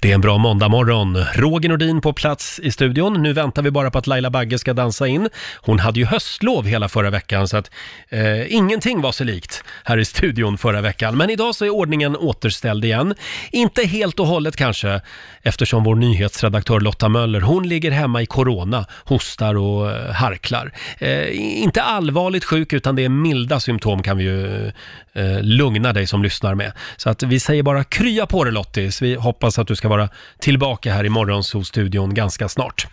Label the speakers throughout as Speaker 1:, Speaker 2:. Speaker 1: Det är en bra måndagmorgon. Roger Nordin på plats i studion. Nu väntar vi bara på att Laila Bagge ska dansa in. Hon hade ju höstlov hela förra veckan så att eh, ingenting var sig likt här i studion förra veckan. Men idag så är ordningen återställd igen. Inte helt och hållet kanske eftersom vår nyhetsredaktör Lotta Möller, hon ligger hemma i corona, hostar och eh, harklar. Eh, inte allvarligt sjuk utan det är milda symptom kan vi ju eh, lugna dig som lyssnar med. Så att vi säger bara krya på dig Lottis. Vi hoppas att du ska vara tillbaka här i Morgonzoo-studion ganska snart.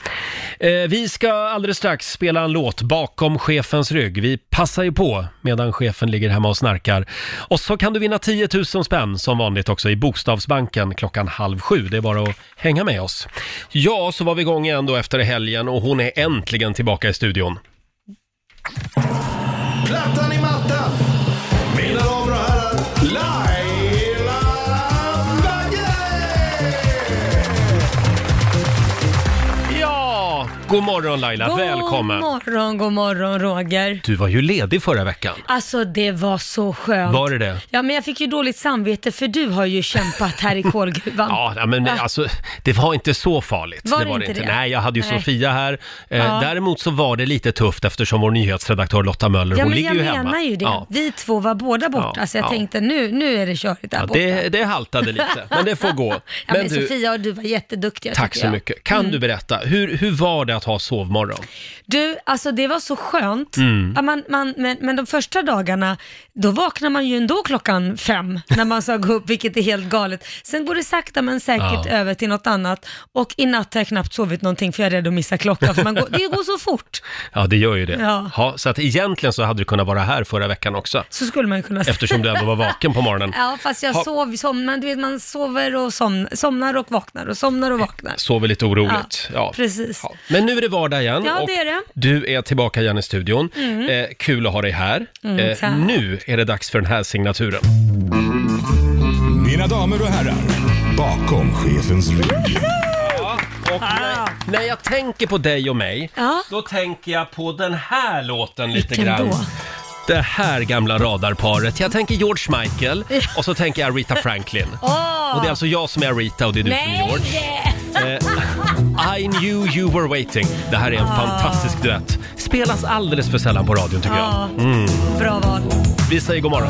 Speaker 1: Eh, vi ska alldeles strax spela en låt bakom chefens rygg. Vi passar ju på medan chefen ligger hemma och snarkar. Och så kan du vinna 10 000 spänn som vanligt också i Bokstavsbanken klockan halv sju. Det är bara att hänga med oss. Ja, så var vi igång igen då efter helgen och hon är äntligen tillbaka i studion.
Speaker 2: Plattan i mattan! Mina damer och herrar, Laila Bagge!
Speaker 1: Ja, god morgon Laila, välkommen!
Speaker 3: God morgon, god morgon Roger.
Speaker 1: Du var ju ledig förra veckan.
Speaker 3: Alltså det var så skönt.
Speaker 1: Var det det?
Speaker 3: Ja men jag fick ju dåligt samvete för du har ju kämpat här i kolgruvan.
Speaker 1: Ja, nej, men alltså, det var inte så farligt.
Speaker 3: Var det inte det?
Speaker 1: Nej, jag hade ju
Speaker 3: Nej.
Speaker 1: Sofia här. Eh,
Speaker 3: Ja.
Speaker 1: Däremot så var det lite tufft eftersom vår nyhetsredaktör Lotta Möller,
Speaker 3: ja
Speaker 1: hon
Speaker 3: men
Speaker 1: ligger
Speaker 3: jag
Speaker 1: ju
Speaker 3: menar
Speaker 1: hemma.
Speaker 3: ju det.
Speaker 1: Ja.
Speaker 3: Vi två var båda borta
Speaker 1: Ja,
Speaker 3: så jag
Speaker 1: ja.
Speaker 3: tänkte nu, nu är det körigt där
Speaker 1: Ja,
Speaker 3: borta.
Speaker 1: det, det haltade lite, men det får gå.
Speaker 3: Ja, men, Sofia och du var jätteduktiga
Speaker 1: tack
Speaker 3: tycker
Speaker 1: så
Speaker 3: jag. Mm.
Speaker 1: mycket. Kan du berätta, hur, hur var det att ha sovmorgon?
Speaker 3: Du, alltså det var så skönt.
Speaker 1: Mm.
Speaker 3: Ja, man, man, men, men de första dagarna, då vaknar man ju ändå klockan fem när man ska gå upp, vilket är helt galet. Sen går det sakta men säkert
Speaker 1: Ja.
Speaker 3: över till något annat och i natt har jag knappt sovit någonting för jag är rädd att missa klockan, för man går, det går så fort.
Speaker 1: Ja, det gör ju det.
Speaker 3: Ja.
Speaker 1: Ha, så att egentligen så hade du kunnat vara här förra veckan också,
Speaker 3: Så skulle man ju kunna säga.
Speaker 1: eftersom du ändå var vaken på morgonen.
Speaker 3: Ja, fast jag
Speaker 1: Ha-
Speaker 3: sov, som, men du vet man sover och som, somnar och vaknar och somnar och vaknar.
Speaker 1: Sover lite oroligt. Eh, Ja,
Speaker 3: precis.
Speaker 1: Ja. Men nu är det vardag igen
Speaker 3: Ja,
Speaker 1: och
Speaker 3: det är det.
Speaker 1: du är tillbaka igen i studion. Eh, kul att ha dig här. eh,
Speaker 3: Mm, tack.
Speaker 1: nu är det dags för den här signaturen.
Speaker 2: Mina damer och herrar, bakom chefens rygg.
Speaker 1: Och när, när jag tänker på dig och mig,
Speaker 3: Ah. Ja.
Speaker 1: då tänker jag på den här låten lite
Speaker 3: Vilken
Speaker 1: grann.
Speaker 3: då?
Speaker 1: Det här gamla radarparet. Jag tänker George Michael
Speaker 3: Ja.
Speaker 1: och så tänker jag Aretha Franklin.
Speaker 3: Åh!
Speaker 1: Och det är alltså jag som är Aretha och det är du som är
Speaker 3: Nej!
Speaker 1: George. Eh, I knew you were waiting. Det här är
Speaker 3: Ah.
Speaker 1: en fantastisk duett. Spelas alldeles för sällan på radion tycker jag. Mm.
Speaker 3: Ja, bra val.
Speaker 1: Vi säger god morgon.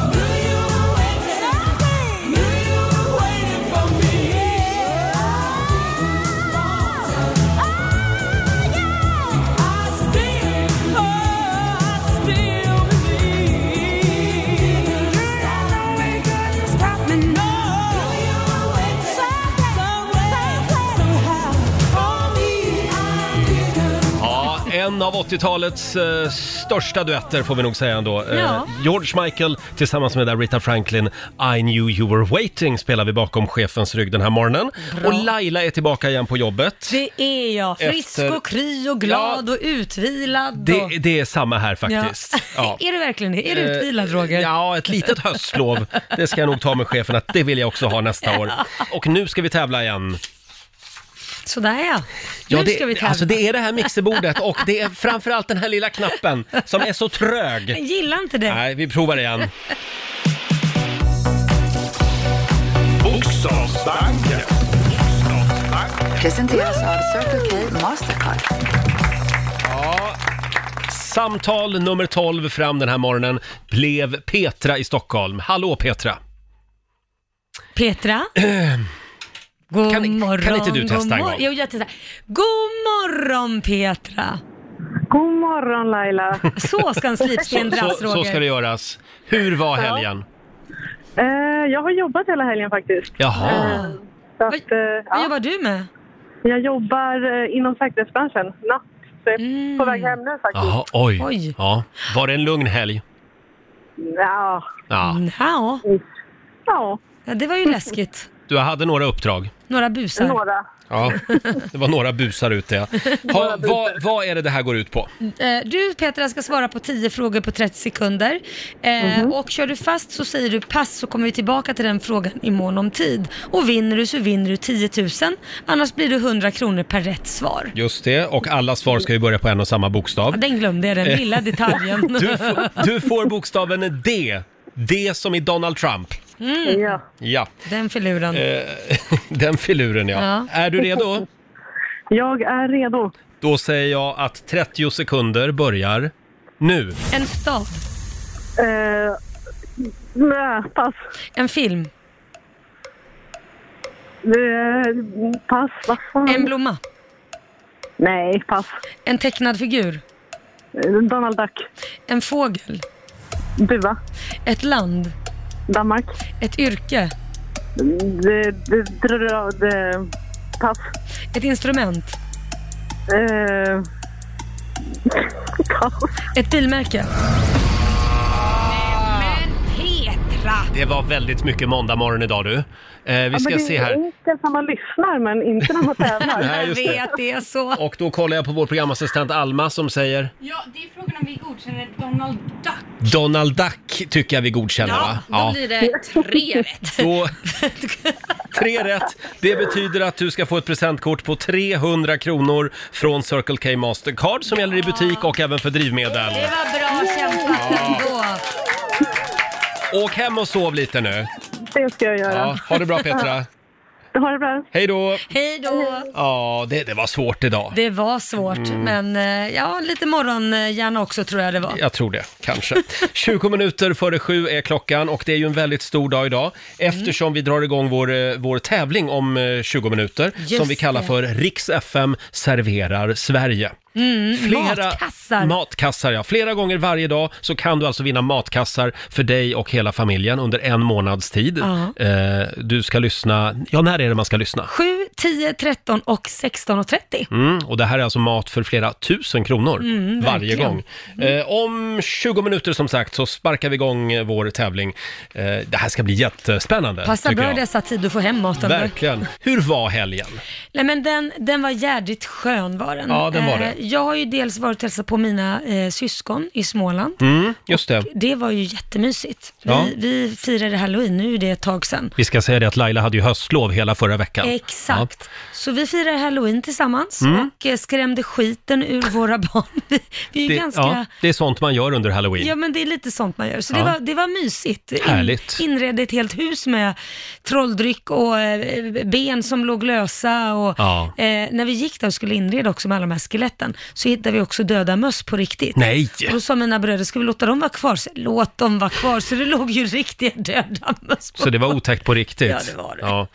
Speaker 1: Ja, en av 80-talets eh, största duetter får vi nog säga ändå. Eh,
Speaker 3: Ja.
Speaker 1: George Michael tillsammans med Aretha Franklin. I knew you were waiting spelar vi bakom chefens rygg den här morgonen. Och Laila är tillbaka igen på jobbet.
Speaker 3: Det är jag. Frisk
Speaker 1: Efter-
Speaker 3: och kry och glad
Speaker 1: Ja.
Speaker 3: och utvilad. och...
Speaker 1: Det, det är samma här faktiskt. Ja.
Speaker 3: är du verkligen det? Är du utvilad Roger?
Speaker 1: Eh, Ja, ett litet höstlov. Det ska jag nog ta med chefen att det vill jag också ha nästa år. Och nu ska vi tävla igen.
Speaker 3: Sådär ja.
Speaker 1: Ja,
Speaker 3: nu
Speaker 1: det,
Speaker 3: ska vi tävla.
Speaker 1: alltså det är det här mixerbordet och det är framförallt den här lilla knappen som är så trög.
Speaker 3: Jag gillar inte det.
Speaker 1: Nej, vi provar igen.
Speaker 2: Bokstavsbanken.
Speaker 4: Presenteras av Circle K Mastercard.
Speaker 1: Samtal nummer 12 fram den här morgonen blev Petra i Stockholm. Hallå Petra!
Speaker 3: Petra? God
Speaker 1: Kan-
Speaker 3: morgon.
Speaker 1: kan inte du
Speaker 3: god
Speaker 1: testa en
Speaker 3: mor-
Speaker 1: gång?
Speaker 3: Jo, jag testar. God morgon Petra!
Speaker 5: God morgon Laila.
Speaker 3: Så ska en slipsten
Speaker 1: Så,
Speaker 3: dras Roger.
Speaker 1: så ska det göras. Hur var helgen?
Speaker 5: Eh, jag har jobbat hela helgen faktiskt.
Speaker 3: Ah.
Speaker 1: Jaha.
Speaker 5: Så att, eh,
Speaker 3: Vad
Speaker 5: ja,
Speaker 3: jobbar du med?
Speaker 5: jag jobbar eh, inom säkerhetsbranschen natt. Så jag är
Speaker 3: Mm.
Speaker 5: på väg hem nu faktiskt.
Speaker 1: Jaha, oj.
Speaker 3: Oj.
Speaker 1: Ja. Var det en lugn helg?
Speaker 5: Ja.
Speaker 1: Ja.
Speaker 3: Ja,
Speaker 5: ja,
Speaker 3: det var ju läskigt.
Speaker 1: Du hade några uppdrag.
Speaker 3: Några busar.
Speaker 5: några.
Speaker 1: Ja, det var några busar ute ja. Ha, vad, vad är det det här går ut på?
Speaker 3: Eh, Du Petra ska svara på 10 frågor på 30 sekunder. Eh,
Speaker 1: Mhm.
Speaker 3: Och kör du fast så säger du pass så kommer vi tillbaka till den frågan i mån om tid. Och vinner du så vinner du 10 000. Annars blir det 100 kronor per rätt svar.
Speaker 1: Just det, och alla svar ska ju börja på en och samma bokstav.
Speaker 3: Ja, den glömde jag, den
Speaker 1: Eh.
Speaker 3: lilla detaljen.
Speaker 1: Du, f- du får bokstaven D. D som i Donald Trump.
Speaker 3: Mm.
Speaker 5: Ja.
Speaker 1: Ja,
Speaker 3: Den filuren.
Speaker 1: eh, den filuren ja.
Speaker 3: Ja.
Speaker 1: Är du redo?
Speaker 5: Jag är redo.
Speaker 1: Då säger jag att 30 sekunder börjar nu.
Speaker 3: En stad.
Speaker 5: Eh, nej, pass.
Speaker 3: En film.
Speaker 5: Eh, pass, vad fan?
Speaker 1: Mm.
Speaker 3: En blomma.
Speaker 5: nej, pass.
Speaker 3: En tecknad figur.
Speaker 5: Eh, Donald Duck.
Speaker 3: En fågel.
Speaker 5: Duva.
Speaker 3: Ett land.
Speaker 5: Danmark.
Speaker 3: Ett yrke.
Speaker 5: De, de, dra- de, pass.
Speaker 3: Ett instrument.
Speaker 5: Eh, pass.
Speaker 3: Ett bilmärke.
Speaker 1: Det var väldigt mycket måndagmorgon idag du. Eh, vi
Speaker 5: Ja,
Speaker 1: ska
Speaker 5: men
Speaker 1: se
Speaker 5: Det är
Speaker 1: här.
Speaker 5: enkelt när man lyssnar, men inte när man tävlar.
Speaker 1: Nej,
Speaker 3: Jag
Speaker 1: just det.
Speaker 3: vet, det är så.
Speaker 1: Och då kollar jag på vår programassistent Alma som säger
Speaker 6: Ja, det är frågan om vi godkänner Donald Duck.
Speaker 1: Donald Duck tycker jag vi godkänner va?
Speaker 6: då blir det tre rätt.
Speaker 1: Då, tre rätt. Det betyder att du ska få ett presentkort på 300 kronor från Circle K Mastercard som gäller i butik och även för drivmedel.
Speaker 3: Det var bra kämpat ändå.
Speaker 1: Åk hem och sov lite nu.
Speaker 5: Det ska jag göra.
Speaker 1: Ja, ha det bra Petra.
Speaker 5: Ha det bra.
Speaker 1: Hej då!
Speaker 3: Hej då.
Speaker 1: Ja, det, det var svårt idag.
Speaker 3: Det var svårt,
Speaker 1: Mm.
Speaker 3: men eh, ja, lite morgonhjärna också tror jag det var.
Speaker 1: Jag tror det, kanske. 20 minuter före sju är klockan och det är ju en väldigt stor dag idag
Speaker 3: Mm.
Speaker 1: eftersom vi drar igång vår, eh, vår tävling om eh, 20 minuter
Speaker 3: Just
Speaker 1: som vi kallar
Speaker 3: det.
Speaker 1: för Riks FM serverar Sverige.
Speaker 3: Mm, matkassar.
Speaker 1: Matkassar, ja. Flera gånger varje dag så kan du alltså vinna matkassar för dig och hela familjen under en månads tid.
Speaker 3: Ja.
Speaker 1: Eh, du ska lyssna, ja när är det man ska lyssna?
Speaker 3: 7, 10, 13 och 16.30.
Speaker 1: Mm, och det här är alltså mat för flera tusen kronor varje
Speaker 3: Mm, verkligen. Mm.
Speaker 1: gång. Eh, om 20 minuter som sagt så sparkar vi igång eh, vår tävling. Eh, det här ska bli jättespännande.
Speaker 3: Passar
Speaker 1: tycker
Speaker 3: bra i
Speaker 1: jag.
Speaker 3: dessa tider att få hem maten.
Speaker 1: Verkligen. Hur var helgen?
Speaker 3: Nej men den, den var jädrigt skön var den.
Speaker 1: Ja, den var
Speaker 3: Eh,
Speaker 1: det.
Speaker 3: Jag har ju dels varit och hälsat på mina eh, syskon i Småland.
Speaker 1: Mm, just det.
Speaker 3: Det var ju jättemysigt. Vi,
Speaker 1: Ja.
Speaker 3: vi firade halloween, nu är det ett tag sedan.
Speaker 1: Vi ska säga det att Laila hade ju höstlov hela förra veckan.
Speaker 3: Exakt. Så vi firar halloween tillsammans
Speaker 1: Mm.
Speaker 3: och eh, skrämde skiten ur våra barn. Vi, vi är
Speaker 1: Det,
Speaker 3: ju ganska...
Speaker 1: ja,
Speaker 3: Ja.
Speaker 1: det är sånt man gör under halloween.
Speaker 3: men det är lite sånt man gör. Så
Speaker 1: Ja.
Speaker 3: det, var, det var mysigt. In-
Speaker 1: Härligt.
Speaker 3: Inredde ett helt hus med trolldryck och eh, ben som låg lösa. Och,
Speaker 1: Ja.
Speaker 3: eh, när vi gick där och skulle inreda också med alla de här skeletten så hittade vi också döda möss på riktigt.
Speaker 1: Nej!
Speaker 3: Och då sa mina bröder, ska vi låta dem vara kvar? Så, Låt dem vara kvar. Så det låg ju riktiga döda möss på
Speaker 1: Så det var otäckt på riktigt.
Speaker 3: Ja, det var det.
Speaker 1: Ja.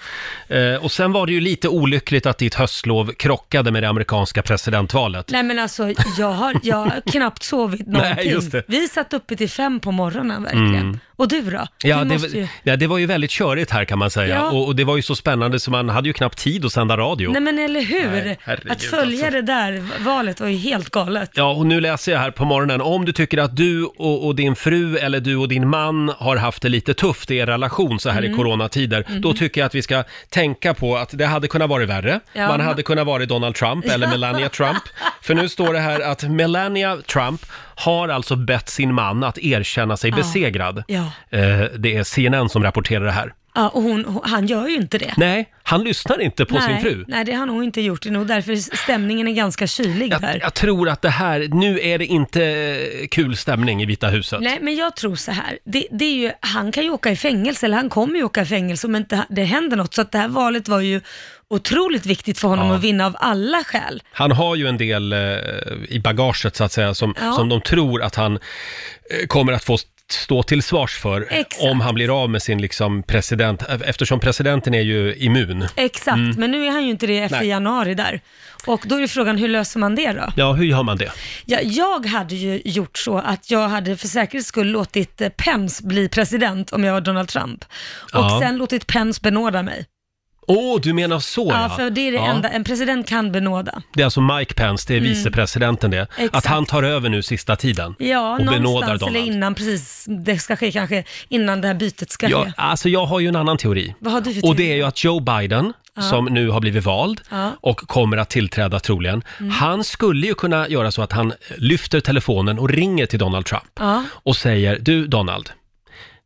Speaker 1: Eh, och sen var det ju lite olyckligt att ditt höstlov krockade med det amerikanska presidentvalet.
Speaker 3: Nej men alltså, jag har, jag har knappt sovit någonting.
Speaker 1: Nej, just det. Mm.
Speaker 3: Vi satt uppe till fem på morgonen verkligen. Och du då?
Speaker 1: Ja
Speaker 3: du
Speaker 1: det,
Speaker 3: måste ju...
Speaker 1: ja, det var ju väldigt körigt här kan man säga.
Speaker 3: Ja.
Speaker 1: Och, och det var ju så spännande så man hade ju knappt tid att sända radio.
Speaker 3: Nej men eller hur?
Speaker 1: Nej, herregud,
Speaker 3: att följa
Speaker 1: alltså.
Speaker 3: det där valet var ju helt galet.
Speaker 1: Ja, och nu läser jag här på morgonen. Om du tycker att du och, och din fru eller du och din man har haft det lite tufft i er relation så här
Speaker 3: Mm.
Speaker 1: i coronatider, då
Speaker 3: Mm-hmm.
Speaker 1: tycker jag att vi ska tänka på att det hade kunnat vara värre.
Speaker 3: Ja,
Speaker 1: man
Speaker 3: men-
Speaker 1: hade kunnat vara Donald Trump eller Melania Trump. För nu står det här att Melania Trump har alltså bett sin man att erkänna sig besegrad.
Speaker 3: Ja.
Speaker 1: Eh, det är CNN som rapporterar det här.
Speaker 3: Ja, och hon, hon, han gör ju inte det.
Speaker 1: Nej, han lyssnar inte på sin
Speaker 3: nej,
Speaker 1: fru.
Speaker 3: Nej, det har han nog inte gjort. Det är nog därför stämningen är ganska kylig
Speaker 1: Jag,
Speaker 3: där.
Speaker 1: jag tror att det här, nu är det inte eh, kul stämning i Vita huset.
Speaker 3: Nej, men jag tror så här. Det, det är ju, han kan ju åka i fängelse, eller han kommer ju åka i fängelse om inte det händer något. Så att det här valet var ju otroligt viktigt för honom
Speaker 1: Ja.
Speaker 3: att vinna av alla skäl.
Speaker 1: Han har ju en del eh, i bagaget så att säga som,
Speaker 3: Ja.
Speaker 1: som de tror att han eh, kommer att få st- stå till svars för
Speaker 3: Exakt.
Speaker 1: om han blir av med sin liksom president, eftersom presidenten är ju immun.
Speaker 3: Exakt, men nu är han ju inte det efter
Speaker 1: Mm. Nej.
Speaker 3: januari där. Och då är ju frågan, hur löser man det då?
Speaker 1: Ja, hur gör man det?
Speaker 3: Ja, jag hade ju gjort så att jag hade för säkerhets skull låtit eh, Pence bli president om jag var Donald Trump. Och
Speaker 1: Ja.
Speaker 3: sen låtit Pence benåda mig.
Speaker 1: Åh, du menar så ja!
Speaker 3: ja, för det är det
Speaker 1: Ja.
Speaker 3: enda en president kan benåda.
Speaker 1: Det är alltså Mike Pence, det är vicepresidenten det. Att
Speaker 3: Exakt.
Speaker 1: han tar över nu sista tiden
Speaker 3: Ja,
Speaker 1: och benådar
Speaker 3: någonstans eller
Speaker 1: Donald.
Speaker 3: innan, precis, det ska ske kanske, innan det här bytet ska
Speaker 1: Ja,
Speaker 3: ske.
Speaker 1: alltså jag har ju en annan teori.
Speaker 3: Vad har du för
Speaker 1: Och
Speaker 3: teori?
Speaker 1: det är ju att Joe Biden, som nu har blivit vald
Speaker 3: Ja. Mm.
Speaker 1: och kommer att tillträda troligen, han skulle ju kunna göra så att han lyfter telefonen och ringer till Donald Trump
Speaker 3: Ja.
Speaker 1: och säger, du Donald,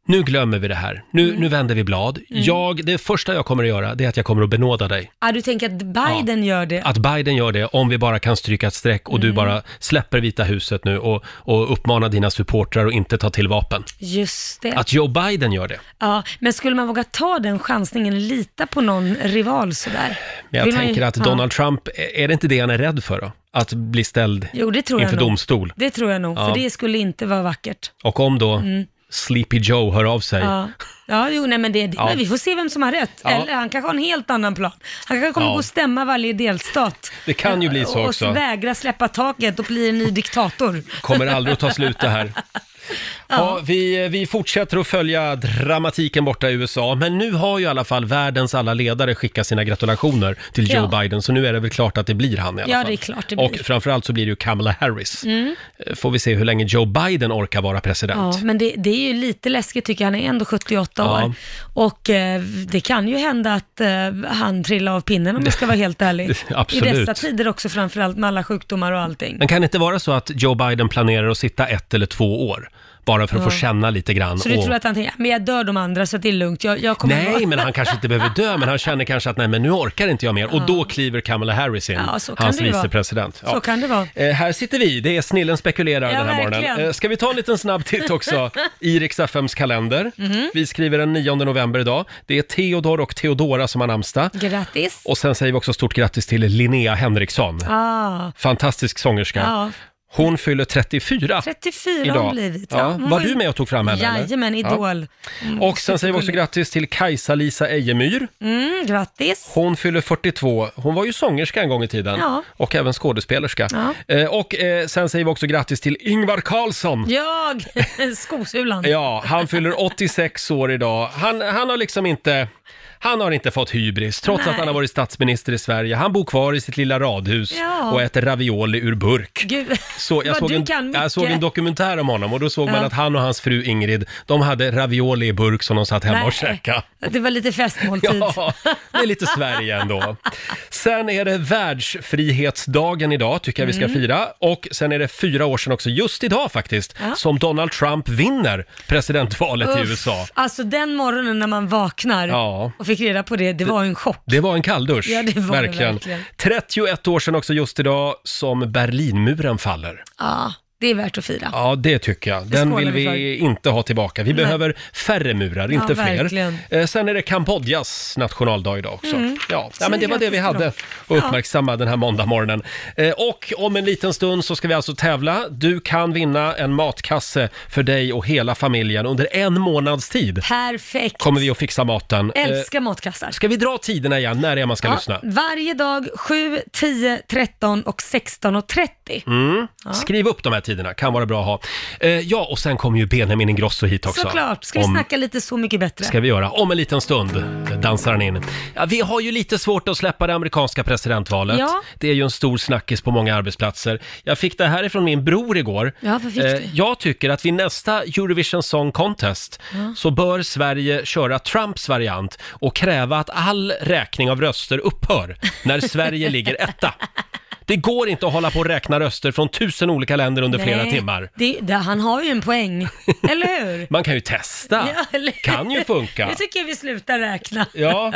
Speaker 1: nu glömmer vi det här. Nu,
Speaker 3: Mm.
Speaker 1: nu vänder vi blad. Jag, det första jag kommer att göra, det är att jag kommer att benåda dig.
Speaker 3: Ja, du tänker att Biden gör det?
Speaker 1: Att Biden gör det, om vi bara kan stryka ett streck och
Speaker 3: Mm.
Speaker 1: du bara släpper Vita huset nu och, och uppmanar dina supportrar att inte ta till vapen.
Speaker 3: Just det.
Speaker 1: Att Joe Biden gör det.
Speaker 3: Ja, men skulle man våga ta den chansningen, lita på någon rival sådär?
Speaker 1: Men jag
Speaker 3: Vill man ju-
Speaker 1: tänker att
Speaker 3: ja.
Speaker 1: Donald Trump, är det inte det han är rädd för då? Att bli ställd
Speaker 3: Jo, det tror jag
Speaker 1: inför
Speaker 3: nog.
Speaker 1: domstol?
Speaker 3: Det tror jag nog,
Speaker 1: Ja.
Speaker 3: för det skulle inte vara vackert.
Speaker 1: Och om då Sleepy Joe hör av sig.
Speaker 3: Mm. Ja, ja jo, nej, men det, det
Speaker 1: Ja.
Speaker 3: men vi får se vem som har rätt.
Speaker 1: Ja.
Speaker 3: Eller han kanske har en helt annan plan. Han kanske kommer
Speaker 1: Ja.
Speaker 3: gå och stämma varje delstat.
Speaker 1: Det kan ju bli så
Speaker 3: och,
Speaker 1: också.
Speaker 3: Och vägra släppa taket och bli en ny diktator.
Speaker 1: Kommer aldrig att ta slut det här. Ja, vi, vi fortsätter att följa dramatiken borta i USA, men nu har ju i alla fall världens alla ledare skickat sina gratulationer till Joe
Speaker 3: Ja.
Speaker 1: Biden, så nu är det väl klart att det blir han i alla
Speaker 3: Ja,
Speaker 1: fall.
Speaker 3: det är klart det
Speaker 1: Och
Speaker 3: blir. Mm.
Speaker 1: framförallt så blir det ju Kamala Harris. Eh, Får vi se hur länge Joe Biden orkar vara president.
Speaker 3: Ja, men det, det är ju lite läskigt tycker jag. Han är ändå 78
Speaker 1: Ja.
Speaker 3: år. Och eh, det kan ju hända att eh, han trillar av pinnen om jag ska vara helt ärlig.
Speaker 1: Absolut.
Speaker 3: I dessa tider också framförallt med alla sjukdomar och allting.
Speaker 1: Men kan det inte vara så att Joe Biden planerar att sitta ett eller två år? Bara för att få
Speaker 3: Ja.
Speaker 1: känna lite grann.
Speaker 3: Så du
Speaker 1: och-
Speaker 3: tror att han tänker, men jag dör de andra så att det är lugnt. Jag, jag kommer
Speaker 1: Nej,
Speaker 3: vara-
Speaker 1: men han kanske inte behöver dö, men han känner kanske att nej, men nu orkar inte jag mer. Och då kliver Kamala Harris in,
Speaker 3: Ja, så kan
Speaker 1: hans
Speaker 3: det ju vara.
Speaker 1: vicepresident.
Speaker 3: Så kan det vara.
Speaker 1: Eh, här sitter vi, det är Snillen spekulerar
Speaker 3: Ja,
Speaker 1: den här
Speaker 3: verkligen.
Speaker 1: morgonen. Eh, ska vi ta en liten snabb titt också i Rix FMs kalender?
Speaker 3: Mhm.
Speaker 1: Vi skriver den 9 november idag. Det är Theodor och Theodora som har namnsdag.
Speaker 3: Grattis!
Speaker 1: Och sen säger vi också stort grattis till Linnea Henriksson.
Speaker 3: Ah,
Speaker 1: Fantastisk sångerska.
Speaker 3: ja.
Speaker 1: Hon fyller 34.
Speaker 3: 34 har
Speaker 1: Idag.
Speaker 3: hon blivit.
Speaker 1: Ja.
Speaker 3: hon
Speaker 1: Var du med och tog fram henne, eller?
Speaker 3: Jajamän,
Speaker 1: Ja.
Speaker 3: Idol.
Speaker 1: Och sen säger vi också grattis till Kajsa-Lisa Ejemyr.
Speaker 3: Mm, grattis!
Speaker 1: Hon fyller 42. Hon var ju sångerska en gång i tiden
Speaker 3: Ja.
Speaker 1: och även skådespelerska.
Speaker 3: Ja.
Speaker 1: Eh, och eh, sen säger vi också grattis till Ingvar Carlsson. Ja.
Speaker 3: Jag! Skosulan.
Speaker 1: han fyller 86 år idag. Han, han har liksom inte... Han har inte fått hybris, trots
Speaker 3: Nej.
Speaker 1: att han har varit statsminister i Sverige. Han bor kvar i sitt lilla radhus
Speaker 3: Ja.
Speaker 1: och äter ravioli ur burk.
Speaker 3: Gud,
Speaker 1: Så jag,
Speaker 3: vad
Speaker 1: såg
Speaker 3: du
Speaker 1: en,
Speaker 3: kan mycket.
Speaker 1: jag såg en dokumentär om honom och då såg man
Speaker 3: Ja.
Speaker 1: att han och hans fru Ingrid, de hade ravioli i burk som de satt hemma
Speaker 3: Nej.
Speaker 1: och käkade.
Speaker 3: Det var lite festmåltid.
Speaker 1: Ja, det är lite Sverige ändå. Sen är det världsfrihetsdagen idag, tycker jag vi ska
Speaker 3: Mm.
Speaker 1: fira. Och sen är det fyra år sedan också, just idag faktiskt,
Speaker 3: Ja.
Speaker 1: som Donald Trump vinner presidentvalet i
Speaker 3: Uff,
Speaker 1: USA.
Speaker 3: Alltså den morgonen när man vaknar
Speaker 1: Ja.
Speaker 3: och fick reda på det, det var ju en chock.
Speaker 1: Det var en kalldusch,
Speaker 3: Ja, det var det
Speaker 1: verkligen.
Speaker 3: verkligen.
Speaker 1: 31 år sedan också just idag som Berlinmuren faller.
Speaker 3: Ja, det är värt att fira.
Speaker 1: Ja, det tycker jag. Den vill
Speaker 3: skålar vi
Speaker 1: vi inte ha tillbaka. Vi behöver färre murar, inte fler.
Speaker 3: verkligen.
Speaker 1: Eh, Sen är det Kambodjas nationaldag idag också. Ja. ja, men
Speaker 3: det
Speaker 1: det
Speaker 3: är
Speaker 1: var det vi
Speaker 3: grattis
Speaker 1: hade att uppmärksamma den här måndagmorgonen. Eh, Och om en liten stund så ska vi alltså tävla. Du kan vinna en matkasse för dig och hela familjen under en månads tid.
Speaker 3: Perfekt!
Speaker 1: Kommer vi att fixa maten. Eh,
Speaker 3: Älskar matkassar.
Speaker 1: Ska vi dra tiderna igen? När är man ska
Speaker 3: Ja,
Speaker 1: lyssna?
Speaker 3: Varje dag 7, 10, 13 och 16 och 30.
Speaker 1: Mm. Skriv upp de här tiderna, kan vara bra att ha. Eh, Ja, och sen kommer ju Benjamin Ingrosso hit också.
Speaker 3: Såklart, ska vi
Speaker 1: Om-
Speaker 3: snacka lite Så mycket bättre.
Speaker 1: ska vi göra. Om en liten stund dansar han in. Ja, vi har ju lite svårt att släppa det amerikanska presidentvalet.
Speaker 3: Ja.
Speaker 1: Det är ju en stor snackis på många arbetsplatser. Jag fick det här ifrån min bror igår. Eh,
Speaker 3: Ja, vad fick du?
Speaker 1: jag tycker att vid nästa Eurovision Song Contest så bör Sverige köra Trumps variant och kräva att all räkning av röster upphör när Sverige ligger etta. Det går inte att hålla på och räkna röster från tusen olika länder under flera
Speaker 3: Nej,
Speaker 1: timmar.
Speaker 3: Det, det, han har ju en poäng, eller hur?
Speaker 1: Man kan ju testa.
Speaker 3: Ja, eller-
Speaker 1: Kan ju funka.
Speaker 3: Nu tycker jag vi slutar räkna.
Speaker 1: Ja,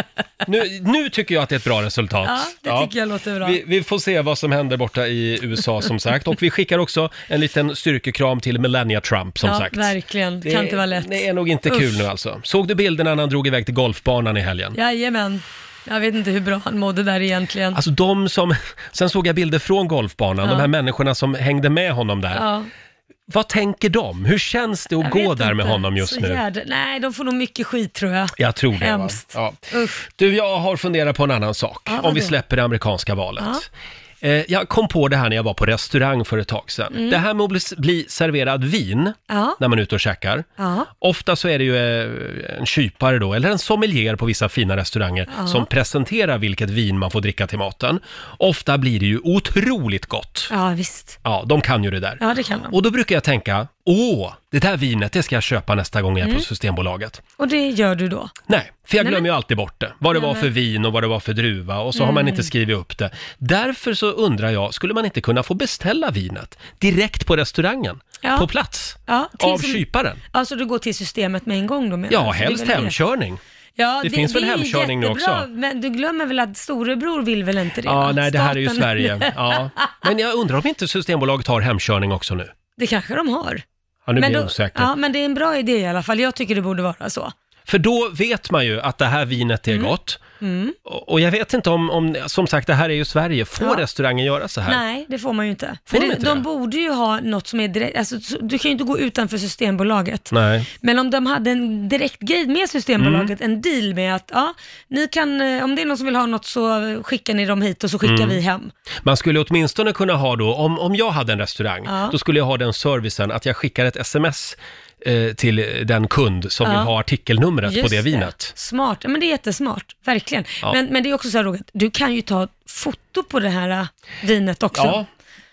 Speaker 1: nu, nu tycker jag att det är ett bra resultat.
Speaker 3: Ja, det tycker jag låter bra.
Speaker 1: Vi, vi får se vad som händer borta i USA som sagt. Och vi skickar också en liten styrkekram till Melania Trump som
Speaker 3: ja,
Speaker 1: sagt.
Speaker 3: verkligen. Det kan inte vara lätt.
Speaker 1: Det är nog inte kul
Speaker 3: Usch.
Speaker 1: nu alltså. Såg du bilderna när han drog iväg till golfbanan i helgen?
Speaker 3: Jajamän. Jag vet inte hur bra han mådde där egentligen.
Speaker 1: Alltså de som, sen såg jag bilder från golfbanan, de här människorna som hängde med honom där.
Speaker 3: ja,
Speaker 1: Vad tänker de? Hur känns det att
Speaker 3: jag
Speaker 1: gå
Speaker 3: vet
Speaker 1: där med
Speaker 3: inte.
Speaker 1: honom just
Speaker 3: Så
Speaker 1: nu?
Speaker 3: jädra- Nej, de får nog mycket skit tror jag.
Speaker 1: Jag tror det. va?
Speaker 3: Hemskt.
Speaker 1: Ja.
Speaker 3: Usch.
Speaker 1: Du, jag har funderat på en annan sak. om vi
Speaker 3: då?
Speaker 1: släpper det amerikanska valet. Eh, jag kom på det här när jag var på restaurang för ett tag sedan. Det här med att bli, bli serverad vin
Speaker 3: Mm. Ja.
Speaker 1: när man är ute och käkar.
Speaker 3: Ja.
Speaker 1: Ofta så är det ju eh, en kypare då, eller en sommelier på vissa fina restauranger som presenterar vilket vin man får dricka till maten. Ofta blir det ju otroligt gott.
Speaker 3: Ja, visst.
Speaker 1: Ja, de kan ju det där.
Speaker 3: Ja, det kan de.
Speaker 1: Och då brukar jag tänka, åh, det där vinet det ska jag köpa nästa gång jag
Speaker 3: Mm.
Speaker 1: är på Systembolaget.
Speaker 3: Och det gör du då?
Speaker 1: Nej, för jag
Speaker 3: Nej,
Speaker 1: glömmer ju alltid bort det. Vad det
Speaker 3: Nej,
Speaker 1: var
Speaker 3: men- Mm.
Speaker 1: för vin och vad det var för druva och så har man inte skrivit upp det. Därför så undrar jag, skulle man inte kunna få beställa vinet direkt på restaurangen?
Speaker 3: Ja.
Speaker 1: På plats?
Speaker 3: Ja, till
Speaker 1: av
Speaker 3: som-
Speaker 1: kyparen?
Speaker 3: Alltså du går till systemet med en gång då menar
Speaker 1: Ja,
Speaker 3: du? Så det är
Speaker 1: helst
Speaker 3: väl det.
Speaker 1: hemkörning.
Speaker 3: Ja,
Speaker 1: Det finns väl
Speaker 3: är
Speaker 1: hemkörning nu
Speaker 3: jättebra,
Speaker 1: också?
Speaker 3: Men du glömmer väl att storebror vill väl inte det?
Speaker 1: Ja,
Speaker 3: va?
Speaker 1: nej, det här är ju
Speaker 3: Staten-
Speaker 1: Sverige. Ja. Men jag undrar om inte Systembolaget har hemkörning också nu?
Speaker 3: Det kanske de har.
Speaker 1: Ja, nu blir
Speaker 3: då,
Speaker 1: jag osäker.
Speaker 3: ja, men det är en bra idé i alla fall. Jag tycker det borde vara så.
Speaker 1: För då vet man ju att det här vinet är
Speaker 3: Mm.
Speaker 1: gott. Och och jag vet inte om, om, som sagt, det här är ju Sverige. Får
Speaker 3: Ja.
Speaker 1: restaurangen göra så här?
Speaker 3: Nej, det får man ju inte.
Speaker 1: Får
Speaker 3: men
Speaker 1: de
Speaker 3: det,
Speaker 1: inte
Speaker 3: de
Speaker 1: det?
Speaker 3: borde ju ha något som är direkt, alltså, så- du kan ju inte gå utanför Systembolaget.
Speaker 1: Nej.
Speaker 3: Men om de hade en direkt grej med Systembolaget,
Speaker 1: Mm.
Speaker 3: en deal med att ja, ni kan, eh, om det är någon som vill ha något så eh, skickar ni dem hit och så skickar
Speaker 1: Mm.
Speaker 3: vi hem.
Speaker 1: Man skulle åtminstone kunna ha då, om, om jag hade en restaurang,
Speaker 3: Ja.
Speaker 1: då skulle jag ha den servicen att jag skickar ett sms eh, till den kund som vill ha artikelnumret på
Speaker 3: Just
Speaker 1: det vinet.
Speaker 3: Smart, Ja, men det är jättesmart, verkligen.
Speaker 1: Ja.
Speaker 3: Men, men det är också så här Roger, du kan ju ta foto på det här eh, vinet också.
Speaker 1: Ja,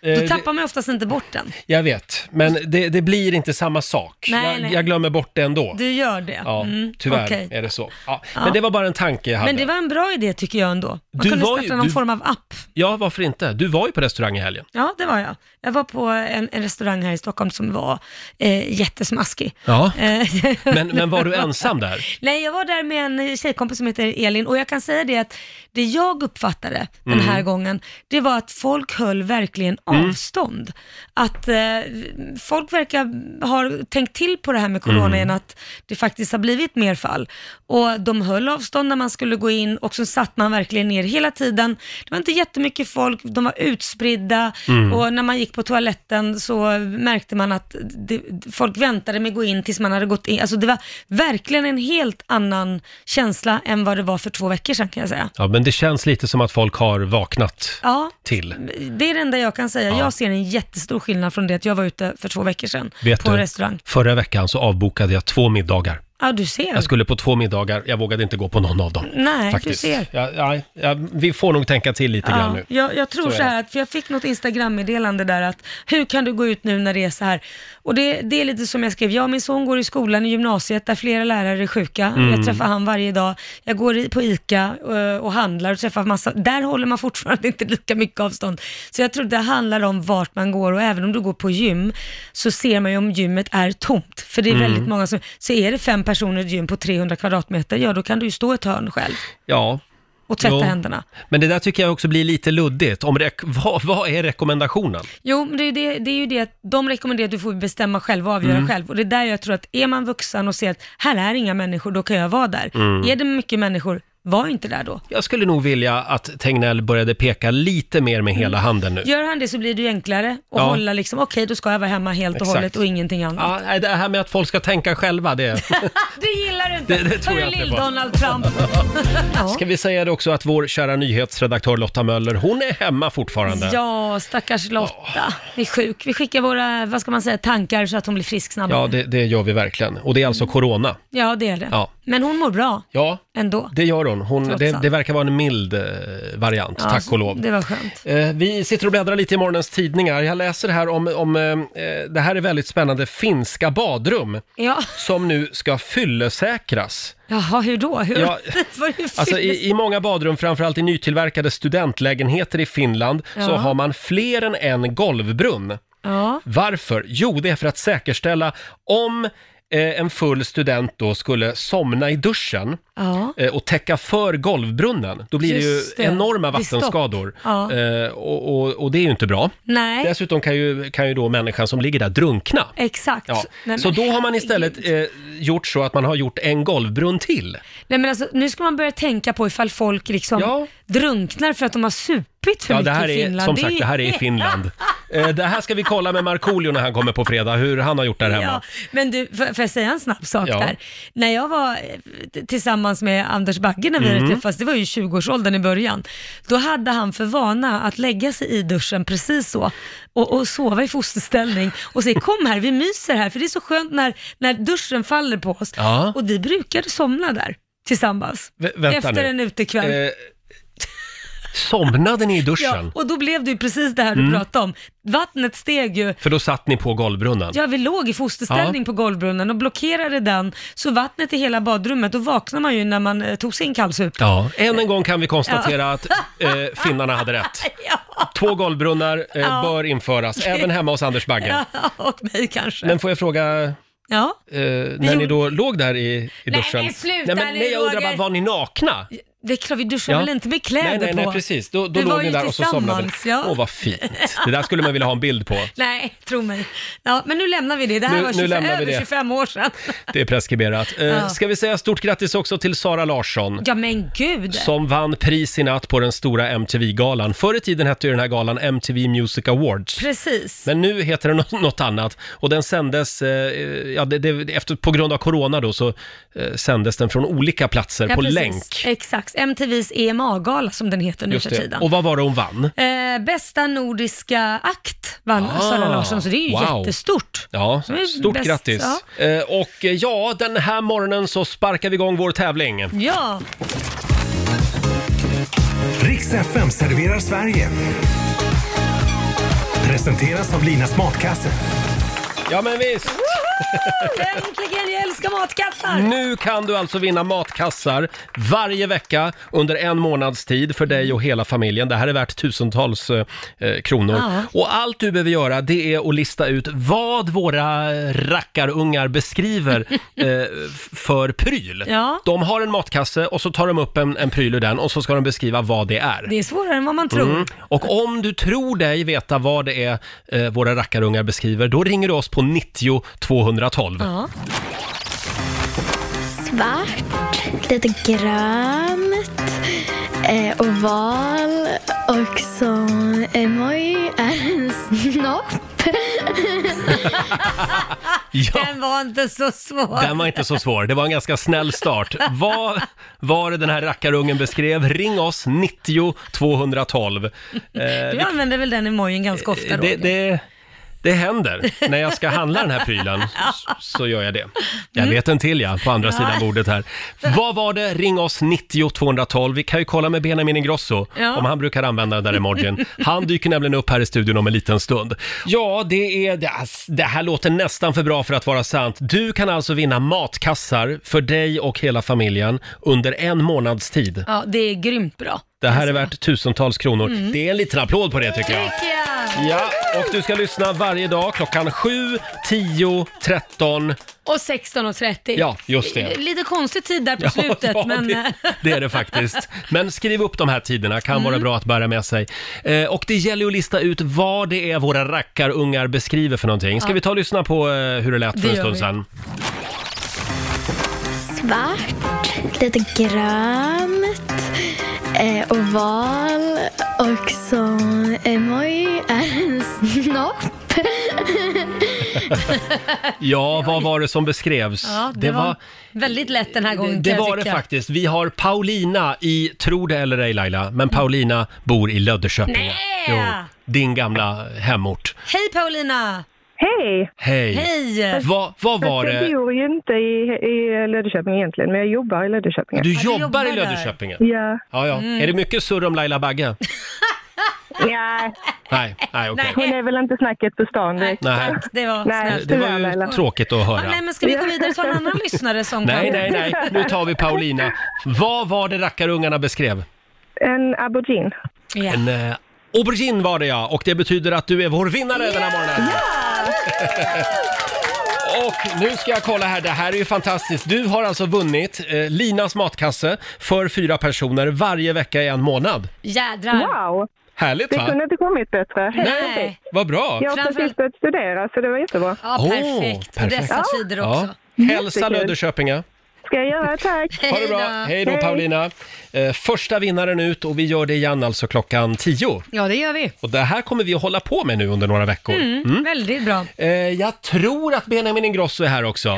Speaker 1: eh,
Speaker 3: Då
Speaker 1: det,
Speaker 3: tappar man oftast inte bort den.
Speaker 1: jag vet, men det, det blir inte samma sak.
Speaker 3: Nej,
Speaker 1: jag,
Speaker 3: nej.
Speaker 1: jag glömmer bort det ändå.
Speaker 3: Du gör det.
Speaker 1: Ja,
Speaker 3: Mm,
Speaker 1: tyvärr
Speaker 3: okej.
Speaker 1: är det så. Ja.
Speaker 3: Ja.
Speaker 1: Men det var bara en tanke jag hade.
Speaker 3: Men det var en bra idé tycker jag ändå. Man
Speaker 1: Du
Speaker 3: kunde
Speaker 1: var ju-
Speaker 3: starta någon
Speaker 1: du-
Speaker 3: form av app.
Speaker 1: Ja, varför inte? Du var ju på restaurang i helgen.
Speaker 3: Ja, det var jag. Jag var på en, en restaurang här i Stockholm som var eh, jättesmaskig.
Speaker 1: Ja.
Speaker 3: Eh,
Speaker 1: Men, men var du ensam där?
Speaker 3: Nej, jag var där med en tjejkompis som heter Elin och jag kan säga det att det jag uppfattade den
Speaker 1: Mm.
Speaker 3: här gången, det var att folk höll verkligen avstånd. Att eh, folk verkar ha tänkt till på det här med
Speaker 1: Mm.
Speaker 3: corona igen, att det faktiskt har blivit mer fall. Och de höll avstånd när man skulle gå in och så satt man verkligen ner hela tiden. Det var inte jättemycket folk, de var utspridda
Speaker 1: Mm.
Speaker 3: och när man gick på toaletten så märkte man att det, folk väntade med att gå in tills man hade gått in. Alltså det var verkligen en helt annan känsla än vad det var för två veckor sedan kan jag säga.
Speaker 1: Ja, men det känns lite som att folk har vaknat
Speaker 3: Ja,
Speaker 1: till.
Speaker 3: det är det enda jag kan säga. Jag ser en jättestor skillnad från det att jag var ute för två veckor sedan
Speaker 1: Vet
Speaker 3: på
Speaker 1: du,
Speaker 3: restaurang.
Speaker 1: förra veckan så avbokade jag två middagar.
Speaker 3: Ja, du ser.
Speaker 1: Jag skulle på två middagar, jag vågade inte gå på någon av dem.
Speaker 3: Mm. Nej,
Speaker 1: faktiskt.
Speaker 3: du ser.
Speaker 1: Ja, ja, ja, vi får nog tänka till lite grann nu.
Speaker 3: jag, jag
Speaker 1: Så
Speaker 3: tror
Speaker 1: är
Speaker 3: så, här, att, för jag fick något Instagram-meddelande där att hur kan du gå ut nu när det är så här? Och det, det är lite som jag skrev, jag och min son går i skolan i gymnasiet där flera lärare är sjuka.
Speaker 1: Mm.
Speaker 3: Jag träffar han varje dag. Jag går i- på ICA eh, och handlar och träffar massa, där håller man fortfarande inte lika mycket avstånd. Så jag tror det handlar om vart man går och även om du går på gym så ser man ju om gymmet är tomt. För det är
Speaker 1: Mm.
Speaker 3: väldigt många som, så är det fem personer i ett gym på 300 kvadratmeter, ja då kan du ju stå i ett hörn själv
Speaker 1: Ja,
Speaker 3: och tvätta
Speaker 1: Jo.
Speaker 3: händerna.
Speaker 1: men det där tycker jag också blir lite luddigt. Om rek- vad, vad är rekommendationen?
Speaker 3: Jo, men det är, ju det, det är ju det att de rekommenderar att du får bestämma själv och
Speaker 1: Mm.
Speaker 3: avgöra själv. Och det är där jag tror att är man vuxen och ser att här är inga människor, då kan jag vara där.
Speaker 1: Mm.
Speaker 3: Är det mycket människor, var inte där då.
Speaker 1: Jag skulle nog vilja att Tegnell började peka lite mer med hela handen nu.
Speaker 3: Mm. Gör han det så blir det ju enklare att
Speaker 1: Ja.
Speaker 3: hålla liksom, okej då ska jag vara hemma helt och
Speaker 1: Exakt.
Speaker 3: hållet och ingenting annat.
Speaker 1: Ja, nej, det här med att folk ska tänka själva, det...
Speaker 3: Det gillar du inte!
Speaker 1: Det- det tror jag
Speaker 3: Hörru,
Speaker 1: inte på.
Speaker 3: Lill-Donald Trump. ja.
Speaker 1: Ska vi säga det också att vår kära nyhetsredaktör Lotta Möller, hon är hemma fortfarande.
Speaker 3: ja, stackars Lotta. Vi är sjuk. Vi skickar våra, vad ska man säga, tankar så att hon blir frisk snabbare.
Speaker 1: Ja,
Speaker 3: Ja, det,
Speaker 1: det, det gör vi verkligen. Och det är
Speaker 3: Mm.
Speaker 1: alltså corona.
Speaker 3: är det.
Speaker 1: Ja.
Speaker 3: Men hon mår bra
Speaker 1: Ja,
Speaker 3: ändå.
Speaker 1: det gör hon. hon
Speaker 3: Trots
Speaker 1: det,
Speaker 3: allt.
Speaker 1: det verkar vara en mild eh, variant,
Speaker 3: Ja,
Speaker 1: tack
Speaker 3: så
Speaker 1: och lov.
Speaker 3: Det var skönt.
Speaker 1: Eh, Vi sitter och bläddrar lite i morgonens tidningar. Jag läser här om, om eh, det här är väldigt spännande, finska badrum
Speaker 3: Ja.
Speaker 1: som nu ska fyllesäkras.
Speaker 3: Jaha, hur då? Hur?
Speaker 1: Ja,
Speaker 3: Vad är det
Speaker 1: Alltså
Speaker 3: för-
Speaker 1: i, i många badrum, framförallt i nytillverkade studentlägenheter i Finland, så
Speaker 3: Ja.
Speaker 1: har man fler än en golvbrunn.
Speaker 3: ja.
Speaker 1: Varför? Jo, det är för att säkerställa om eh, en full student då skulle somna i duschen
Speaker 3: ja.
Speaker 1: eh, och täcka för golvbrunnen. Då blir
Speaker 3: Just
Speaker 1: det
Speaker 3: det.
Speaker 1: ju enorma
Speaker 3: Det är stopp.
Speaker 1: vattenskador.
Speaker 3: Ja.
Speaker 1: Eh, och, och, och det är ju inte bra.
Speaker 3: Nej,
Speaker 1: Dessutom kan ju, kan ju då människan som ligger där drunkna.
Speaker 3: exakt.
Speaker 1: Ja.
Speaker 3: Nej,
Speaker 1: Så
Speaker 3: men
Speaker 1: då har man
Speaker 3: herregud.
Speaker 1: istället eh, gjort så att man har gjort en golvbrunn till.
Speaker 3: Nej men alltså, nu ska man börja tänka på ifall folk liksom
Speaker 1: Ja.
Speaker 3: drunknar för att de har supit för
Speaker 1: Ja, det
Speaker 3: mycket
Speaker 1: här
Speaker 3: i
Speaker 1: är, som
Speaker 3: Finland.
Speaker 1: sagt, det här är i Finland. Eh, det här ska vi kolla med Markoolio när han kommer på fredag, hur han har gjort där hemma.
Speaker 3: Ja, men du, får, får jag säga en snabb sak
Speaker 1: Ja.
Speaker 3: där? När jag var eh, t- tillsammans med Anders Bagge när vi
Speaker 1: Mm.
Speaker 3: hade träffats, det var ju i 20-årsåldern i början, då hade han för vana att lägga sig i duschen precis så och, och sova i fosterställning och säga kom här, vi myser här, för det är så skönt när, när duschen faller på oss.
Speaker 1: Ja.
Speaker 3: Och vi brukade somna där tillsammans
Speaker 1: Vä- vänta
Speaker 3: efter
Speaker 1: nu.
Speaker 3: en utekväll.
Speaker 1: Eh, Somnade ni i
Speaker 3: Ja,
Speaker 1: duschen?
Speaker 3: och då blev det ju precis det här du
Speaker 1: Mm.
Speaker 3: pratade om. Vattnet steg ju.
Speaker 1: För då satt ni på golvbrunnen?
Speaker 3: Ja, vi låg i fosterställning
Speaker 1: Ja.
Speaker 3: på golvbrunnen och blockerade den, så vattnet i hela badrummet, då vaknar man ju när man eh, tog sin kallsup.
Speaker 1: Ja, än en gång kan vi konstatera att eh, finnarna hade rätt. Två golvbrunnar eh, bör införas, även hemma hos Anders Bagge.
Speaker 3: Ja, och mig kanske.
Speaker 1: Men får jag fråga,
Speaker 3: ja.
Speaker 1: eh, när ni
Speaker 3: gjorde-
Speaker 1: då låg där i, i duschen?
Speaker 6: men sluta
Speaker 1: nej, men,
Speaker 6: nu,
Speaker 1: nej, jag undrar
Speaker 6: Roger.
Speaker 1: bara, var ni nakna?
Speaker 3: Det är klart, vi duschar
Speaker 1: Ja.
Speaker 3: väl inte med kläder
Speaker 1: nej, nej, nej,
Speaker 3: på?
Speaker 1: precis. Då, då
Speaker 3: Vi var
Speaker 1: låg ni
Speaker 3: ju
Speaker 1: där och så somnade ni.
Speaker 3: tillsammans,
Speaker 1: Åh,
Speaker 3: Ja.
Speaker 1: vad fint. Det där skulle man vilja ha en bild på.
Speaker 3: Nej, tro mig. Ja, men nu lämnar vi det. Det här
Speaker 1: Nu-
Speaker 3: var
Speaker 1: nu
Speaker 3: 25,
Speaker 1: lämnar vi
Speaker 3: över
Speaker 1: det.
Speaker 3: 25 år sedan.
Speaker 1: Det är preskriberat. Eh,
Speaker 3: Ja.
Speaker 1: Ska vi säga stort grattis också till Sara Larsson?
Speaker 3: Ja, men gud.
Speaker 1: Som vann pris i natt på den stora MTV-galan. Förr i tiden hette ju den här galan MTV Music Awards.
Speaker 3: Precis.
Speaker 1: Men nu heter den nå- något annat och den sändes, eh, ja, det, det, efter, på grund av corona då så eh, sändes den från olika platser
Speaker 3: ja,
Speaker 1: på
Speaker 3: precis.
Speaker 1: länk.
Speaker 3: Exakt. MTVs EMA-gala E som den heter nu
Speaker 1: Just
Speaker 3: för
Speaker 1: det.
Speaker 3: tiden.
Speaker 1: Och vad var det hon vann?
Speaker 3: Eh, bästa nordiska akt vann
Speaker 1: Ah,
Speaker 3: Sara Larsson, så det är ju
Speaker 1: wow.
Speaker 3: jättestort.
Speaker 1: Ja,
Speaker 3: Det är
Speaker 1: stort
Speaker 3: bäst,
Speaker 1: grattis! Eh, och eh, ja, den här morgonen så sparkar vi igång vår tävling.
Speaker 3: Ja,
Speaker 7: Riks FM serverar Sverige. Presenteras av Linas matkasse.
Speaker 1: Ja, men visst!
Speaker 3: äntligen! Jag älskar matkassar!
Speaker 1: Nu kan du alltså vinna matkassar varje vecka under en månads tid för dig och hela familjen. Det här är värt tusentals eh, kronor.
Speaker 3: Ja.
Speaker 1: Och allt du behöver göra det är att lista ut vad våra rackarungar beskriver eh, f- för pryl.
Speaker 3: Ja.
Speaker 1: De har en matkasse och så tar de upp en, en pryl ur den och så ska de beskriva vad det är.
Speaker 3: Det är svårare än vad man tror.
Speaker 1: Mm. Och om du tror dig veta vad det är eh, våra rackarungar beskriver, då ringer du oss på 90 212.
Speaker 3: Ja.
Speaker 8: svart, lite grönt, eh, oval och som emoji är en snopp.
Speaker 1: Ja.
Speaker 3: Den var inte så svår.
Speaker 1: Den var inte så svår. Det var en ganska snäll start. Vad var det den här rackarungen beskrev? Ring oss 90 212. Eh,
Speaker 3: Du använder väl den emojin ganska
Speaker 1: det,
Speaker 3: ofta, Roger?
Speaker 1: det, det händer. När jag ska handla den här prylen s- så gör jag det. Jag vet en till ja, på andra sidan bordet här. Vad var det? Ring oss 90 212. Vi kan ju kolla med Benjamin Ingrosso
Speaker 3: Ja.
Speaker 1: om han brukar använda den där emojin. Han dyker nämligen upp här i studion om en liten stund. Ja, det, är, det- ass, det här låter nästan för bra för att vara sant. Du kan alltså vinna matkassar för dig och hela familjen under en månads tid.
Speaker 3: Ja, det är grymt bra.
Speaker 1: Det här är värt tusentals kronor.
Speaker 3: Mm.
Speaker 1: Det är en liten applåd på det tycker jag. Ja, och du ska lyssna varje dag klockan 7, 10, 13.
Speaker 3: Och 16.30.
Speaker 1: Ja, just det.
Speaker 3: Lite konstig tid där på slutet,
Speaker 1: Ja,
Speaker 3: men...
Speaker 1: det, det är det faktiskt. Men skriv upp de här tiderna, kan vara
Speaker 3: Mm.
Speaker 1: bra att bära med sig. Eh, och det gäller ju att lista ut vad det är våra rackarungar beskriver för någonting. Ska vi ta och lyssna på eh, hur det lät för
Speaker 3: Det
Speaker 1: en
Speaker 3: gör
Speaker 1: stund
Speaker 3: vi.
Speaker 1: sedan?
Speaker 8: Svart, lite grönt, eh, oval och som emoji är en snopp.
Speaker 1: Ja, vad var det som beskrevs?
Speaker 3: Ja, det, var, väldigt lätt den här gången
Speaker 1: Det
Speaker 3: kan jag
Speaker 1: var det
Speaker 3: tycka.
Speaker 1: faktiskt. Vi har Paulina i, tro det eller ej Laila, men Paulina bor i Löddeköpinge.
Speaker 3: Mm. Nej!
Speaker 1: din gamla hemort.
Speaker 3: Hej Paulina!
Speaker 5: Hej!
Speaker 1: Hej!
Speaker 3: Hej!
Speaker 1: Vad, vad var
Speaker 5: Jag
Speaker 1: det?
Speaker 5: bor ju inte i, i Löddeköping egentligen, men jag jobbar i Löddeköping.
Speaker 1: Du
Speaker 3: du
Speaker 1: jobbar
Speaker 3: jobbar
Speaker 1: i
Speaker 3: där.
Speaker 1: Löddeköpinge?
Speaker 5: Ja.
Speaker 1: Ja, ja.
Speaker 3: Mm.
Speaker 1: Är det mycket surr om Laila Bagge?
Speaker 5: Nej,
Speaker 1: Nej, nej okej.
Speaker 3: Nej.
Speaker 5: hon är väl inte snacket på stan direkt.
Speaker 1: Nej.
Speaker 3: Det var
Speaker 5: Nej.
Speaker 3: snällt.
Speaker 1: Det var
Speaker 5: Tyvärr, Laila.
Speaker 1: ju tråkigt att
Speaker 3: Ja,
Speaker 1: höra.
Speaker 3: nej, men ska vi gå vidare och ta en annan lyssnare som
Speaker 1: Nej,
Speaker 3: kan...
Speaker 1: nej, nej. Nu tar vi Paulina. Vad var det rackarungarna beskrev?
Speaker 5: En aubergine.
Speaker 3: Ja.
Speaker 1: En eh, aubergine var det ja, och det betyder att du är vår vinnare den här morgonen. Och nu ska jag kolla här, det här är ju fantastiskt. Du har alltså vunnit eh, Linas matkasse för fyra personer varje vecka i en månad.
Speaker 3: Jädrar.
Speaker 5: Wow!
Speaker 1: Härligt
Speaker 5: Det
Speaker 1: va?
Speaker 5: kunde inte kommit bättre. Helt perfekt.
Speaker 3: Nej.
Speaker 1: Vad bra!
Speaker 5: Jag har precis
Speaker 3: Framförallt-
Speaker 5: börjat studera, så det var jättebra.
Speaker 3: Ja,
Speaker 1: Åh,
Speaker 3: perfekt. I
Speaker 1: perfekt.
Speaker 3: dessa tider också.
Speaker 1: Ja. Hälsa
Speaker 5: Jättekul.
Speaker 1: Löddeköpinge.
Speaker 5: Ska jag göra, tack!
Speaker 1: Ha det bra. Hej då Paulina. Eh, första vinnaren ut och vi gör det igen alltså klockan 10.
Speaker 3: Ja, det gör vi.
Speaker 1: Och det här kommer vi att hålla på med nu under några veckor.
Speaker 3: Mm. Väldigt bra.
Speaker 1: Eh, jag tror att Benjamin Ingrosso är här också.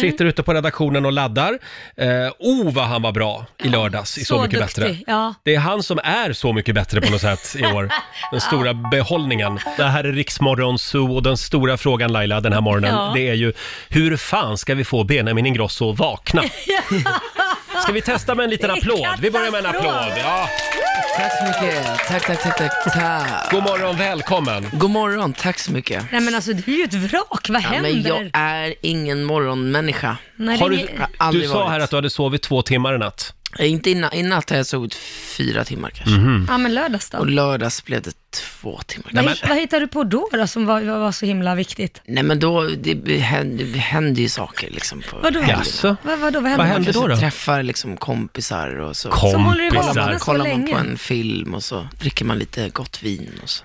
Speaker 1: Sitter ute på redaktionen och laddar. Eh, oh, vad han var bra i lördags i Så,
Speaker 3: så
Speaker 1: mycket
Speaker 3: duktig,
Speaker 1: bättre.
Speaker 3: ja.
Speaker 1: Det är han som är Så mycket bättre på något sätt i år. Den stora behållningen. Det här är Riksmorgon Zoo och den stora frågan Laila den här morgonen,
Speaker 3: Ja.
Speaker 1: det är ju hur fan ska vi få Benjamin Ingrosso att vakna? Ska vi testa med en liten applåd? Vi börjar med en applåd. Ja.
Speaker 9: Tack så mycket. Tack, tack, tack, tack, tack.
Speaker 1: God morgon, välkommen.
Speaker 9: God morgon, tack så mycket.
Speaker 3: Nej men alltså du är ju ett vrak, vad
Speaker 9: Ja,
Speaker 3: händer?
Speaker 9: men jag är ingen morgonmänniska.
Speaker 3: Nej,
Speaker 1: Har
Speaker 3: det
Speaker 1: du,
Speaker 9: har aldrig
Speaker 1: du sa
Speaker 9: varit.
Speaker 1: här att du hade sovit två timmar i natt.
Speaker 9: Eh, Inte innan, i natt har jag sovit fyra timmar kanske.
Speaker 1: Mm.
Speaker 3: Ja men lördags då?
Speaker 9: Och lördags blev det två timmar.
Speaker 3: Vad,
Speaker 9: Nej,
Speaker 3: hitt- vad hittade du på då, då som var, var så himla viktigt?
Speaker 9: men då, det händer, det händer ju saker liksom. På
Speaker 3: Vadå?
Speaker 9: helgerna.
Speaker 1: Jaså?
Speaker 3: Vad, vadå, vad hände?
Speaker 1: Vad hände?
Speaker 9: Kanske
Speaker 1: då då?
Speaker 9: träffar liksom kompisar och så.
Speaker 3: Som håller i
Speaker 1: Kompisar.
Speaker 3: vapen. så
Speaker 9: kollar man
Speaker 3: länge.
Speaker 9: på en film och så dricker man lite gott vin och så.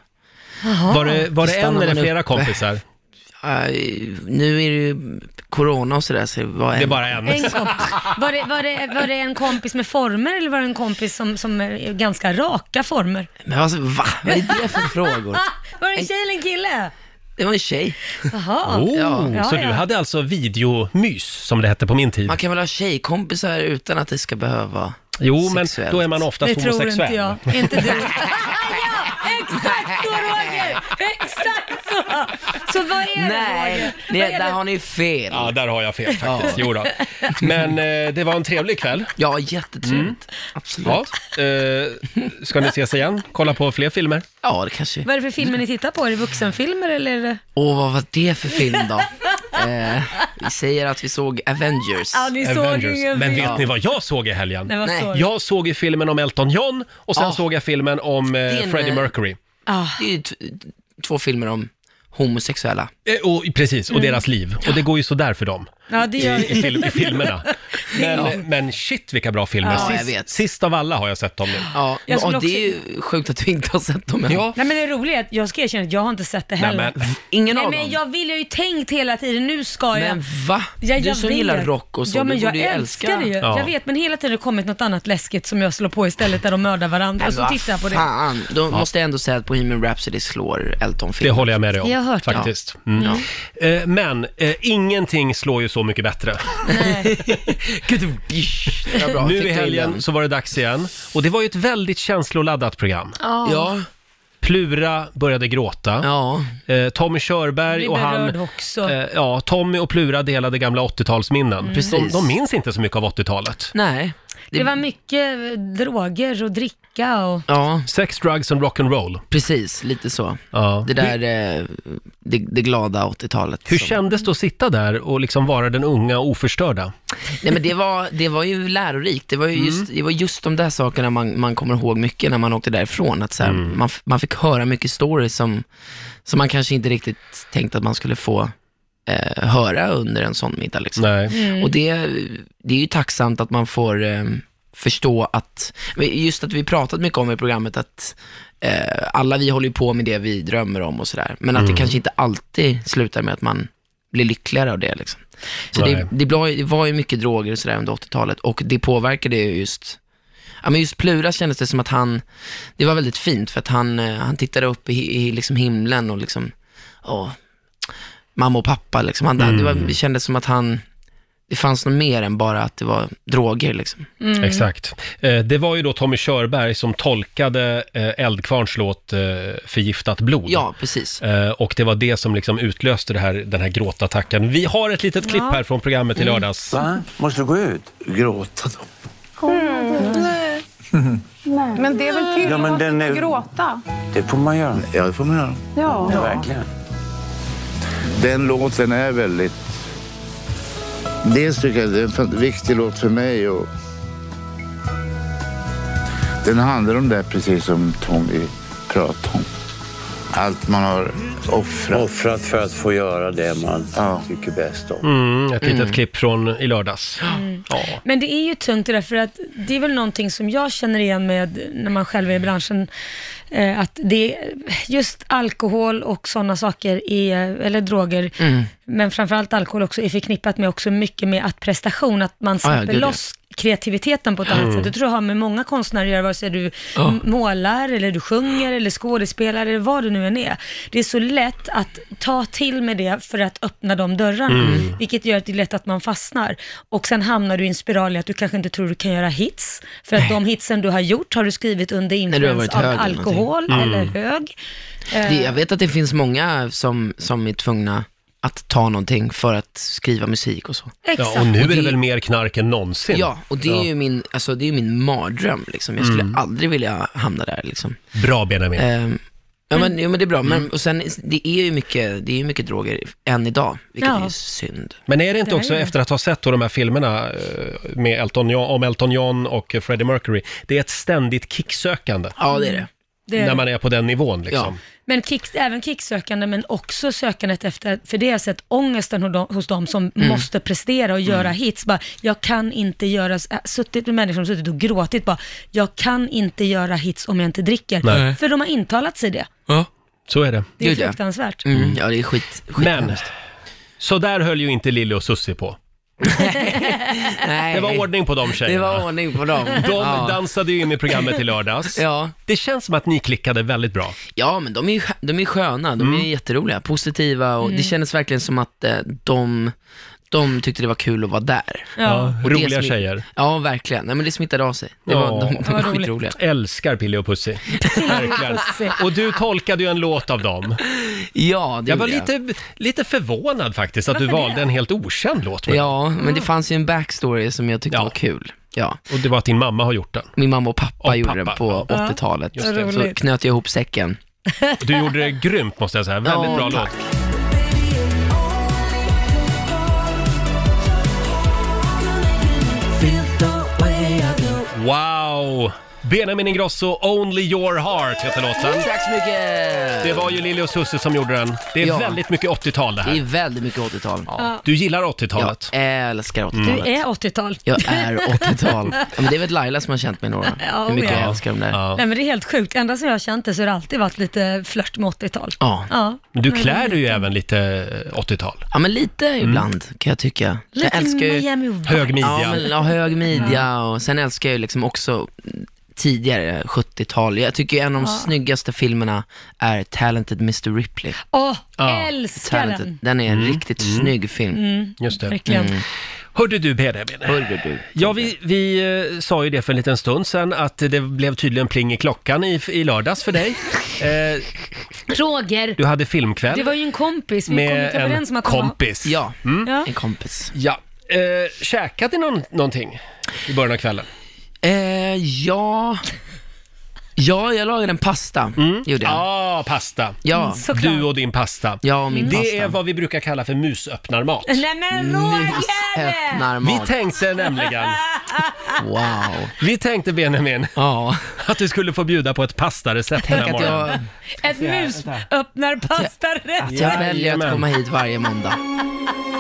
Speaker 1: Var det, var det
Speaker 9: Stannar
Speaker 1: en eller
Speaker 9: man uppe?
Speaker 1: flera kompisar?
Speaker 9: Aj, Äh, nu är det ju corona och sådär, så det var
Speaker 1: Det är
Speaker 9: en.
Speaker 1: bara en.
Speaker 3: En kompis. Var det, var, det, var det en kompis med former eller var det en kompis som, som är ganska raka former?
Speaker 9: Men alltså, va? Vad är det för frågor?
Speaker 3: Ah, var det en tjej eller en kille?
Speaker 9: Det var en tjej.
Speaker 3: Jaha.
Speaker 1: Oh,
Speaker 3: Ja,
Speaker 1: så
Speaker 3: ja.
Speaker 1: du hade alltså videomys, som det hette på min tid?
Speaker 9: Man kan väl ha tjejkompisar utan att det ska behöva...
Speaker 1: Jo, men
Speaker 9: Sexuellt.
Speaker 1: då är man
Speaker 3: Det
Speaker 1: oftast
Speaker 3: tror inte
Speaker 1: homosexuell.
Speaker 3: jag. Inte du. ja, exakt så Roger! Exakt så! Så vad är det
Speaker 9: Nej,
Speaker 3: Roger?
Speaker 9: nej,
Speaker 3: Vad är
Speaker 9: där
Speaker 3: det?
Speaker 9: har ni fel.
Speaker 1: Ja, där har jag fel faktiskt. Jo då. Men eh, det var en trevlig kväll. Mm.
Speaker 9: Ja, jättetrevligt. Absolut.
Speaker 1: Ja.
Speaker 9: Ja.
Speaker 1: Eh, ska ni ses igen? Kolla på fler filmer?
Speaker 9: det kanske...
Speaker 3: Vad är det för filmer ni tittar på? Är det vuxenfilmer eller? är det-
Speaker 9: Åh, vad var det för film då? eh, vi säger att vi såg Avengers.
Speaker 3: Ja, ni såg
Speaker 1: Avengers.
Speaker 3: ingen
Speaker 1: Men
Speaker 3: film.
Speaker 1: vet ni vad jag såg i helgen?
Speaker 3: Nej, vad
Speaker 9: Nej.
Speaker 3: sorgligt.
Speaker 1: Jag såg ju filmen om Elton John och sen
Speaker 9: Ah.
Speaker 1: såg jag filmen om eh,
Speaker 9: Din,
Speaker 1: Freddie
Speaker 9: eh,
Speaker 1: Mercury.
Speaker 9: Det är ju t- två filmer om homosexuella.
Speaker 1: Eh, och, precis, och
Speaker 3: Mm.
Speaker 1: deras liv. Och det går ju sådär för dem
Speaker 3: Ja, det
Speaker 1: i,
Speaker 3: gör
Speaker 1: i, fil, i filmerna. Men, men shit vilka bra filmer.
Speaker 9: Ja, jag
Speaker 1: sist,
Speaker 9: vet.
Speaker 1: sist av alla har jag sett dem nu.
Speaker 9: Ja,
Speaker 3: Jag skulle
Speaker 9: och det är ju sjukt att du inte har sett dem än.
Speaker 1: Ja.
Speaker 3: Nej men det roliga är att jag ska erkänna att jag har inte sett det
Speaker 1: Nej,
Speaker 3: heller.
Speaker 1: men,
Speaker 9: Ingen
Speaker 3: Nej
Speaker 9: av
Speaker 3: men
Speaker 9: dem.
Speaker 3: jag vill, jag har ju tänkt hela tiden, nu ska jag.
Speaker 9: Men va?
Speaker 3: Ja, jag
Speaker 9: du som
Speaker 3: vet.
Speaker 9: gillar rock och så,
Speaker 3: ja, men
Speaker 9: du
Speaker 3: jag
Speaker 9: borde ju
Speaker 3: älskar
Speaker 9: älska.
Speaker 3: det ju.
Speaker 1: Ja.
Speaker 3: Jag vet, men hela tiden har det kommit något annat läskigt som jag slår på istället där de mördar varandra och så tittar jag på det.
Speaker 9: Fan, då måste jag ändå säga att Bohemian Rhapsody slår
Speaker 1: det
Speaker 9: Elton-filmen.
Speaker 1: håller jag med dig om.
Speaker 3: Jag har hört det.
Speaker 1: faktiskt. Mm. Eh, men eh, ingenting slår ju så mycket bättre.
Speaker 9: Det var bra,
Speaker 1: nu
Speaker 9: fick
Speaker 1: i
Speaker 9: jag in
Speaker 1: helgen
Speaker 9: den.
Speaker 1: så var det dags igen. Och det var ju ett väldigt känsloladdat program.
Speaker 9: Ja,
Speaker 1: Plura började gråta.
Speaker 9: ja.
Speaker 1: Eh, Tommy Körberg
Speaker 3: Blir
Speaker 1: och
Speaker 3: berörd
Speaker 1: han...
Speaker 3: också.
Speaker 1: Eh, ja, Tommy och Plura delade gamla 80-talsminnen. De,
Speaker 9: Mm. Precis.
Speaker 1: de minns inte så mycket av 80-talet.
Speaker 9: Nej.
Speaker 3: Det var mycket eh, droger och dricka och...
Speaker 9: Ja,
Speaker 1: Sex, drugs and rock'n'roll.
Speaker 9: precis. Lite så.
Speaker 1: Ja.
Speaker 9: Det där, eh, det, det glada 80-talet.
Speaker 1: Hur
Speaker 9: som-
Speaker 1: kändes det att sitta där och liksom vara den unga och oförstörda?
Speaker 9: Nej men det var, det var ju lärorikt. Det var ju just, det var just de där sakerna man, man kommer ihåg mycket när man åkte därifrån. Att så här, man, f- man fick höra mycket stories som, som man kanske inte riktigt tänkte att man skulle få eh, höra under en sån middag. Liksom.
Speaker 1: Nej.
Speaker 9: Och det, det är ju tacksamt att man får eh, förstå att, men just att vi pratat mycket om i programmet att eh, alla vi håller ju på med det vi drömmer om och sådär, men att det kanske inte alltid slutar med att man blir lyckligare av det. Liksom. Så
Speaker 1: Nej.
Speaker 9: det, det, blev, det var ju mycket droger och sådär under 80-talet och det påverkade ju just Ja, men just Plura kändes det som att han, det var väldigt fint för att han, eh, han tittade upp i, i liksom himlen och liksom, åh, mamma och pappa liksom. Han, det, var, det kändes som att han, det fanns något mer än bara att det var droger liksom.
Speaker 1: Exakt. Eh, Det var ju då Tommy Körberg som tolkade eh, Eldkvarns låt eh, Förgiftat blod.
Speaker 9: Ja, precis.
Speaker 1: Eh, Och det var det som liksom utlöste det här, den här gråtattacken. Vi har ett litet klipp här från programmet i
Speaker 9: Mm.
Speaker 1: lördags.
Speaker 10: Måste du gå ut?
Speaker 2: Gråta då.
Speaker 5: Men det är väl kul
Speaker 10: Ja, men
Speaker 5: att
Speaker 10: den
Speaker 5: inte
Speaker 10: är-
Speaker 5: gråta?
Speaker 10: Det får man göra.
Speaker 2: Ja, det får man göra.
Speaker 5: Ja.
Speaker 10: Verkligen.
Speaker 2: Den låten är väldigt... Dels tycker jag det är en fan- viktig låt för mig och... Den handlar om det precis som Tommy pratade om. Allt man har offrat.
Speaker 10: Offrat för att få göra det man
Speaker 2: Ja.
Speaker 10: tycker bäst om.
Speaker 1: Mm, ett litet klipp från i lördags. Ja.
Speaker 3: Men det är ju tungt det där, för att det är väl någonting som jag känner igen med när man själv är i branschen, eh, att det, just alkohol och sådana saker, är, eller droger,
Speaker 9: Mm.
Speaker 3: men framförallt alkohol också, är förknippat med också mycket med att prestation, att man
Speaker 9: ja,
Speaker 3: släpper
Speaker 9: gud, ja.
Speaker 3: loss kreativiteten på ett
Speaker 9: Mm.
Speaker 3: annat sätt. Det tror jag har med många konstnärer att göra, vare sig du m- målar, eller du sjunger, eller skådespelar, eller vad du nu än är. Det är så lätt att ta till med det för att öppna de dörrarna,
Speaker 9: Mm.
Speaker 3: vilket gör att det är lätt att man fastnar. Och sen hamnar du i en spiral i att du kanske inte tror du kan göra hits, för att de hitsen du har gjort har du skrivit under
Speaker 9: du har varit
Speaker 3: influens av
Speaker 9: hög eller Mm.
Speaker 3: alkohol eller hög. Eh,
Speaker 9: Det, jag vet att det finns många som, som är tvungna att ta någonting för att skriva musik och så.
Speaker 1: Ja, och nu är det väl mer knark än någonsin?
Speaker 9: Ja, och det är ju min, alltså, det är ju min mardröm. Liksom. Jag skulle
Speaker 1: Mm.
Speaker 9: aldrig vilja hamna där. Liksom.
Speaker 1: Bra Benjamin.
Speaker 9: Ehm, ja, men, ja, men det är bra. Men, och sen, det är ju mycket, det är ju mycket droger än idag, vilket
Speaker 1: Ja.
Speaker 9: är synd.
Speaker 1: Men är det inte
Speaker 9: Det är
Speaker 1: också
Speaker 9: det.
Speaker 1: efter att ha sett då de här filmerna eh, med Elton John, om Elton John och eh, Freddie Mercury, det är ett ständigt kicksökande?
Speaker 9: Ja, det är det.
Speaker 3: Det är
Speaker 1: När
Speaker 3: det.
Speaker 1: man är på den nivån liksom.
Speaker 3: Men kick, även kicksökande men också sökandet efter, för det har jag sett ångesten hos de- hos de som
Speaker 1: Mm.
Speaker 3: måste prestera och göra
Speaker 1: Mm.
Speaker 3: hits. Bara, jag kan inte göra, s- äh, suttit med människor som suttit och gråtit bara, jag kan inte göra hits om jag inte dricker.
Speaker 1: Nej.
Speaker 3: För de har intalat sig det.
Speaker 9: Ja.
Speaker 1: Så är det.
Speaker 3: Det är Gud, ja. fruktansvärt.
Speaker 9: Mm, ja, det är skit, skit
Speaker 1: Men, så där höll ju inte Lille och Susie på.
Speaker 9: Nej.
Speaker 1: Det var ordning på de tjejerna.
Speaker 9: Det var ordning på dem.
Speaker 1: De
Speaker 9: Ja.
Speaker 1: dansade ju in i programmet i lördags.
Speaker 9: Ja.
Speaker 1: Det känns som att ni klickade väldigt bra.
Speaker 9: Ja, men de är, ju skö- de är sköna, de är jätteroliga, positiva och
Speaker 1: Mm.
Speaker 9: det kändes verkligen som att eh, de, de tyckte det var kul att vara där.
Speaker 1: Ja,
Speaker 9: Och det
Speaker 1: roliga
Speaker 9: smitt-
Speaker 1: tjejer.
Speaker 9: Ja, verkligen. Nej, men det smittade av sig. Det var, de, de var skitroliga.
Speaker 1: Älskar Pille och Pussy. Verkligen. Och du tolkade ju en låt av dem.
Speaker 9: Ja, det
Speaker 1: Jag var
Speaker 9: gjorde jag.
Speaker 1: lite, lite förvånad faktiskt att du
Speaker 9: Varför
Speaker 1: valde
Speaker 9: det?
Speaker 1: en helt okänd låt. med.
Speaker 9: Ja, men det fanns ju en backstory som jag tyckte var kul. Mm. Ja.
Speaker 1: Och det var att din mamma har gjort den?
Speaker 9: Min mamma och pappa
Speaker 1: Och
Speaker 9: gjorde
Speaker 1: pappa,
Speaker 9: den på
Speaker 1: ja.
Speaker 9: 80-talet.
Speaker 1: Just det.
Speaker 9: Så knöt jag ihop säcken.
Speaker 1: Du gjorde det grymt måste jag säga. Väldigt
Speaker 9: Ja,
Speaker 1: bra
Speaker 9: tack.
Speaker 1: låt. Wow! Benjamin Ingrosso, Only Your Heart heter låten.
Speaker 9: Tack så mycket!
Speaker 1: Det var ju Lili och Susie som gjorde den. Det är
Speaker 9: Ja.
Speaker 1: väldigt mycket 80-tal det här.
Speaker 9: Det är väldigt mycket 80-tal.
Speaker 3: Ja.
Speaker 1: Du gillar 80-talet?
Speaker 9: Jag älskar 80-talet.
Speaker 3: Du är 80-tal.
Speaker 9: Jag är 80-tal. Ja, men det är väl Laila som har känt mig några år.
Speaker 3: Ja,
Speaker 9: Hur mycket
Speaker 3: ja.
Speaker 9: jag älskar de där.
Speaker 3: Nej men det är helt sjukt, ända sedan jag har känt det så har det alltid varit lite flört med 80-tal.
Speaker 9: Ja.
Speaker 1: Men du klär dig ju även lite 80-tal.
Speaker 9: Ja, men lite ibland kan jag tycka.
Speaker 3: Lite
Speaker 9: jag älskar ju...
Speaker 3: Miami Vice.
Speaker 1: Hög midja.
Speaker 9: Ja, men, ja, hög
Speaker 1: Mm.
Speaker 9: midja och sen älskar jag ju liksom också tidigare 70-tal. Jag tycker ju en av de
Speaker 3: Ja.
Speaker 9: snyggaste filmerna är Talented Mr. Ripley.
Speaker 3: Åh, älskar
Speaker 9: Talented.
Speaker 3: den!
Speaker 9: Den är en
Speaker 1: Mm.
Speaker 9: riktigt snygg film.
Speaker 3: Mm,
Speaker 1: Just det.
Speaker 3: verkligen.
Speaker 1: Hörde du Benjamin?
Speaker 9: Hörde du?
Speaker 1: Ja, vi, vi eh, sa ju det för en liten stund sedan att det blev tydligen pling i klockan i, i lördags för dig. Eh,
Speaker 3: Roger,
Speaker 1: du hade filmkväll.
Speaker 3: det var ju en kompis, vi kom
Speaker 1: med
Speaker 3: inte överens om
Speaker 1: en
Speaker 3: att han var-
Speaker 1: kompis.
Speaker 9: Ja,
Speaker 1: Mm.
Speaker 3: Ja.
Speaker 9: en kompis.
Speaker 1: ja. Eh, käkade ni någon, någonting i början av kvällen?
Speaker 9: Eh, ja... Ja, jag lagade en pasta. Gjorde jag.
Speaker 1: Mm. Ja, Ah, pasta.
Speaker 9: Ja.
Speaker 3: Såklart.
Speaker 1: Du och din pasta.
Speaker 9: Ja, och min
Speaker 1: det
Speaker 9: pasta.
Speaker 1: är vad vi brukar kalla för musöppnarmat.
Speaker 3: Nej men Roger!
Speaker 9: Öppnar
Speaker 1: Vi
Speaker 9: mat.
Speaker 1: tänkte nämligen,
Speaker 9: Wow.
Speaker 1: vi tänkte Benjamin,
Speaker 9: Ja.
Speaker 1: att du skulle få bjuda på ett pastarecept den
Speaker 9: Tänk
Speaker 1: här
Speaker 9: att
Speaker 1: morgonen.
Speaker 9: jag,
Speaker 3: Ett mus öppnar
Speaker 9: att
Speaker 3: pastarätt.
Speaker 9: jag väljer att
Speaker 1: Jajamän.
Speaker 9: komma hit varje måndag.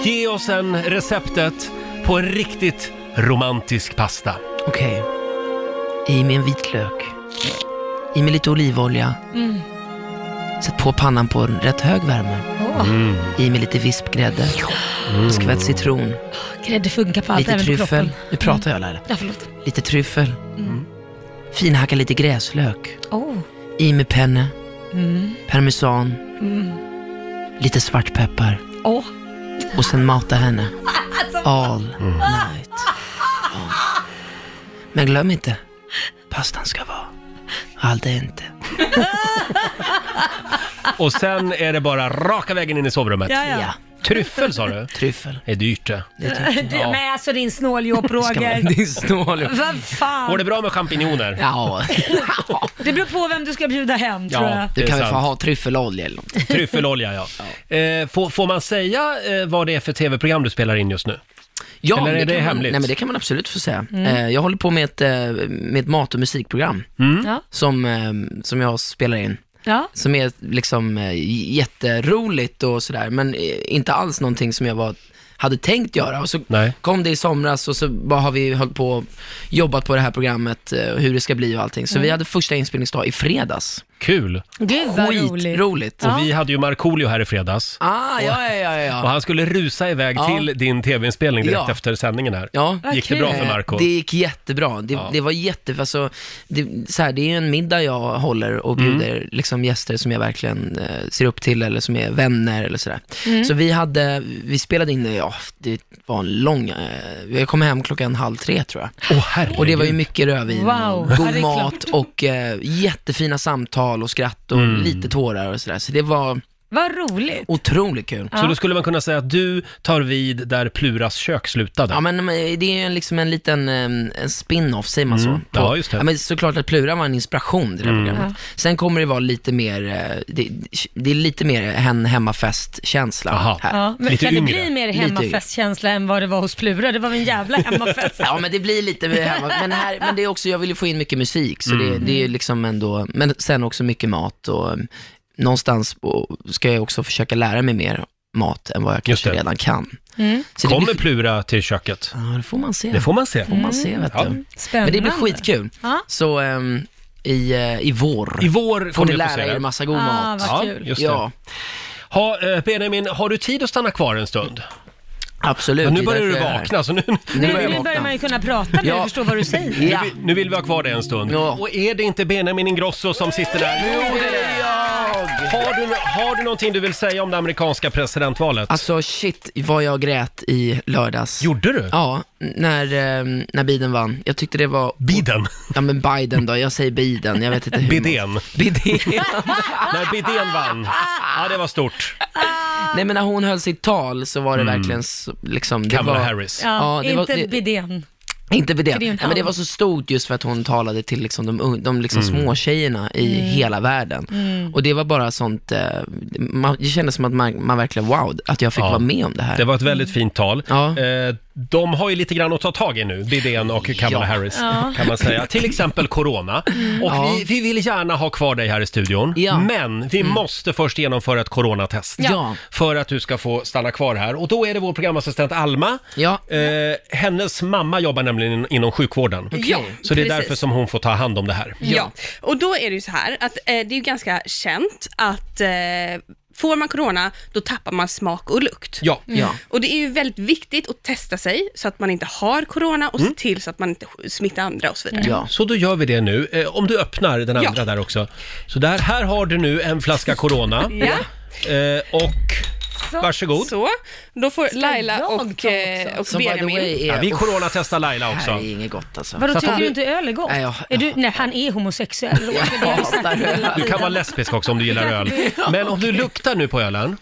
Speaker 1: Ge oss en receptet på en riktigt romantisk pasta.
Speaker 9: Okej. I med en vitlök. I med lite olivolja.
Speaker 3: Mm.
Speaker 9: Sätt på pannan på en rätt hög värme.
Speaker 3: Åh,
Speaker 9: I med lite vispgrädde. Skvätt citron.
Speaker 3: Grädde funkar på allt,
Speaker 9: Lite
Speaker 3: även på
Speaker 9: tryffel.
Speaker 3: kroppen.
Speaker 9: Nu pratar jag Laila.
Speaker 3: Ja, förlåt.
Speaker 9: Lite tryffel.
Speaker 3: Mm.
Speaker 9: Finhacka lite gräslök.
Speaker 3: Åh.
Speaker 9: I med penne.
Speaker 3: Mm.
Speaker 9: Parmesan.
Speaker 3: Mm.
Speaker 9: Lite svartpeppar.
Speaker 3: Åh.
Speaker 9: Och sen mata henne. All night. Ja. Men glöm inte. Pastan ska vara al dente.
Speaker 1: Och sen är det bara raka vägen in i sovrummet.
Speaker 3: Ja, ja.
Speaker 9: Ja.
Speaker 1: Tryffel sa du?
Speaker 9: Tryffel.
Speaker 1: Det är dyrt det.
Speaker 9: Det tycker jag.
Speaker 3: Du, Men alltså din snåljåp
Speaker 9: Ska man-
Speaker 3: Roger.
Speaker 9: Det är snål.
Speaker 3: Vad fan.
Speaker 1: Går det bra med champinjoner?
Speaker 9: Ja,
Speaker 3: Det beror på vem du ska bjuda hem tror
Speaker 1: Ja.
Speaker 3: jag.
Speaker 1: Det
Speaker 9: du
Speaker 1: är
Speaker 9: kan väl
Speaker 1: sant.
Speaker 9: få ha tryffelolja eller något.
Speaker 1: Tryffelolja ja. Eh, får, får man säga eh, vad det är för tv-program du spelar in just nu?
Speaker 9: Ja,
Speaker 1: Eller
Speaker 9: men
Speaker 1: är det
Speaker 9: kan man,
Speaker 1: hemligt?
Speaker 9: Nej, men det kan man absolut få säga. Eh, Jag håller på med ett, eh, med ett mat och musikprogram
Speaker 3: Ja.
Speaker 9: som, eh, som jag spelar in.
Speaker 3: Ja.
Speaker 9: Som är liksom eh, j- jätteroligt och sådär, men eh, inte alls någonting som jag var, hade tänkt göra. Och så
Speaker 1: Nej.
Speaker 9: kom det i somras och så bara har vi hållit på och jobbat på det här programmet, eh, och hur det ska bli och allting. Så vi hade första inspelningsdag i fredags.
Speaker 1: Kul!
Speaker 3: Gud Mm. vad roligt.
Speaker 9: Skitroligt.
Speaker 1: Och vi hade ju Markoolio här i fredags.
Speaker 9: Ah, ja, ja, ja, ja, ja.
Speaker 1: Och han skulle rusa iväg
Speaker 9: Ja.
Speaker 1: till din tv-inspelning direkt
Speaker 9: Ja.
Speaker 1: efter sändningen här.
Speaker 9: Ja.
Speaker 3: Vad
Speaker 1: Gick det
Speaker 3: kul.
Speaker 1: bra för Marco?
Speaker 9: Eh, Det gick jättebra. Det,
Speaker 1: Ja.
Speaker 9: det var jätte... Alltså, det, så här, det är ju en middag jag håller och
Speaker 1: Mm.
Speaker 9: bjuder liksom gäster som jag verkligen eh, ser upp till eller som är vänner eller sådär.
Speaker 3: Mm.
Speaker 9: Så vi hade, vi spelade in, ja, det var en lång... Eh, jag kom hem klockan halv tre tror jag.
Speaker 1: Åh herregud!
Speaker 9: Och det var ju mycket rödvin,
Speaker 3: Wow.
Speaker 9: och
Speaker 3: Ja, det
Speaker 9: god
Speaker 3: är
Speaker 9: mat och eh, jättefina samtal och skratt och lite tårar och sådär. Så det var,
Speaker 3: Vad roligt.
Speaker 9: Otroligt kul.
Speaker 1: Så då skulle man kunna säga att du tar vid där Pluras kök slutade.
Speaker 9: Ja, men men det är ju en- liksom en liten eh, en spin-off, säger man
Speaker 1: Mm.
Speaker 9: så?
Speaker 1: Ja, just det.
Speaker 9: Ja, men såklart att Plura var en inspiration till det här
Speaker 1: Mm.
Speaker 9: programmet. Sen kommer det vara lite mer, eh, det, det är lite mer en hemmafest-känsla här.
Speaker 3: Ja, men kan det bli mer
Speaker 9: Lite yngre.
Speaker 3: hemmafestkänsla än vad det var hos Plura? Det var väl en jävla hemmafest.
Speaker 9: Ja, men det blir lite mer hemma. Men, här, men det är också, jag vill ju få in mycket musik, så det,
Speaker 3: Mm.
Speaker 9: det är ju liksom ändå, men sen också mycket mat och um, någonstans och ska jag också försöka lära mig mer mat än vad jag kanske redan kan.
Speaker 3: Mm.
Speaker 9: Så det
Speaker 1: Kommer
Speaker 9: blir-
Speaker 1: Plura till köket?
Speaker 9: Ja, det får man se. Mm.
Speaker 1: Det får man se.
Speaker 9: Får man se, vet du. Men det blir skitkul.
Speaker 3: Ja.
Speaker 9: Så ehm, i, eh, i vår,
Speaker 1: I vår
Speaker 9: får
Speaker 1: kommer
Speaker 9: ni
Speaker 1: jag få
Speaker 9: lära
Speaker 1: se det.
Speaker 9: er massa god
Speaker 1: Ah,
Speaker 9: mat.
Speaker 1: vad kul. just det.
Speaker 9: Ja,
Speaker 1: Ha, eh, Benjamin, har du tid att stanna kvar en stund?
Speaker 9: absolut.
Speaker 1: Men
Speaker 9: det
Speaker 1: nu
Speaker 9: är
Speaker 1: börjar du
Speaker 9: därför jag är här.
Speaker 1: vakna, så nu,
Speaker 9: Nu börjar jag
Speaker 3: Nu börjar man ju kunna prata nu och förstå vad du säger.
Speaker 1: Nu, vill, nu vill vi ha kvar det en stund. Och är det inte Benjamin Ingrosso som sitter där? Jo, det är jag! Har du, har du någonting du vill säga om det amerikanska presidentvalet?
Speaker 9: Alltså shit vad jag grät i lördags.
Speaker 1: Gjorde du?
Speaker 9: Ja, n- när, eh, när Biden vann. Jag tyckte det var...
Speaker 1: Biden?
Speaker 9: Ja men Biden då, jag säger Biden, jag vet inte hur.
Speaker 1: Bidén.
Speaker 9: Bidén.
Speaker 1: När Bidén vann. Ja, det var stort.
Speaker 9: Nej men när hon höll sitt tal så var det verkligen så, liksom... Det
Speaker 1: Mm. Kamala
Speaker 9: var,
Speaker 1: Harris.
Speaker 3: Ja,
Speaker 9: det var-
Speaker 3: inte
Speaker 9: det-
Speaker 3: bidén.
Speaker 9: Inte vid det.
Speaker 3: För det är ju
Speaker 9: Nej,
Speaker 3: en
Speaker 9: men det
Speaker 3: hand.
Speaker 9: var så stort just för att hon talade till liksom de, un- de liksom
Speaker 1: Mm.
Speaker 9: små tjejerna i
Speaker 3: Mm.
Speaker 9: hela världen.
Speaker 3: Mm.
Speaker 9: Och det var bara sånt, eh, man, det kändes som att man, man verkligen, wow, att jag fick
Speaker 1: Ja.
Speaker 9: vara med om det här.
Speaker 1: Det var ett väldigt fint tal. Eh, De har ju lite grann att ta tag i nu, Bidén och Kamala
Speaker 9: Ja.
Speaker 1: Harris,
Speaker 9: Ja.
Speaker 1: kan man säga. Till exempel corona. Och
Speaker 9: Ja. Mm.
Speaker 1: vi, vi vill gärna ha kvar dig här i studion, men vi måste först genomföra ett coronatest.
Speaker 9: Ja.
Speaker 1: För att du ska få stanna kvar här. Och då är det vår programassistent Alma. Eh, hennes mamma jobbar nämligen in- inom sjukvården.
Speaker 11: Ja,
Speaker 1: så det är
Speaker 11: precis.
Speaker 1: därför som hon får ta hand om det här.
Speaker 11: Ja, och då är det ju så här att eh, det är ju ganska känt att eh, får man corona, då tappar man smak och lukt.
Speaker 1: Ja. Ja.
Speaker 11: Och det är ju väldigt viktigt att testa sig så att man inte har corona och se till så att man inte smittar andra och så vidare.
Speaker 1: Så då gör vi det nu. Eh, om du öppnar den
Speaker 11: Ja.
Speaker 1: andra där också. Så där, här har du nu en flaska corona.
Speaker 11: Ja.
Speaker 1: Eh, och varsågod.
Speaker 11: Så, då får Laila och, eh, och
Speaker 9: Som by the
Speaker 11: Benjamin.
Speaker 9: way
Speaker 1: Ja, vi coronatestar Laila också.
Speaker 9: här är inget gott alltså.
Speaker 3: Vadå,
Speaker 1: Så att
Speaker 3: tycker
Speaker 1: om
Speaker 3: du inte öl är gott?
Speaker 1: Nej, jag-
Speaker 3: Är du, nej, han är homosexuell. Roger. Det har vi sagt hela
Speaker 1: Du kan
Speaker 3: tiden.
Speaker 1: vara lesbisk också om du gillar öl. Men om du luktar nu på ölen,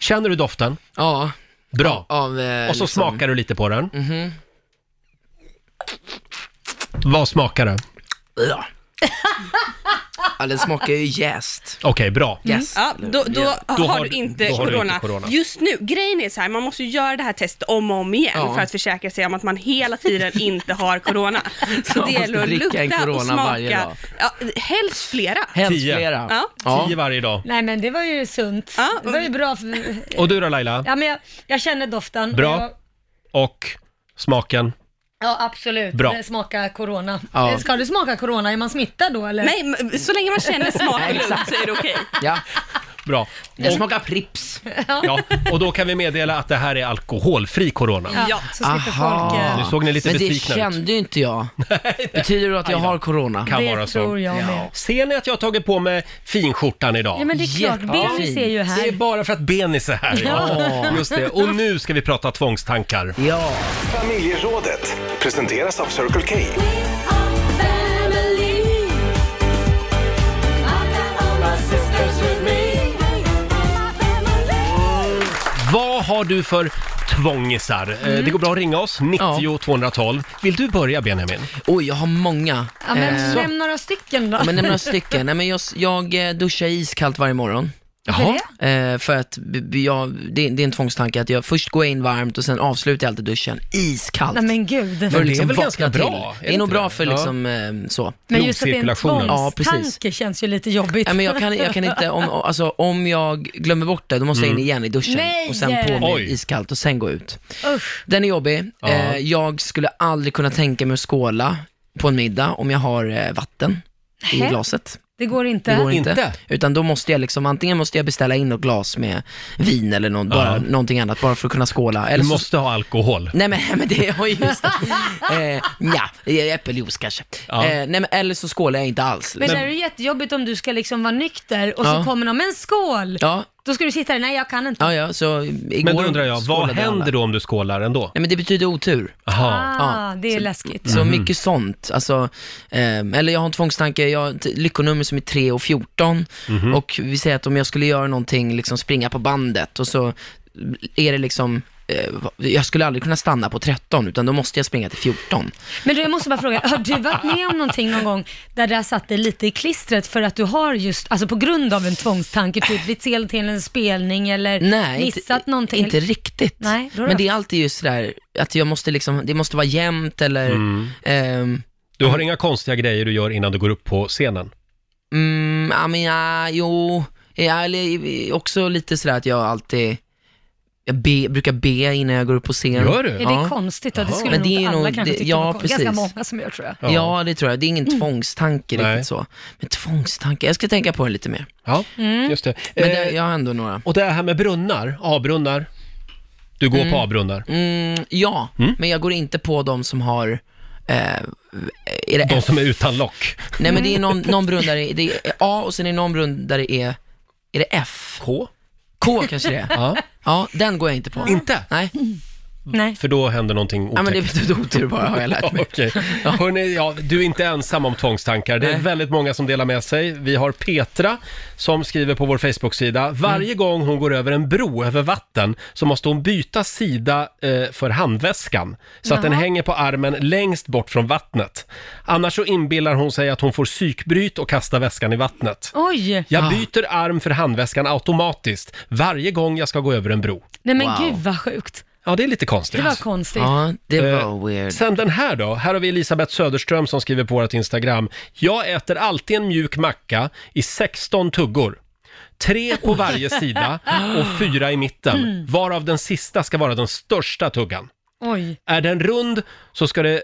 Speaker 1: känner du doften?
Speaker 9: Ja.
Speaker 1: Bra.
Speaker 9: Av, eh,
Speaker 1: och så
Speaker 9: liksom-
Speaker 1: smakar du lite på den.
Speaker 9: Mhm.
Speaker 1: Vad smakar det?
Speaker 9: Ja. ja, den smakar ju jäst.
Speaker 1: Okej, bra.
Speaker 11: Mm. Ja, då, då,
Speaker 1: Då
Speaker 11: har du inte,
Speaker 1: då har du
Speaker 11: corona.
Speaker 1: inte corona.
Speaker 11: Just nu, grejen är så här, man måste ju göra det här testet om och om igen
Speaker 1: Ja.
Speaker 11: för att försäkra sig om att man hela tiden inte har corona. Så
Speaker 9: Man
Speaker 11: det
Speaker 9: måste
Speaker 11: gäller att
Speaker 9: dricka en
Speaker 11: lukta och
Speaker 9: corona
Speaker 11: smaka.
Speaker 9: varje dag.
Speaker 11: Ja, helst flera.
Speaker 9: Helst Tio. flera.
Speaker 11: Ja.
Speaker 1: Ja. Tio varje dag.
Speaker 3: Nej men det var ju sunt. Det var ju bra. För...
Speaker 1: Och du då Laila?
Speaker 3: Ja, men jag, jag känner doften.
Speaker 1: Bra.
Speaker 3: Jag,
Speaker 1: Och smaken?
Speaker 3: ja absolut.
Speaker 1: Bra.
Speaker 3: Eh, Smaka corona.
Speaker 1: Ja.
Speaker 3: Eh, Ska du smaka corona? Är man smittad då eller?
Speaker 11: Nej, men så länge man känner smak och lukt så är det okej.
Speaker 9: Ja.
Speaker 1: Bra.
Speaker 9: Den smakar Prips.
Speaker 1: Ja, och då kan vi meddela att det här är alkoholfri corona.
Speaker 11: Ja,
Speaker 3: så slipper folk... eh,
Speaker 1: Nu såg ni lite
Speaker 9: Men det
Speaker 1: besvikna ut.
Speaker 9: kände ju inte jag. Betyder det att jag har corona?
Speaker 1: Kan vara så. Ser ni att jag har tagit på mig finskjortan idag?
Speaker 9: Ja, men det är klart. Jättefin. Benis är ju här.
Speaker 1: Det är bara för att Benis är här.
Speaker 7: Ja.
Speaker 1: Just det. Och nu ska vi prata tvångstankar.
Speaker 9: Ja.
Speaker 7: Familjerådet presenteras av Circle K.
Speaker 1: Vad har du för tvångisar? Eh,
Speaker 9: Mm.
Speaker 1: Det går bra att ringa oss, 90 212. Vill du börja Benjamin?
Speaker 9: Oj, jag har många.
Speaker 3: Ja, men
Speaker 9: Eh,
Speaker 3: nämn några stycken då.
Speaker 9: Ja, men nämna några stycken. Nej, men jag, jag eh, duschar iskallt varje morgon.
Speaker 3: Jaha.
Speaker 9: Eh, för att b- b- jag, det, det är en tvångstanke att jag först går in varmt och sen avslutar jag alltid duschen iskallt.
Speaker 3: Nej men gud.
Speaker 9: För att liksom vakna till. Det är nog bra för liksom, eh, så.
Speaker 3: Men just att det är en
Speaker 9: Ja, precis.
Speaker 3: tvångstanke känns ju lite jobbigt.
Speaker 9: Nej, men jag, kan, jag kan inte, om, alltså, om jag glömmer bort det, då måste jag in
Speaker 1: Mm.
Speaker 9: igen i duschen
Speaker 3: Nej!
Speaker 9: och sen på mig
Speaker 1: Oj.
Speaker 9: iskallt och sen gå ut.
Speaker 3: Usch.
Speaker 9: Den är jobbig.
Speaker 1: Ja.
Speaker 9: Eh, jag skulle aldrig kunna tänka mig att skåla på en middag om jag har eh, vatten i
Speaker 3: Nähä.
Speaker 9: glaset.
Speaker 3: Det går inte.
Speaker 9: Det går inte. Utan då måste jag liksom, antingen måste jag beställa in något glas med vin eller någon, bara, någonting annat, bara för att kunna skåla. Eller
Speaker 1: Du
Speaker 9: så-
Speaker 1: måste ha alkohol.
Speaker 9: Nej men, men det har ju just det. Eh, nja, eh, äppeljuice kanske.
Speaker 1: Ja.
Speaker 9: Eh, nej men eller så skålar jag inte alls.
Speaker 3: Men det
Speaker 9: liksom.
Speaker 3: är ju jättejobbigt om du ska liksom vara nykter och
Speaker 9: Ja.
Speaker 3: så kommer någon med en skål.
Speaker 9: Ja.
Speaker 3: Då ska du sitta där, nej jag kan inte.
Speaker 9: Ja, ja, så igår
Speaker 1: Men då undrar jag, vad
Speaker 9: skålade alla.
Speaker 1: händer då om du skålar ändå?
Speaker 9: Nej, men det betyder otur.
Speaker 1: Aha.
Speaker 3: Ah,
Speaker 9: Ja,
Speaker 3: det är läskigt.
Speaker 1: Mhm.
Speaker 9: Så mycket sånt. Alltså, ehm, eller jag har en tvångstanke, jag har ett lyckonummer som är 3 och 14.
Speaker 1: Mhm.
Speaker 9: Och vi säger att om jag skulle göra någonting, liksom springa på bandet och så är det liksom, eh, jag skulle aldrig kunna stanna på 13 utan då måste jag springa till 14.
Speaker 3: Men du, jag måste bara fråga, har du varit med om någonting någon gång där det har satt dig lite i klistret för att du har just, alltså på grund av en tvångstanke, typ blivit sel till en spelning eller
Speaker 9: Nej, inte-
Speaker 3: missat någonting?
Speaker 9: Inte riktigt.
Speaker 3: Nej, då har
Speaker 9: Men
Speaker 3: du
Speaker 9: det är alltid just sådär att jag måste liksom, det måste vara jämnt eller
Speaker 1: Mm.
Speaker 9: ehm,
Speaker 1: Du har inga konstiga grejer du gör innan du går upp på scenen?
Speaker 9: Mm, ja, men ja, jo, ja, eller också lite sådär att jag alltid, jag be, brukar be innan jag går upp på scen.
Speaker 1: Gör du?
Speaker 3: Är det
Speaker 9: Ja.
Speaker 3: konstigt då? Det
Speaker 9: Ja.
Speaker 3: skulle
Speaker 9: Men
Speaker 3: nog
Speaker 9: det
Speaker 3: inte
Speaker 9: är
Speaker 3: alla
Speaker 9: nog-
Speaker 3: kanske
Speaker 9: det-
Speaker 3: tycka
Speaker 9: ja,
Speaker 3: var konstigt. Ganska
Speaker 9: precis.
Speaker 3: många som gör tror jag.
Speaker 9: Ja. det tror jag. Det är
Speaker 3: Mm.
Speaker 9: ingen tvångstanke
Speaker 1: Nej.
Speaker 9: riktigt så. Men tvångstanke, jag ska tänka på det lite mer.
Speaker 1: Ja, just det.
Speaker 9: Mm. Men
Speaker 1: Eh,
Speaker 9: det, jag har ändå några.
Speaker 1: Och det här med brunnar, A-brunnar. Du går på A-brunnar.
Speaker 9: Mm, ja, men jag går inte på de som har eh, är det
Speaker 1: De
Speaker 9: F?
Speaker 1: som är utan lock.
Speaker 9: Nej men det är
Speaker 3: Mm.
Speaker 9: någon, någon brunn där det är, det är A och sen är det någon brunn där det är, är det F?
Speaker 1: K?
Speaker 9: K kanske det är.
Speaker 1: Ja.
Speaker 9: Ja, den går jag inte på.
Speaker 1: Inte?
Speaker 9: Nej,
Speaker 3: Nej.
Speaker 1: För då händer någonting
Speaker 9: ja,
Speaker 1: otäckt.
Speaker 9: men det betyder otur bara har jag lärt mig.
Speaker 1: Okej. Hörrni, ja, du är inte ensam om tvångstankar. Det är
Speaker 9: Nej.
Speaker 1: väldigt många som delar med sig. Vi har Petra som skriver på vår Facebook-sida. Varje gång hon går över en bro över vatten så måste hon byta sida eh, för handväskan så att den hänger på armen längst bort från vattnet. Annars så inbillar hon sig att hon får psykbryt och kastar väskan i vattnet.
Speaker 3: Oj,
Speaker 1: Jag byter arm för handväskan automatiskt varje gång jag ska gå över en bro.
Speaker 3: nej men
Speaker 9: Wow. Alltså,
Speaker 3: gud vad sjukt.
Speaker 1: Ja, det är lite konstigt.
Speaker 3: Det var konstigt.
Speaker 9: Ja, det
Speaker 1: Eh,
Speaker 9: var weird.
Speaker 1: Sen den här då. Här har vi Elisabeth Söderström som skriver på vårt Instagram. Jag äter alltid en mjuk macka i 16 tuggor. Tre på varje sida och fyra i mitten, varav den sista ska vara den största tuggan.
Speaker 3: Oj.
Speaker 1: Är den rund så ska det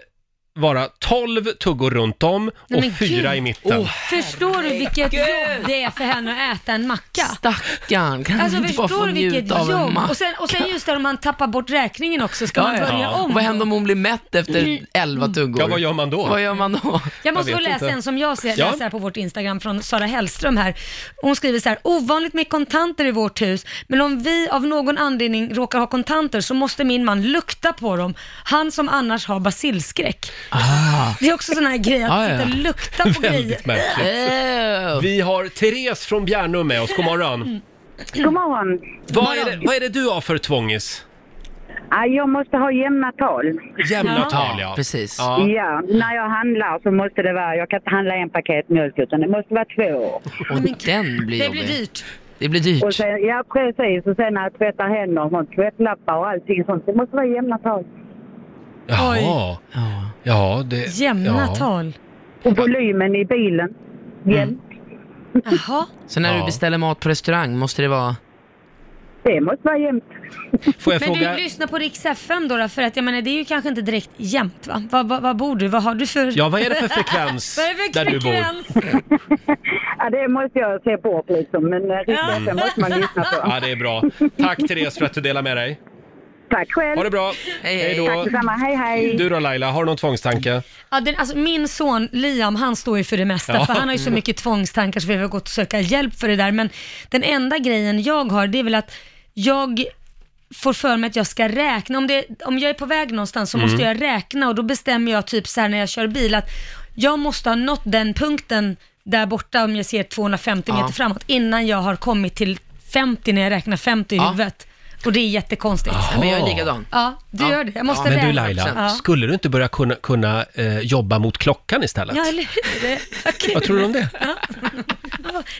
Speaker 1: vara 12 tuggor runt om och
Speaker 3: men
Speaker 1: fyra
Speaker 3: gud.
Speaker 1: i mitten.
Speaker 3: Förstår du vilket jobb det är för henne att äta en macka?
Speaker 9: Stackarn, kan
Speaker 3: Alltså
Speaker 9: du inte bara få
Speaker 3: förstår du vilket
Speaker 9: njuta av en
Speaker 3: jobb?
Speaker 9: macka?
Speaker 3: Och sen, och sen just där om man tappar bort räkningen också, ska
Speaker 9: Ja,
Speaker 3: man Mm.
Speaker 9: ja.
Speaker 3: börja
Speaker 1: Ja.
Speaker 3: om?
Speaker 9: Vad händer om hon blir mätt efter 11 tuggor?
Speaker 1: Ja, vad gör man då?
Speaker 9: Vad gör man då?
Speaker 3: Jag måste
Speaker 1: Jag
Speaker 3: få
Speaker 1: vet
Speaker 3: läsa
Speaker 1: inte.
Speaker 3: en som jag ser,
Speaker 1: Ja.
Speaker 3: läser här på vårt Instagram från Sara Hellström här. Hon skriver så här, ovanligt med kontanter i vårt hus, men om vi av någon anledning råkar ha kontanter så måste min man lukta på dem, han som annars har basilskräck. Det är också sån här grej att
Speaker 9: Ah, ja.
Speaker 3: sitta och lukta på grejer.
Speaker 1: Väldigt märkligt.
Speaker 9: Ew.
Speaker 1: Vi har Therese från Bjärnum med oss. God morgon.
Speaker 5: God morgon.
Speaker 1: Vad är det, vad är det du har för tvångis?
Speaker 5: Ja, Jag måste ha jämna tal.
Speaker 1: Jämna
Speaker 3: Ja.
Speaker 1: tal, ja.
Speaker 9: Precis.
Speaker 1: Ja.
Speaker 5: Ja, när jag handlar så måste det vara, jag kan inte handla en paket mjölk utan det måste vara två.
Speaker 9: Och den blir
Speaker 3: Det
Speaker 9: jobbig.
Speaker 3: blir dyrt.
Speaker 9: Det blir
Speaker 5: Och
Speaker 9: dyrt.
Speaker 5: sen, ja precis, och sen när jag tvättar händer och sånt, tvättlappar och allting sånt, det måste vara jämna tal.
Speaker 1: Jaha.
Speaker 9: Ja.
Speaker 1: Ja, det...
Speaker 3: Jämna
Speaker 1: ja.
Speaker 3: tal.
Speaker 5: Och volymen i bilen,
Speaker 3: Mm.
Speaker 5: jämnt.
Speaker 3: Jaha.
Speaker 9: Så när
Speaker 1: Ja.
Speaker 9: du beställer mat på restaurang måste det vara...
Speaker 5: Det måste vara jämnt.
Speaker 1: Får jag
Speaker 3: Men
Speaker 1: fråga...
Speaker 3: du lyssnar på Rix FM då, då, för att jag menar det är ju kanske inte direkt jämnt va? Vad, vad, vad bor du? Vad har du för...
Speaker 1: Ja, vad är det för frekvens
Speaker 3: Vad är det för
Speaker 1: där du bor?
Speaker 3: frekvens?
Speaker 5: Ja, det måste jag se bort liksom, men eh, riktigt, det måste man lyssna på.
Speaker 1: Ja, det är bra. Tack Therese för att du delar med dig.
Speaker 5: Tack själv.
Speaker 1: Ha det bra.
Speaker 9: Hej, hej.
Speaker 1: då.
Speaker 5: Tack detsamma, hej hej.
Speaker 1: Du då Laila, har du någon tvångstanke?
Speaker 3: Ja, den, alltså, min son Liam, han står ju för det mesta,
Speaker 1: Ja.
Speaker 3: för han har ju så mycket tvångstankar så vi har gått och söka hjälp för det där. Men den enda grejen jag har, det är väl att jag får för mig att jag ska räkna. Om, det, om jag är på väg någonstans så
Speaker 1: Mm.
Speaker 3: måste jag räkna och då bestämmer jag typ så här när jag kör bil att jag måste ha nått den punkten där borta om jag ser 250 meter
Speaker 9: Ja.
Speaker 3: framåt innan jag har kommit till 50 när jag räknar 50 i
Speaker 9: Ja.
Speaker 3: huvudet. Och det är jättekonstigt.
Speaker 1: Jaha.
Speaker 9: Men jag är likadan.
Speaker 3: Ja, du
Speaker 9: Ja.
Speaker 3: gör det. Jag måste
Speaker 9: Ja.
Speaker 1: Men du
Speaker 3: räkna.
Speaker 1: Laila,
Speaker 3: Ja.
Speaker 1: skulle du inte börja kunna, kunna eh, jobba mot klockan istället?
Speaker 3: Ja, eller hur? Okej.
Speaker 1: Vad tror du om det?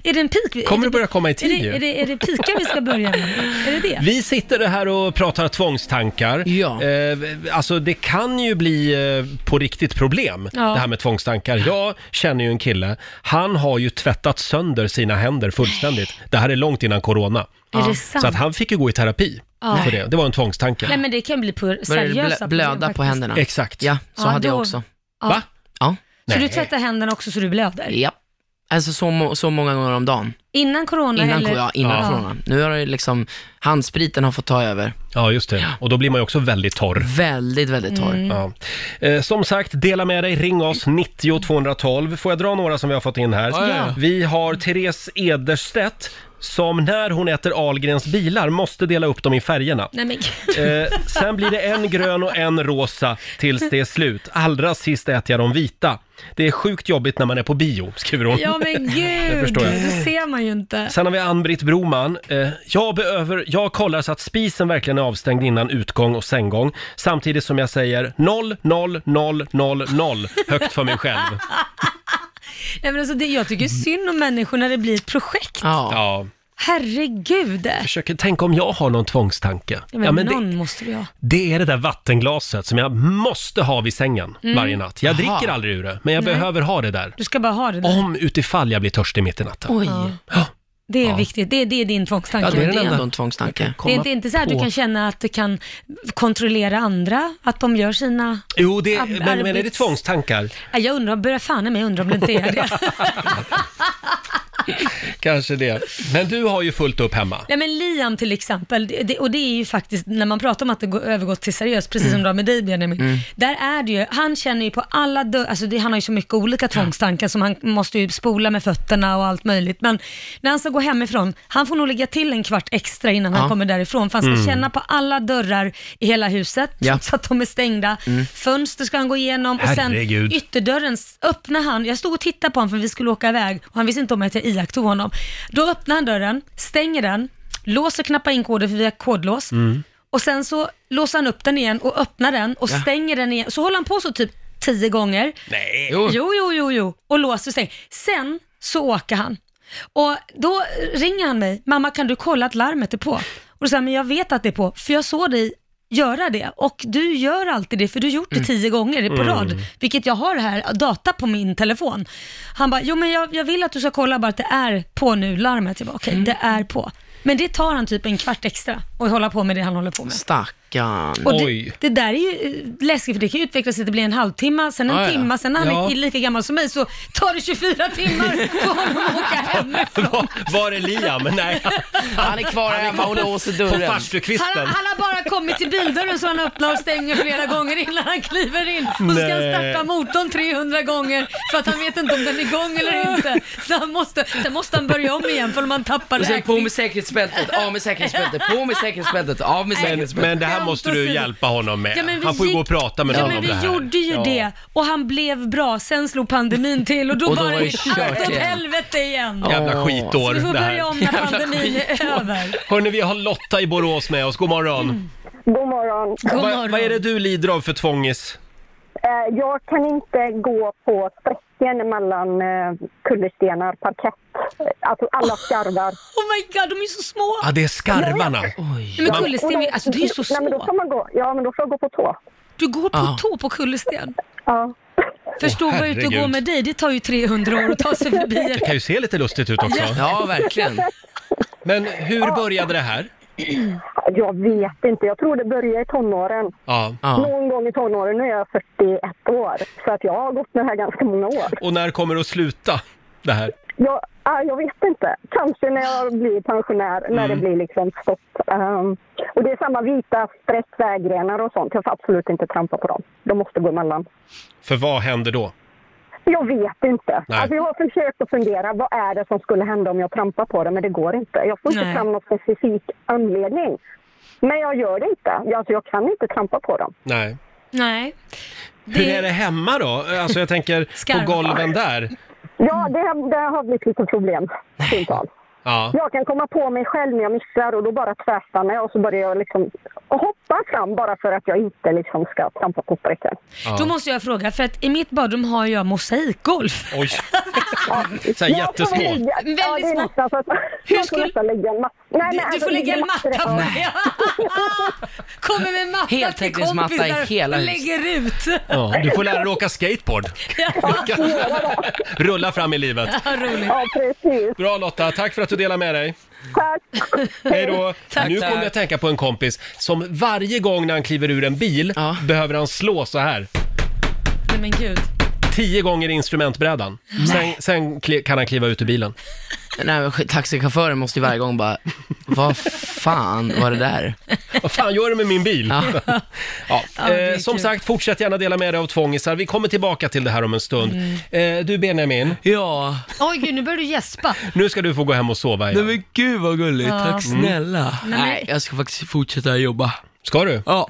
Speaker 3: Är det en pik?
Speaker 1: Kommer
Speaker 3: är
Speaker 1: du
Speaker 3: det,
Speaker 1: börja komma i tid
Speaker 3: är det,
Speaker 1: ju?
Speaker 3: är, det, är det pikar vi ska börja med? Är det det?
Speaker 1: Vi sitter här och pratar tvångstankar.
Speaker 9: Ja.
Speaker 1: Eh, alltså det kan ju bli eh, på riktigt problem,
Speaker 3: Ja.
Speaker 1: det här med tvångstankar. Jag känner ju en kille, han har ju tvättat sönder sina händer fullständigt. Det här är långt innan corona.
Speaker 3: Är
Speaker 1: Så
Speaker 3: det sant?
Speaker 1: att han fick ju gå i terapi
Speaker 3: Ja.
Speaker 1: för det. Det var en tvångstanke.
Speaker 3: Nej men det kan bli på
Speaker 9: Börjar du
Speaker 3: seriösa
Speaker 9: blö,
Speaker 3: problem
Speaker 9: blöda
Speaker 3: faktiskt.
Speaker 9: på händerna?
Speaker 1: Exakt.
Speaker 9: Ja, så
Speaker 3: Ja,
Speaker 9: hade jag
Speaker 3: då-
Speaker 9: också.
Speaker 3: Ja.
Speaker 1: Va?
Speaker 9: Ja.
Speaker 3: Så du
Speaker 1: Nej.
Speaker 3: tvättar händerna också så du blöder?
Speaker 9: ja. Alltså så, må- så många gånger om dagen.
Speaker 3: Innan corona
Speaker 9: Innan,
Speaker 3: eller?
Speaker 9: ja, innan
Speaker 3: Ja.
Speaker 9: corona. Nu har det liksom, handspriten har fått ta över.
Speaker 1: Ja, just det. Och då blir man ju också väldigt torr.
Speaker 9: Väldigt, väldigt torr.
Speaker 3: Mm.
Speaker 1: Ja. Eh, som sagt, dela med dig. Ring oss, 90 212. Får jag dra några som vi har fått in här?
Speaker 9: Ja.
Speaker 1: Vi har Therese Ederstedt. som när hon äter Ahlgrens bilar måste dela upp dem i färgerna.
Speaker 3: Nej men
Speaker 1: Eh, sen blir det en grön och en rosa tills det är slut. Allra sist äter jag de vita. Det är sjukt jobbigt när man är på bio, skriver hon.
Speaker 3: Ja men
Speaker 1: Det
Speaker 3: gud,
Speaker 1: förstår jag.
Speaker 3: det ser man ju inte.
Speaker 1: Sen har vi Ann-Britt Broman. Eh, jag, behöver, jag kollar så att spisen verkligen är avstängd innan utgång och sänggång. Samtidigt som jag säger 0, 0, 0, 0, 0 högt för mig själv.
Speaker 3: Nej, men alltså, det, jag tycker synd om människor när det blir ett projekt.
Speaker 1: Ja.
Speaker 3: Herregud.
Speaker 1: Försöker tänka om jag har någon tvångstanke.
Speaker 3: Ja, men
Speaker 1: Ja, men det,
Speaker 3: någon måste du ha.
Speaker 1: det är det där vattenglaset som jag måste ha vid sängen
Speaker 3: Mm.
Speaker 1: varje natt. Jag
Speaker 3: Jaha.
Speaker 1: dricker aldrig ur det, men jag
Speaker 3: Nej.
Speaker 1: behöver ha det där.
Speaker 3: Du ska bara ha det där.
Speaker 1: Om utifall jag blir törstig mitt i natten.
Speaker 3: Oj. Det är viktigt. Det, det är din tvångstanke.
Speaker 1: tvångstanke.
Speaker 3: Det är inte, inte så här att du kan känna att du kan kontrollera andra, att de gör sina...
Speaker 1: Jo, det,
Speaker 3: Ab-
Speaker 1: men, men är det
Speaker 3: arbets-
Speaker 1: tvångstankar?
Speaker 3: Nej, Jag undrar, börjar fan i mig undra om det inte är det.
Speaker 1: Kanske det. Men du har ju fullt upp hemma.
Speaker 3: Nej men Liam till exempel, det- det, och det är ju faktiskt, när man pratar om att det går, övergått till seriöst, precis som
Speaker 1: Mm.
Speaker 3: du har med dig Benjamin,
Speaker 1: Mm.
Speaker 3: där är det ju, han känner ju på alla dörr, alltså det, han har ju så mycket olika tvångstankar som han måste ju spola med fötterna och allt möjligt, men när han ska gå hemifrån, han får nog lägga till en kvart extra innan
Speaker 9: Ja.
Speaker 3: han kommer därifrån, för han ska
Speaker 9: Mm.
Speaker 3: känna på alla dörrar i hela huset,
Speaker 9: Ja.
Speaker 3: så att de är stängda,
Speaker 9: Mm.
Speaker 3: fönster ska han gå igenom, och
Speaker 9: Herregud.
Speaker 3: sen ytterdörren s- öppnar han, jag stod och tittade på honom för vi skulle åka iväg och han visste inte om att jag iakttog honom. Då öppnar han dörren, stänger den, låser knappar in koden för vi har kodlås och sen så låser han upp den igen och öppnar den och
Speaker 9: Mm. Ja.
Speaker 3: stänger den igen. Så håller han på så typ tio gånger.
Speaker 1: Nej.
Speaker 9: Jo.
Speaker 3: Jo, jo, jo, jo. Och låser och stänger. Sen så åker han. Och då ringer han mig. Mamma, kan du kolla att larmet är på? Och då säger jag, men jag vet att det är på, för jag såg dig göra det. Och du gör alltid det, för du har gjort det
Speaker 9: Mm.
Speaker 3: tio gånger på
Speaker 9: Mm.
Speaker 3: rad. Vilket jag har här, data på min telefon. Han bara, jo men jag, jag vill att du ska kolla bara att det är på nu, larmet. Jag bara,
Speaker 9: Mm.
Speaker 3: okej, det är på. Men det tar han typ en kvart extra och hålla på med det han håller på med.
Speaker 9: Stackarn.
Speaker 3: Och det, det där är ju eh, läskigt för det kan ju utvecklas till att det blir en halvtimme, sen en
Speaker 9: Ja, ja.
Speaker 3: timme, sen när han
Speaker 1: Ah, Ja.
Speaker 3: är lika gammal som mig så tar det 24 timmar för honom att åka hem.
Speaker 1: Var, var är Liam? Nej.
Speaker 9: Han är kvar hemma och låser
Speaker 1: På
Speaker 9: dörren.
Speaker 3: Han,
Speaker 1: farstukvisten.
Speaker 3: han har bara kommit till bildörren så han öppnar och stänger flera gånger innan han kliver in. Och så ska han
Speaker 1: Nej.
Speaker 3: starta motorn 300 gånger för att han vet inte om den är igång eller inte. Så han måste, sen måste han börja om igen för om han tappar
Speaker 9: Och sen
Speaker 3: räkningen.
Speaker 9: på med säkerhetsbältet, av med säkerhetsbältet, på med säkerhetsbältet, av med
Speaker 1: Men,
Speaker 9: säkerhetsbältet.
Speaker 1: men det här måste du hjälpa honom med.
Speaker 3: Ja, men vi
Speaker 1: han får ju
Speaker 3: gick-
Speaker 1: gå och prata med
Speaker 3: ja,
Speaker 1: någon
Speaker 3: men
Speaker 1: om
Speaker 3: vi
Speaker 1: det här.
Speaker 3: gjorde ju
Speaker 1: Ja.
Speaker 3: det och han blev bra. Sen slog pandemin till och då,
Speaker 1: Och då
Speaker 3: var
Speaker 1: var
Speaker 3: det
Speaker 1: det
Speaker 3: ju
Speaker 1: kört
Speaker 3: allt åt
Speaker 1: igen.
Speaker 3: helvete igen.
Speaker 1: Jävla skitår.
Speaker 3: Så vi får
Speaker 1: det här.
Speaker 3: börja om när pandemin är över.
Speaker 1: Hörni, vi har Lotta i Borås med oss. God
Speaker 3: Mm,
Speaker 1: morgon.
Speaker 12: God morgon.
Speaker 1: Vad, vad är det du lider av för tvångis?
Speaker 12: Eh, Jag kan inte gå på sträcken mellan eh, kullerstenar, parkett, eh, alltså alla skarvar.
Speaker 3: Oh my god, de är så små!
Speaker 1: Ja, ah, det är skarvarna.
Speaker 3: Nej, men
Speaker 12: Ja, och
Speaker 3: kullersten,
Speaker 12: då-
Speaker 3: alltså det är ju så
Speaker 12: Nej, men då
Speaker 3: små.
Speaker 12: får man gå, ja, men då får jag gå på tå.
Speaker 3: Du går
Speaker 1: Ah.
Speaker 3: på
Speaker 12: Ja.
Speaker 3: tå på kullersten?
Speaker 12: Ja.
Speaker 3: Förstå
Speaker 1: Åh,
Speaker 3: vad ut och gå
Speaker 1: herregud.
Speaker 3: med dig, det tar ju 300 år att ta sig förbi
Speaker 1: Det kan ju se lite lustigt ut också.
Speaker 9: Ja, verkligen.
Speaker 1: Men hur började det här?
Speaker 12: Jag vet inte, jag tror det börjar i tonåren.
Speaker 1: Ja.
Speaker 12: Någon gång i tonåren, nu är jag 41 år. Så att jag har gått med det här ganska många år.
Speaker 1: Och när kommer det att sluta det här?
Speaker 12: Jag, ah, jag vet inte. Kanske när jag blir pensionär, när
Speaker 1: Mm.
Speaker 12: det blir liksom stopp. Ehm, och det är samma vita streck, vägrenar och sånt. Jag får absolut inte trampa på dem. De måste gå emellan.
Speaker 1: För vad händer då?
Speaker 12: Jag vet inte.
Speaker 1: Nej.
Speaker 12: Alltså jag har försökt att fundera, vad är det som skulle hända om jag trampar på det? Men det går inte. Jag får inte
Speaker 3: Nej.
Speaker 12: fram någon specifik anledning. Men jag gör det inte. Jag- Alltså jag kan inte trampa på dem.
Speaker 1: Nej.
Speaker 3: Nej.
Speaker 1: Hur är det hemma då? Alltså jag tänker
Speaker 12: Skarvar.
Speaker 1: på golven där.
Speaker 12: Ja, det, har- det har blivit lite problem. Stundtals.
Speaker 1: Ja.
Speaker 12: Jag kan komma på mig själv när jag missar och då bara tvärstannar jag och så börjar jag liksom hoppa fram bara för att jag inte liksom ska trampa på sträckan.
Speaker 3: Då måste jag fråga, för att i mitt badrum har jag mosaikgolf.
Speaker 1: Oj. Så här jättesmå.
Speaker 12: Väldigt ja, det är nästan så att man man får nästan lägga en matta. Nej,
Speaker 3: Du-
Speaker 12: men
Speaker 3: du
Speaker 12: alltså,
Speaker 3: får lägga en
Speaker 12: mattor
Speaker 3: matta
Speaker 12: är-
Speaker 3: på det. Kommer med matta till
Speaker 1: Heltäckningsmatta i
Speaker 3: kompisar
Speaker 1: hela
Speaker 3: och
Speaker 1: huset.
Speaker 3: lägger ut.
Speaker 1: Ja, du får lära dig åka skateboard. Rulla fram i livet.
Speaker 3: roligt.
Speaker 12: Ja, precis.
Speaker 1: Bra Lotta, tack för att du delar med dig.
Speaker 12: Tack.
Speaker 1: Hej då.
Speaker 3: Tack.
Speaker 1: Nu kommer jag tänka på en kompis som varje gång när han kliver ur en bil behöver han slå så här.
Speaker 3: Nej men gud.
Speaker 1: tio gånger i instrumentbrädan. Sen, sen kli- kan han kliva ut ur bilen.
Speaker 9: Nej, men sk- taxichauffören måste ju varje gång bara, vad fan var det där?
Speaker 1: Vad fan gör du med min bil? Ja.
Speaker 9: Ja, det är
Speaker 1: eh, som
Speaker 9: kul.
Speaker 1: sagt, fortsätt gärna dela med dig av tvångisar. Vi kommer tillbaka till det här om en stund. Eh, du Benjamin.
Speaker 9: Ja.
Speaker 3: Oj gud, nu börjar du gäspa.
Speaker 1: Nu ska du få gå hem och sova igen.
Speaker 9: Nej men gud vad gulligt,
Speaker 3: Ja.
Speaker 9: tack snälla.
Speaker 3: Nej, men-
Speaker 9: Nej, Mm. jag ska faktiskt fortsätta jobba.
Speaker 1: Ska du?
Speaker 9: Ja.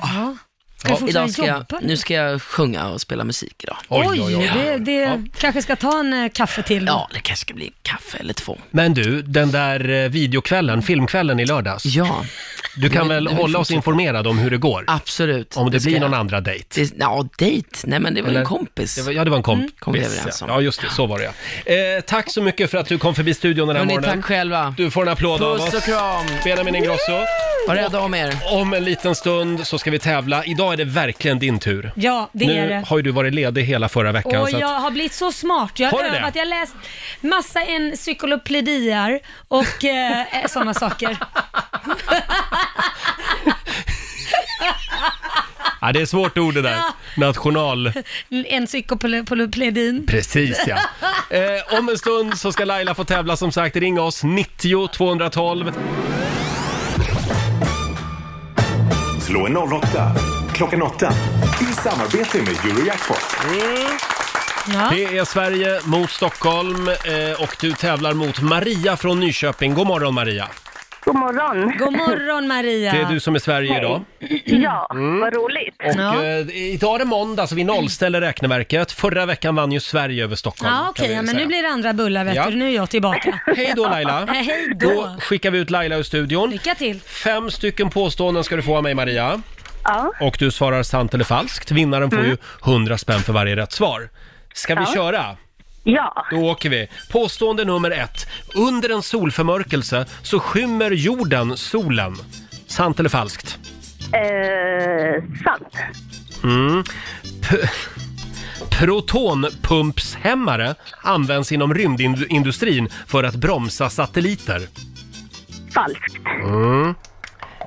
Speaker 3: Ska du fortsätta
Speaker 9: idag ska jag,
Speaker 3: jobba?
Speaker 9: nu ska jag sjunga och spela musik idag.
Speaker 3: Oj, det, det kanske ska ta en eh, kaffe till.
Speaker 9: Ja, det kanske ska bli en kaffe eller två.
Speaker 1: Men du, den där eh, videokvällen, filmkvällen i lördags.
Speaker 9: Ja.
Speaker 1: Du kan
Speaker 9: Men-
Speaker 1: väl
Speaker 9: men vi
Speaker 1: hålla oss
Speaker 9: fortsätter.
Speaker 1: informerad om hur det går?
Speaker 9: Absolut.
Speaker 1: Om det,
Speaker 9: det ska
Speaker 1: blir
Speaker 9: jag.
Speaker 1: någon andra dejt?
Speaker 9: Det, ja, dejt? Nej men det var
Speaker 1: Eller-
Speaker 9: en kompis. Mm.
Speaker 1: Det var, ja, det var en kompis.
Speaker 9: Kom vi överens om.
Speaker 1: Ja, just det. Så var det ja. eh, Tack så mycket för att du kom förbi studion den här
Speaker 9: Hörni,
Speaker 1: morgonen.
Speaker 9: tack själva.
Speaker 1: Du får en applåd av oss.
Speaker 9: Puss och kram.
Speaker 1: Benjamin Ingrosso.
Speaker 9: Var rädda om er.
Speaker 1: Om en liten stund så ska vi tävla. Idag är det verkligen din tur.
Speaker 3: Ja, det
Speaker 1: nu
Speaker 3: är det.
Speaker 1: har ju du varit ledig hela förra veckan.
Speaker 3: Och
Speaker 1: så att...
Speaker 3: jag har blivit så smart. Jag
Speaker 1: Har
Speaker 3: har
Speaker 1: du det?
Speaker 3: övat, jag har läst massa encyklopedier och eh, sådana saker.
Speaker 1: ja, det är svårt ord det där. National...
Speaker 3: Encyklopedin.
Speaker 1: Precis ja. Eh, om en stund så ska Laila få tävla som sagt. Ring oss, 90 212.
Speaker 7: Slå en 08 klockan 8 i samarbete med Eurojackpot.
Speaker 3: Mm.
Speaker 1: Det är Sverige mot Stockholm eh, och du tävlar mot Maria från Nyköping. God morgon Maria.
Speaker 12: God morgon.
Speaker 3: God morgon Maria.
Speaker 1: Det är du som är Sverige idag.
Speaker 12: Ja, vad roligt.
Speaker 1: Och eh, idag är det måndag så vi nollställer räkneverket. Förra veckan vann ju Sverige över Stockholm.
Speaker 3: Ja,
Speaker 1: kan
Speaker 3: okej,
Speaker 1: vi
Speaker 3: ja, men
Speaker 1: säga.
Speaker 3: nu blir det andra bullar vet
Speaker 1: Ja.
Speaker 3: du. Nu är jag tillbaka.
Speaker 1: Hej då Laila.
Speaker 3: Eh, Hej
Speaker 1: Då
Speaker 3: då.
Speaker 1: skickar vi ut Laila ur studion.
Speaker 3: Lycka till.
Speaker 1: Fem stycken påståenden ska du få av mig Maria.
Speaker 12: Ja.
Speaker 1: Och du svarar sant eller falskt. Vinnaren får ju 100 spänn för varje rätt svar. Ska vi
Speaker 12: Ja.
Speaker 1: köra?
Speaker 12: Ja.
Speaker 1: Då åker vi. Påstående nummer ett. Under en solförmörkelse så skymmer jorden solen. Sant eller falskt?
Speaker 12: Eh, sant.
Speaker 1: Mm. P- protonpumpshämmare används inom rymdindustrin för att bromsa satelliter.
Speaker 12: Falskt.
Speaker 1: Mm.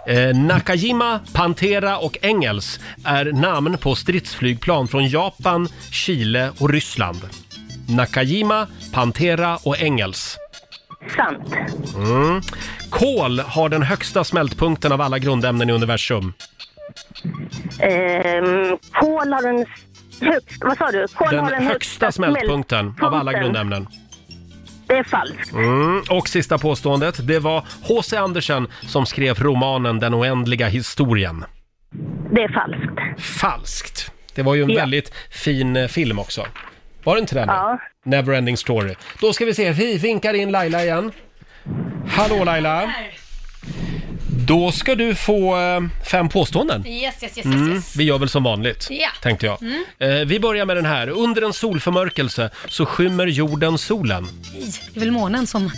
Speaker 1: Eh, Nakajima, Pantera och Engels är namn på stridsflygplan från Japan, Chile och Ryssland. Nakajima, Pantera och Engels.
Speaker 12: Sant.
Speaker 1: Mm. Kol har den högsta smältpunkten av alla grundämnen i universum.
Speaker 12: Eh, kol har den högst... Vad sa du? Kol
Speaker 1: Den
Speaker 12: har den
Speaker 1: högsta smältpunkten av alla
Speaker 12: smältpunkten.
Speaker 1: grundämnen.
Speaker 12: Det är falskt.
Speaker 1: Mm. Och sista påståendet, det var H.C. Andersen som skrev romanen Den oändliga historien.
Speaker 12: Det är falskt.
Speaker 1: Falskt. Det var ju en
Speaker 12: Ja.
Speaker 1: väldigt fin eh, film också. Var det inte den?
Speaker 12: Ja.
Speaker 1: Neverending Story. Då ska vi se, vi vinkar in Laila igen. Hallå Laila! Då ska du få eh, fem påståenden.
Speaker 3: Yes, yes, yes, yes.
Speaker 1: Mm,
Speaker 3: yes.
Speaker 1: vi gör väl som vanligt,
Speaker 3: Ja.
Speaker 1: tänkte jag.
Speaker 3: Mm.
Speaker 1: Eh, vi börjar med den här. Under en solförmörkelse så skymmer jorden solen.
Speaker 3: Nej, Det är väl månen som...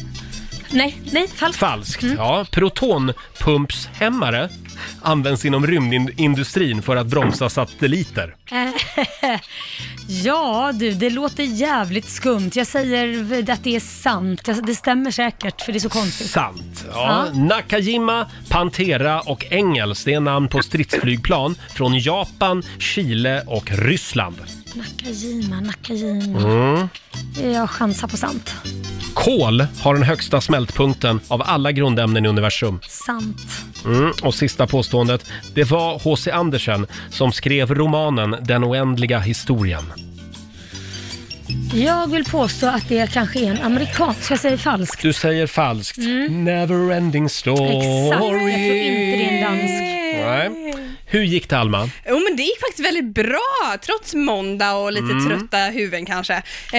Speaker 3: Nej, nej, falskt.
Speaker 1: Falskt.
Speaker 3: Mm.
Speaker 1: Ja, protonpumpshämmare används inom rymdindustrin för att bromsa satelliter.
Speaker 3: Eh, ja du, det låter jävligt skumt. Jag säger att det är sant. Jag- Det stämmer säkert, för det är så konstigt.
Speaker 1: Sant. Ja.
Speaker 3: Ja.
Speaker 1: Nakajima, Pantera och Engels, det är namn på stridsflygplan från Japan, Chile och Ryssland.
Speaker 3: Nakajima, Nakajima.
Speaker 1: Mm.
Speaker 3: Jag chansar på sant.
Speaker 1: Kol har den högsta smältpunkten av alla grundämnen i universum.
Speaker 3: Sant.
Speaker 1: Mm. Och sista påståendet, det var H.C. Andersen som skrev romanen Den oändliga historien.
Speaker 3: Jag vill påstå att det kanske är en amerikan, så jag säger falskt.
Speaker 1: Du säger falskt. Neverending story.
Speaker 3: Mm. Exakt, jag tror inte det är en dansk.
Speaker 1: Nej. Hur gick det Alma?
Speaker 11: Jo men det gick faktiskt väldigt bra, trots måndag och lite
Speaker 1: Mm.
Speaker 11: trötta huvuden kanske. Eh,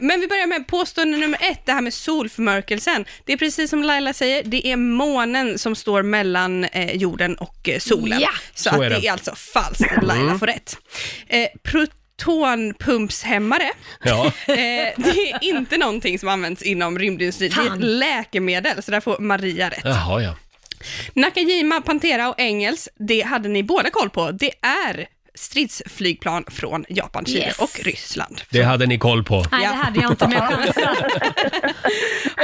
Speaker 11: men vi börjar med påstående nummer ett, det här med solförmörkelsen. Det är precis som Laila säger, det är månen som står mellan eh, jorden och eh, solen.
Speaker 1: Ja,
Speaker 11: så
Speaker 1: så
Speaker 11: att
Speaker 1: är
Speaker 11: det
Speaker 1: det.
Speaker 11: är alltså falskt, Laila
Speaker 1: Mm.
Speaker 11: får rätt. Eh, protonpumpshämmare.
Speaker 1: Ja.
Speaker 11: Eh, det är inte någonting som används inom rymdindustrin, det är
Speaker 1: Fan.
Speaker 11: ett läkemedel, så där får Maria rätt.
Speaker 1: Jaha ja.
Speaker 11: Nakajima, Pantera och Engels, det hade ni båda koll på. Det är stridsflygplan från Japan, Chile
Speaker 3: Yes.
Speaker 11: och Ryssland.
Speaker 1: Det hade ni koll på.
Speaker 3: Nej, det hade jag inte med chansen.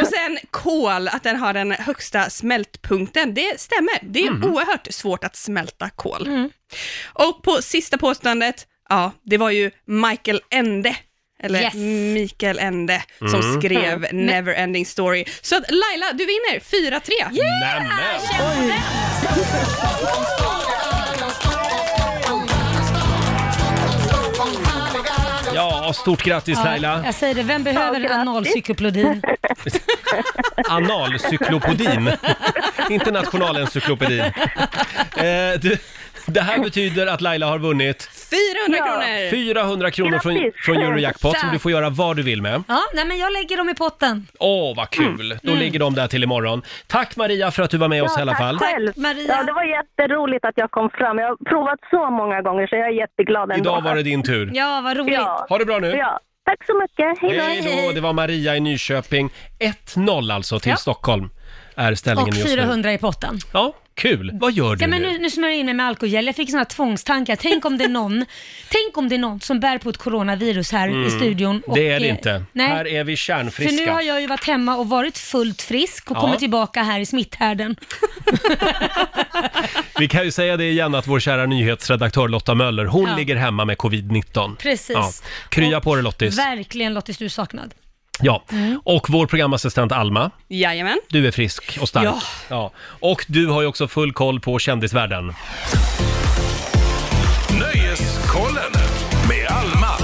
Speaker 11: Och sen kol, att den har den högsta smältpunkten. Det stämmer. Det är
Speaker 6: Mm.
Speaker 11: oerhört svårt att smälta kol. Och på sista påståendet, ja, det var ju Michael Ende. eller
Speaker 6: Yes.
Speaker 11: Mikael Ende, som
Speaker 6: Mm.
Speaker 11: skrev
Speaker 6: Mm.
Speaker 11: Neverending Story. Så att Laila, du vinner 4-3!
Speaker 1: Nämen! Ja, stort grattis
Speaker 3: Ja,
Speaker 1: Laila!
Speaker 3: jag säger det, vem behöver en analcyklopedin?
Speaker 1: Analcyklopodin. Inte nationalencyklopedin. Eh, du, det här betyder att Laila har vunnit
Speaker 11: 400 kronor!
Speaker 1: 400 kronor från,
Speaker 3: Grattis!
Speaker 1: från Eurojackpot som
Speaker 3: Tack.
Speaker 1: du får göra vad du vill med.
Speaker 3: Ja, nej men jag lägger dem i potten.
Speaker 1: Åh, vad kul! Då
Speaker 3: Mm.
Speaker 1: ligger de där till imorgon. Tack Maria för att du var med oss i alla fall.
Speaker 12: Själv. Ja, det var jätteroligt att jag kom fram. Jag har provat så många gånger så jag är jätteglad ändå.
Speaker 1: Idag var det din tur.
Speaker 3: Ja, vad roligt.
Speaker 1: Ha det bra nu.
Speaker 12: Ja. Tack så mycket. Hej då.
Speaker 1: Hej då! Det var Maria i Nyköping. 1-0 alltså till
Speaker 3: Ja.
Speaker 1: Stockholm är ställningen
Speaker 3: Och
Speaker 1: just nu.
Speaker 3: 400 i potten.
Speaker 1: Ja, kul! Vad gör du
Speaker 3: Ja, men
Speaker 1: nu?
Speaker 3: nu, nu smörjer jag in mig med alkogel. Jag fick såna tvångstankar. Tänk om det är någon, tänk om det är någon som bär på ett coronavirus här
Speaker 1: Mm.
Speaker 3: i studion. och,
Speaker 1: det är det
Speaker 3: eh,
Speaker 1: inte.
Speaker 3: Nej.
Speaker 1: Här är vi
Speaker 3: för
Speaker 1: kärnfriska.
Speaker 3: nu har jag ju varit hemma och varit fullt frisk och
Speaker 1: Ja.
Speaker 3: kommit tillbaka här i smitthärden.
Speaker 1: Vi kan ju säga det igen att vår kära nyhetsredaktör Lotta Möller, hon
Speaker 3: Ja.
Speaker 1: ligger hemma med covid-19.
Speaker 3: Precis.
Speaker 1: Krya på dig Lottis.
Speaker 3: Verkligen Lottis, du är saknad.
Speaker 1: Ja.
Speaker 3: Mm.
Speaker 1: Och vår programassistent Alma,
Speaker 11: Jajamän.
Speaker 1: du är frisk och stark.
Speaker 11: Ja.
Speaker 1: ja. Och du har ju också full koll på kändisvärlden.
Speaker 7: Nöjeskollen med Alma.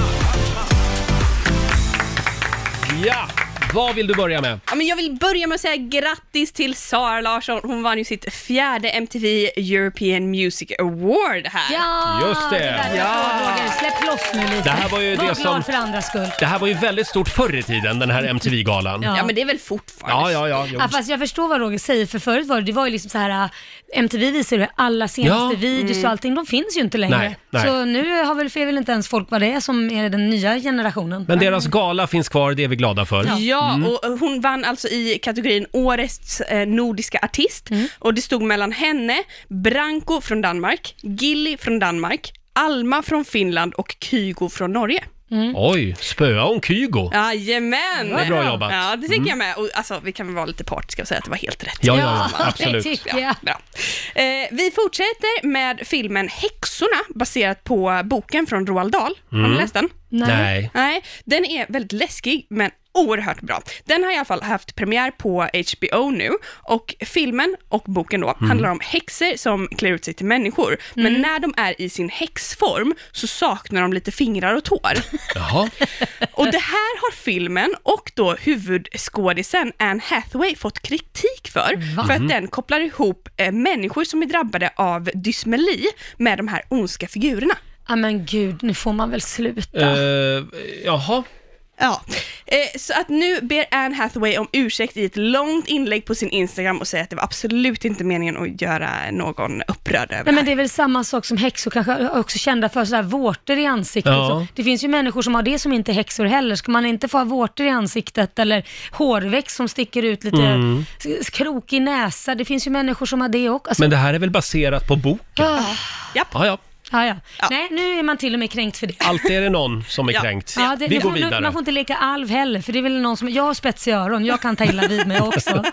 Speaker 1: Ja, vad vill du börja med?
Speaker 11: Ja, men jag vill börja med att säga grattis till Sara Larsson. Hon vann ju sitt fjärde MTV European Music Award här.
Speaker 3: Ja,
Speaker 1: Just det. det där jag
Speaker 3: Ja, Roger, släpp loss nu lite.
Speaker 1: Det här var ju
Speaker 3: Var
Speaker 1: det
Speaker 3: glad
Speaker 1: som-
Speaker 3: för andras skull.
Speaker 1: Det här var ju väldigt stort förr i tiden, den här MTV-galan.
Speaker 3: Ja. Ja, men
Speaker 11: det är väl fortfarande
Speaker 1: Ja, ja, ja. jo.
Speaker 3: Ja, fast jag förstår vad Roger säger, för förut var det, det var ju liksom så här, äh, MTV visar ju alla senaste
Speaker 1: Ja.
Speaker 3: videos
Speaker 1: Mm.
Speaker 3: och allting, de finns ju inte längre.
Speaker 1: Nej, nej.
Speaker 3: Så nu har väl, får väl inte ens folk vad det är som är den nya generationen.
Speaker 1: Men deras gala finns kvar, det är vi glada för.
Speaker 11: Ja,
Speaker 1: Mm.
Speaker 11: och hon vann alltså i kategorin Årets eh, nordiska artist och det stod mellan henne, Branko från Danmark, Gilly från Danmark, Alma från Finland och Kygo från Norge.
Speaker 3: Mm.
Speaker 1: Oj, spöa hon Kygo?
Speaker 11: Jajamän!
Speaker 1: Det var bra jobbat.
Speaker 11: Ja, det tycker
Speaker 1: Mm.
Speaker 11: jag med. Och, alltså, vi kan väl vara lite partiska och säga att det var helt rätt.
Speaker 1: Ja, ja, ja, Ja, det absolut.
Speaker 3: tycker jag.
Speaker 11: bra. Eh, vi fortsätter med filmen Häxorna, baserat på boken från Roald Dahl. Har
Speaker 1: Mm.
Speaker 11: ni läst den?
Speaker 1: Nej. Nej.
Speaker 11: Nej, den är väldigt läskig, men oerhört bra. Den har i alla fall haft premiär på HBO nu och filmen och boken då handlar om häxor som klär ut sig till människor. Men när de är i sin häxform så saknar de lite fingrar och tår.
Speaker 1: Jaha.
Speaker 11: Och det här har filmen och då huvudskådisen Anne Hathaway fått kritik för,
Speaker 1: Va?
Speaker 11: för
Speaker 1: Mhm.
Speaker 11: att den kopplar ihop eh, människor som är drabbade av dysmeli med de här ondska figurerna.
Speaker 3: Ja men gud, nu får man väl sluta.
Speaker 1: Eh, jaha.
Speaker 11: Ja, eh, så att nu ber Anne Hathaway om ursäkt i ett långt inlägg på sin Instagram och säger att det var absolut inte meningen att göra någon upprörd över
Speaker 3: Nej men det är väl samma sak som häxor kanske är också kända för, sådär vårtor i ansiktet.
Speaker 11: Ja.
Speaker 3: Så Det finns ju människor som har det som inte är häxor heller. Ska man inte få ha vårtor i ansiktet eller hårväxt som sticker ut lite,
Speaker 1: Mm.
Speaker 3: s- krokig näsa. Det finns ju människor som har det också. Alltså,
Speaker 1: Men det här är väl baserat på bok?
Speaker 3: Ah.
Speaker 11: Japp.
Speaker 1: Ja, ja.
Speaker 3: Ja, ja. Nej, nu är man till och med kränkt för det.
Speaker 1: Alltid är det någon som är kränkt.
Speaker 3: Ja, det,
Speaker 1: Vi
Speaker 3: man
Speaker 1: går
Speaker 3: får-
Speaker 1: vidare.
Speaker 3: Man får inte leka alv heller, för det är väl någon som, jag har spetsiga öron, jag kan ta illa vid mig också.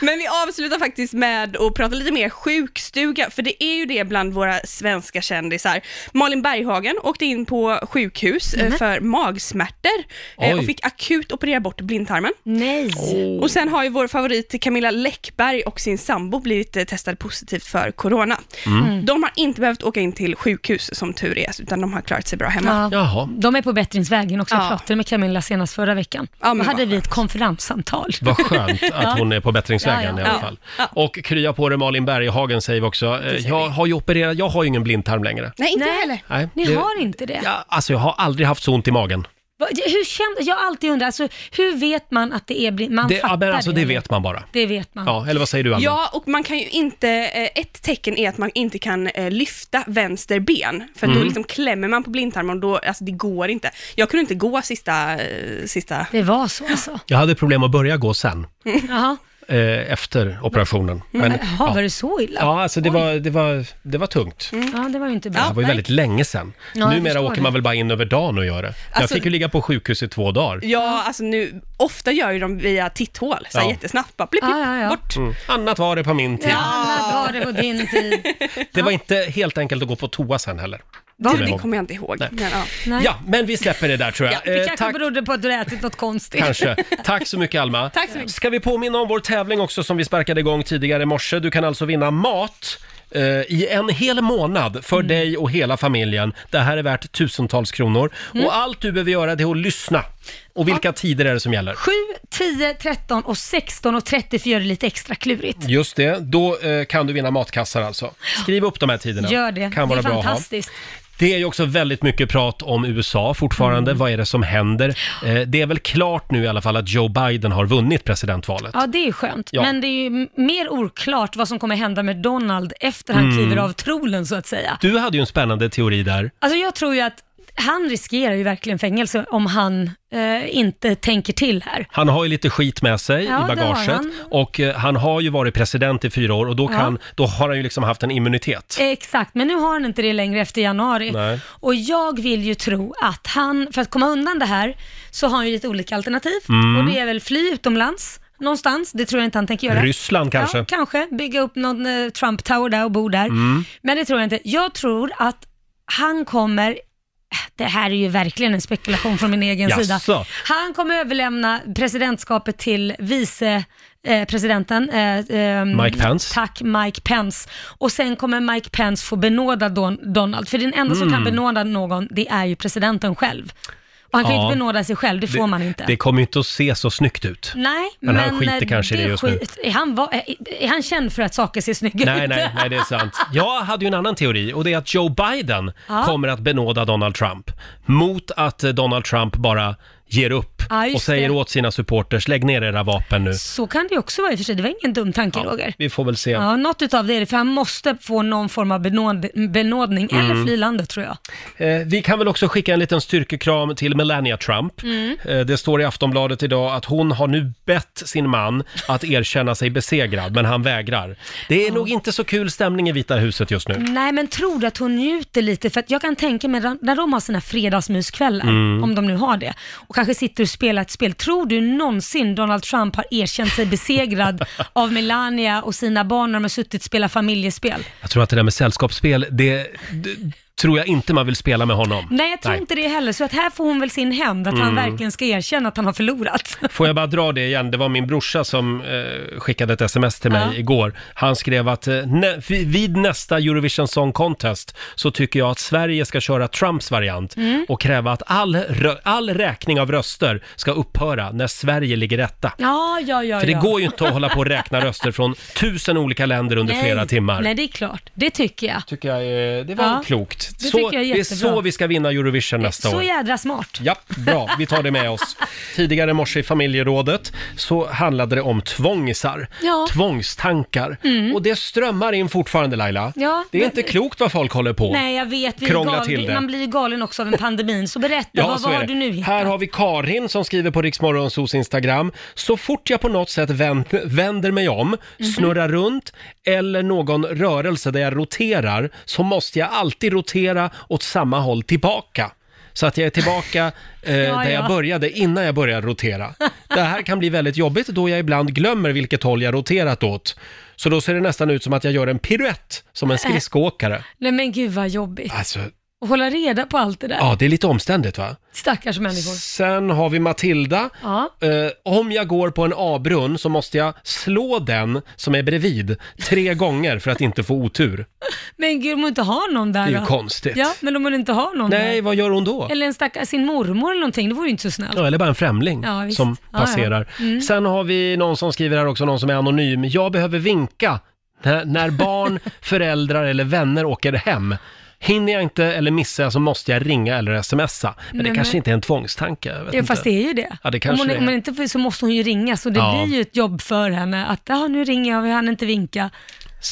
Speaker 11: Men vi avslutar faktiskt med att prata lite mer sjukstuga, för det är ju det bland våra svenska kändisar. Malin Berghagen åkte in på sjukhus eh,
Speaker 13: Mhm.
Speaker 11: för magsmärtor eh, och
Speaker 13: Oj.
Speaker 11: fick akut operera bort blindtarmen.
Speaker 3: Nej!
Speaker 11: Och sen har ju vår favorit Camilla Läckberg och sin sambo blivit eh, testade positivt för corona.
Speaker 3: Mm. Mm.
Speaker 11: De har inte behövt åka in till sjukhus som tur är, utan de har klarat sig bra hemma.
Speaker 1: Jaha.
Speaker 3: De är på bättringsvägen också. Jag
Speaker 11: Ja.
Speaker 3: pratade med Camilla senast förra veckan.
Speaker 11: men
Speaker 3: Då
Speaker 11: vad
Speaker 3: hade vi ett konferenssamtal.
Speaker 1: Vad skönt att
Speaker 3: Ja.
Speaker 1: hon är på bättringsvägen
Speaker 3: Ja, ja.
Speaker 1: i alla
Speaker 3: Ja.
Speaker 1: fall. Och krya på det Malin Berghagen säger vi också. Eh, Jag har ju opererat, jag har ju ingen blindtarm längre.
Speaker 11: Nej, inte heller.
Speaker 1: Nej,
Speaker 3: Ni
Speaker 1: det-
Speaker 3: har inte det?
Speaker 1: Alltså jag har aldrig haft så ont i magen.
Speaker 3: Va- Hur känd, jag har alltid undrat, alltså, hur vet man att det är blind? Man
Speaker 1: det, ja,
Speaker 3: fattar
Speaker 1: men alltså det
Speaker 3: eller?
Speaker 1: vet man bara.
Speaker 3: Det vet man.
Speaker 1: Ja, eller vad säger du Alma?
Speaker 11: Ja, och man kan ju inte, eh, ett tecken är att man inte kan eh, lyfta vänster ben, för
Speaker 1: Mm.
Speaker 11: då liksom klämmer man på blindtarmen och då, alltså det går inte. Jag kunde inte gå sista, eh, sista...
Speaker 3: Det var så alltså?
Speaker 1: Jag hade problem att börja gå sen,
Speaker 3: Jaha,
Speaker 1: eh, efter operationen. Men,
Speaker 3: Mm. Jaha
Speaker 1: ja.
Speaker 3: var det så illa?
Speaker 1: ja, alltså det var, det, var, det var tungt.
Speaker 3: Ja, det var ju inte bra.
Speaker 1: Det här var ju väldigt länge sen.
Speaker 3: Ja, jag
Speaker 1: Numera
Speaker 3: förstår
Speaker 1: åker
Speaker 3: det.
Speaker 1: man väl bara in över dagen och gör det. jag
Speaker 11: Alltså-
Speaker 1: fick ju ligga på sjukhus i två dagar.
Speaker 11: Ja, alltså nu, ofta gör ju de via titthål, så här
Speaker 1: Ja.
Speaker 11: jättesnabbt, bara blipp, blipp, bort.
Speaker 1: Mm. Annat var det på min tid.
Speaker 3: Vad var det på din tid?
Speaker 1: Det var inte helt enkelt att gå på toa sen heller. Kommer
Speaker 11: Du,
Speaker 1: jag
Speaker 11: det
Speaker 1: ihåg.
Speaker 11: kommer jag inte ihåg.
Speaker 1: Nej.
Speaker 11: Men, ja.
Speaker 1: Ja, men vi släpper det där tror jag.
Speaker 3: Ja, det
Speaker 1: Eh,
Speaker 3: kanske berodde på att du har ätit något konstigt.
Speaker 1: Kanske. Tack så mycket Alma.
Speaker 3: Tack så mycket.
Speaker 1: Ska vi påminna om vår tävling också som vi sparkade igång tidigare i morse. Du kan alltså vinna mat eh, i en hel månad
Speaker 3: Mm.
Speaker 1: för dig och hela familjen. Det här är värt tusentals kronor.
Speaker 3: Mm.
Speaker 1: Och allt du behöver göra det är att lyssna. Och vilka tider är det som gäller?
Speaker 3: 7, 10, 13 och 16 och 30 för att göra det lite extra klurigt.
Speaker 1: Just det, då eh, kan du vinna matkassar alltså. Skriv upp de här tiderna.
Speaker 3: Gör det.
Speaker 1: Kan
Speaker 3: det
Speaker 1: vara
Speaker 3: är
Speaker 1: bra att ha.
Speaker 3: fantastiskt.
Speaker 1: Det är ju också väldigt mycket prat om USA fortfarande.
Speaker 3: Mm.
Speaker 1: Vad är det som händer? Eh, det är väl klart nu i alla fall att Joe Biden har vunnit presidentvalet.
Speaker 3: Ja, det är ju skönt.
Speaker 1: Ja.
Speaker 3: Men det är ju m- mer oklart vad som kommer hända med Donald efter han
Speaker 1: Mm.
Speaker 3: kliver av tronen, så att säga.
Speaker 1: Du hade ju en spännande teori där.
Speaker 3: Alltså jag tror ju att han riskerar ju verkligen fängelse om han eh, inte tänker till här.
Speaker 1: Han har ju lite skit med sig
Speaker 3: Ja,
Speaker 1: i
Speaker 3: det
Speaker 1: bagaget
Speaker 3: har han.
Speaker 1: och eh, han har ju varit president i fyra år och då,
Speaker 3: Ja. Eh,
Speaker 1: kan, då har han ju liksom haft en immunitet.
Speaker 3: Exakt, men nu har han inte det längre efter januari.
Speaker 1: Nej.
Speaker 3: Och jag vill ju tro att han, för att komma undan det här, så har han ju lite olika alternativ.
Speaker 1: Mm.
Speaker 3: Och det är väl fly utomlands, någonstans. Det tror jag inte han tänker göra.
Speaker 1: Ryssland kanske?
Speaker 3: Ja, kanske. Bygga upp någon eh, Trump Tower där och bo där.
Speaker 1: Mm.
Speaker 3: Men det tror jag inte. Jag tror att han kommer det här är ju verkligen en spekulation från min egen
Speaker 1: Jaså?
Speaker 3: sida. Han kommer överlämna presidentskapet till vice eh, presidenten. Eh, ehm,
Speaker 1: Mike Pence.
Speaker 3: Tack Mike Pence. Och sen kommer Mike Pence få benåda Don- Donald. För den enda som
Speaker 1: Mm.
Speaker 3: kan benåda någon, det är ju presidenten själv. Och han kan ju
Speaker 1: Ja.
Speaker 3: inte benåda sig själv, det får man inte.
Speaker 1: Det kommer ju inte att se så snyggt ut.
Speaker 3: Nej,
Speaker 1: Men
Speaker 3: men,
Speaker 1: han skiter
Speaker 3: eh,
Speaker 1: kanske i det
Speaker 3: är
Speaker 1: just nu.
Speaker 3: Är han, va- är är han känd för att saker ser snygga
Speaker 1: Nej,
Speaker 3: ut?
Speaker 1: nej, nej, det är sant. Jag hade ju en annan teori och det är att Joe Biden
Speaker 3: Ja.
Speaker 1: kommer att benåda Donald Trump mot att eh, Donald Trump bara ger upp
Speaker 3: Ja, just
Speaker 1: och säger
Speaker 3: det.
Speaker 1: åt sina supporters, lägg ner era vapen nu.
Speaker 3: Så kan det ju också vara i och för sig. Det var ingen dum tanke, Roger.
Speaker 1: Vi får väl se.
Speaker 3: Ja, något utav det är det, för han måste få någon form av benåd, benådning
Speaker 1: Mm.
Speaker 3: eller fly landet tror jag.
Speaker 1: Eh, Vi kan väl också skicka en liten styrkekram till Melania Trump.
Speaker 3: Mm.
Speaker 1: Eh, Det står i Aftonbladet idag att hon har nu bett sin man att erkänna sig besegrad, men han vägrar. Det är nog inte så kul stämning i Vita huset just nu.
Speaker 3: Nej, men tror du att hon njuter lite? För att jag kan tänka mig när de har sina fredagsmyskvällar,
Speaker 1: Mm.
Speaker 3: om de nu har det, och kanske sitter och spelar ett spel. Tror du någonsin Donald Trump har erkänt sig besegrad av Melania och sina barn när de har suttit och spelat familjespel?
Speaker 1: Jag tror att det där med sällskapsspel, det, det tror jag inte man vill spela med honom.
Speaker 3: Nej, jag tror inte det heller. Så att här får hon väl sin hämnd, att han
Speaker 1: Mm.
Speaker 3: verkligen ska erkänna att han har förlorat.
Speaker 1: Får jag bara dra det igen? Det var min brorsa som eh, skickade ett sms till mig
Speaker 3: Ja.
Speaker 1: igår. Han skrev att eh, nä- vid- vid nästa Eurovision Song Contest så tycker jag att Sverige ska köra Trumps variant
Speaker 3: Mm.
Speaker 1: och kräva att all, rö- all räkning av röster ska upphöra när Sverige ligger etta.
Speaker 3: Ja, ja, ja.
Speaker 1: För det
Speaker 3: ja.
Speaker 1: går ju inte att hålla på och räkna röster från tusen olika länder under flera timmar.
Speaker 3: Nej, det är klart. Det tycker jag.
Speaker 1: tycker jag är, det var
Speaker 3: Ja.
Speaker 1: klokt.
Speaker 3: Det
Speaker 1: så,
Speaker 3: tycker jag är
Speaker 1: det är
Speaker 3: jättebra. Eh,
Speaker 1: så vi ska vinna Eurovision nästa
Speaker 3: Så
Speaker 1: år.
Speaker 3: jädra smart.
Speaker 1: Ja, bra. Vi tar det med oss. Tidigare i morse i familjerådet så handlade det om tvångisar,
Speaker 3: Ja.
Speaker 1: tvångstankar.
Speaker 3: Mm.
Speaker 1: Och det strömmar in fortfarande Laila.
Speaker 3: Ja,
Speaker 1: det är
Speaker 3: men-
Speaker 1: inte klokt vad folk håller på.
Speaker 3: Nej, jag vet. Vi är
Speaker 1: Krångla
Speaker 3: gal-
Speaker 1: till det.
Speaker 3: Man blir ju galen också av en pandemin. Så berätta, vad
Speaker 1: så
Speaker 3: var
Speaker 1: är
Speaker 3: har
Speaker 1: det.
Speaker 3: du nu hittat?
Speaker 1: Här har vi Karin som skriver på Riksmorgonsos Instagram. Så fort jag på något sätt vänd, vänder mig om,
Speaker 3: Mhm.
Speaker 1: snurrar runt eller någon rörelse där jag roterar så måste jag alltid rotera åt samma håll tillbaka. Så att jag är tillbaka eh,
Speaker 7: Ja,
Speaker 1: där
Speaker 7: ja.
Speaker 1: jag började innan jag började rotera. Det här kan bli väldigt jobbigt då jag ibland glömmer vilket håll jag roterat åt. Så då ser det nästan ut som att jag gör en piruett som en skridskoåkare.
Speaker 3: Nej men gud vad jobbigt.
Speaker 1: Alltså,
Speaker 3: Att hålla reda på allt det där.
Speaker 1: ja det är lite omständigt va?
Speaker 3: Stackars människor.
Speaker 1: Sen har vi Matilda.
Speaker 3: Ja.
Speaker 1: Eh, om jag går på en A-brunn så måste jag slå den som är bredvid tre gånger för att inte få otur.
Speaker 3: Men gud, om hon inte har någon där
Speaker 1: Det är ju
Speaker 3: då?
Speaker 1: konstigt.
Speaker 3: Ja, men om hon inte har någon
Speaker 1: Nej,
Speaker 3: där.
Speaker 1: vad gör hon då?
Speaker 3: Eller en stackars, sin mormor eller någonting, det vore ju inte så snällt.
Speaker 1: Ja, eller bara en främling
Speaker 3: Ja, visst.
Speaker 1: som
Speaker 3: Ja, ja.
Speaker 1: passerar.
Speaker 3: Mm.
Speaker 1: Sen har vi någon som skriver här också, någon som är anonym. Jag behöver vinka när, när barn, föräldrar eller vänner åker hem. Hinner jag inte eller missar jag så måste jag ringa eller smsa. Men det
Speaker 3: Nej,
Speaker 1: kanske
Speaker 3: men-
Speaker 1: inte är en tvångstanke. Jag vet
Speaker 3: Ja, Mm. fast
Speaker 1: inte.
Speaker 3: det är ju det.
Speaker 1: Ja, det
Speaker 3: om
Speaker 1: kanske
Speaker 3: hon,
Speaker 1: det är.
Speaker 3: om hon inte så måste hon ju ringa, så det
Speaker 1: Ja.
Speaker 3: blir ju ett jobb för henne att ah, nu ringer jag, vi hann inte vinka.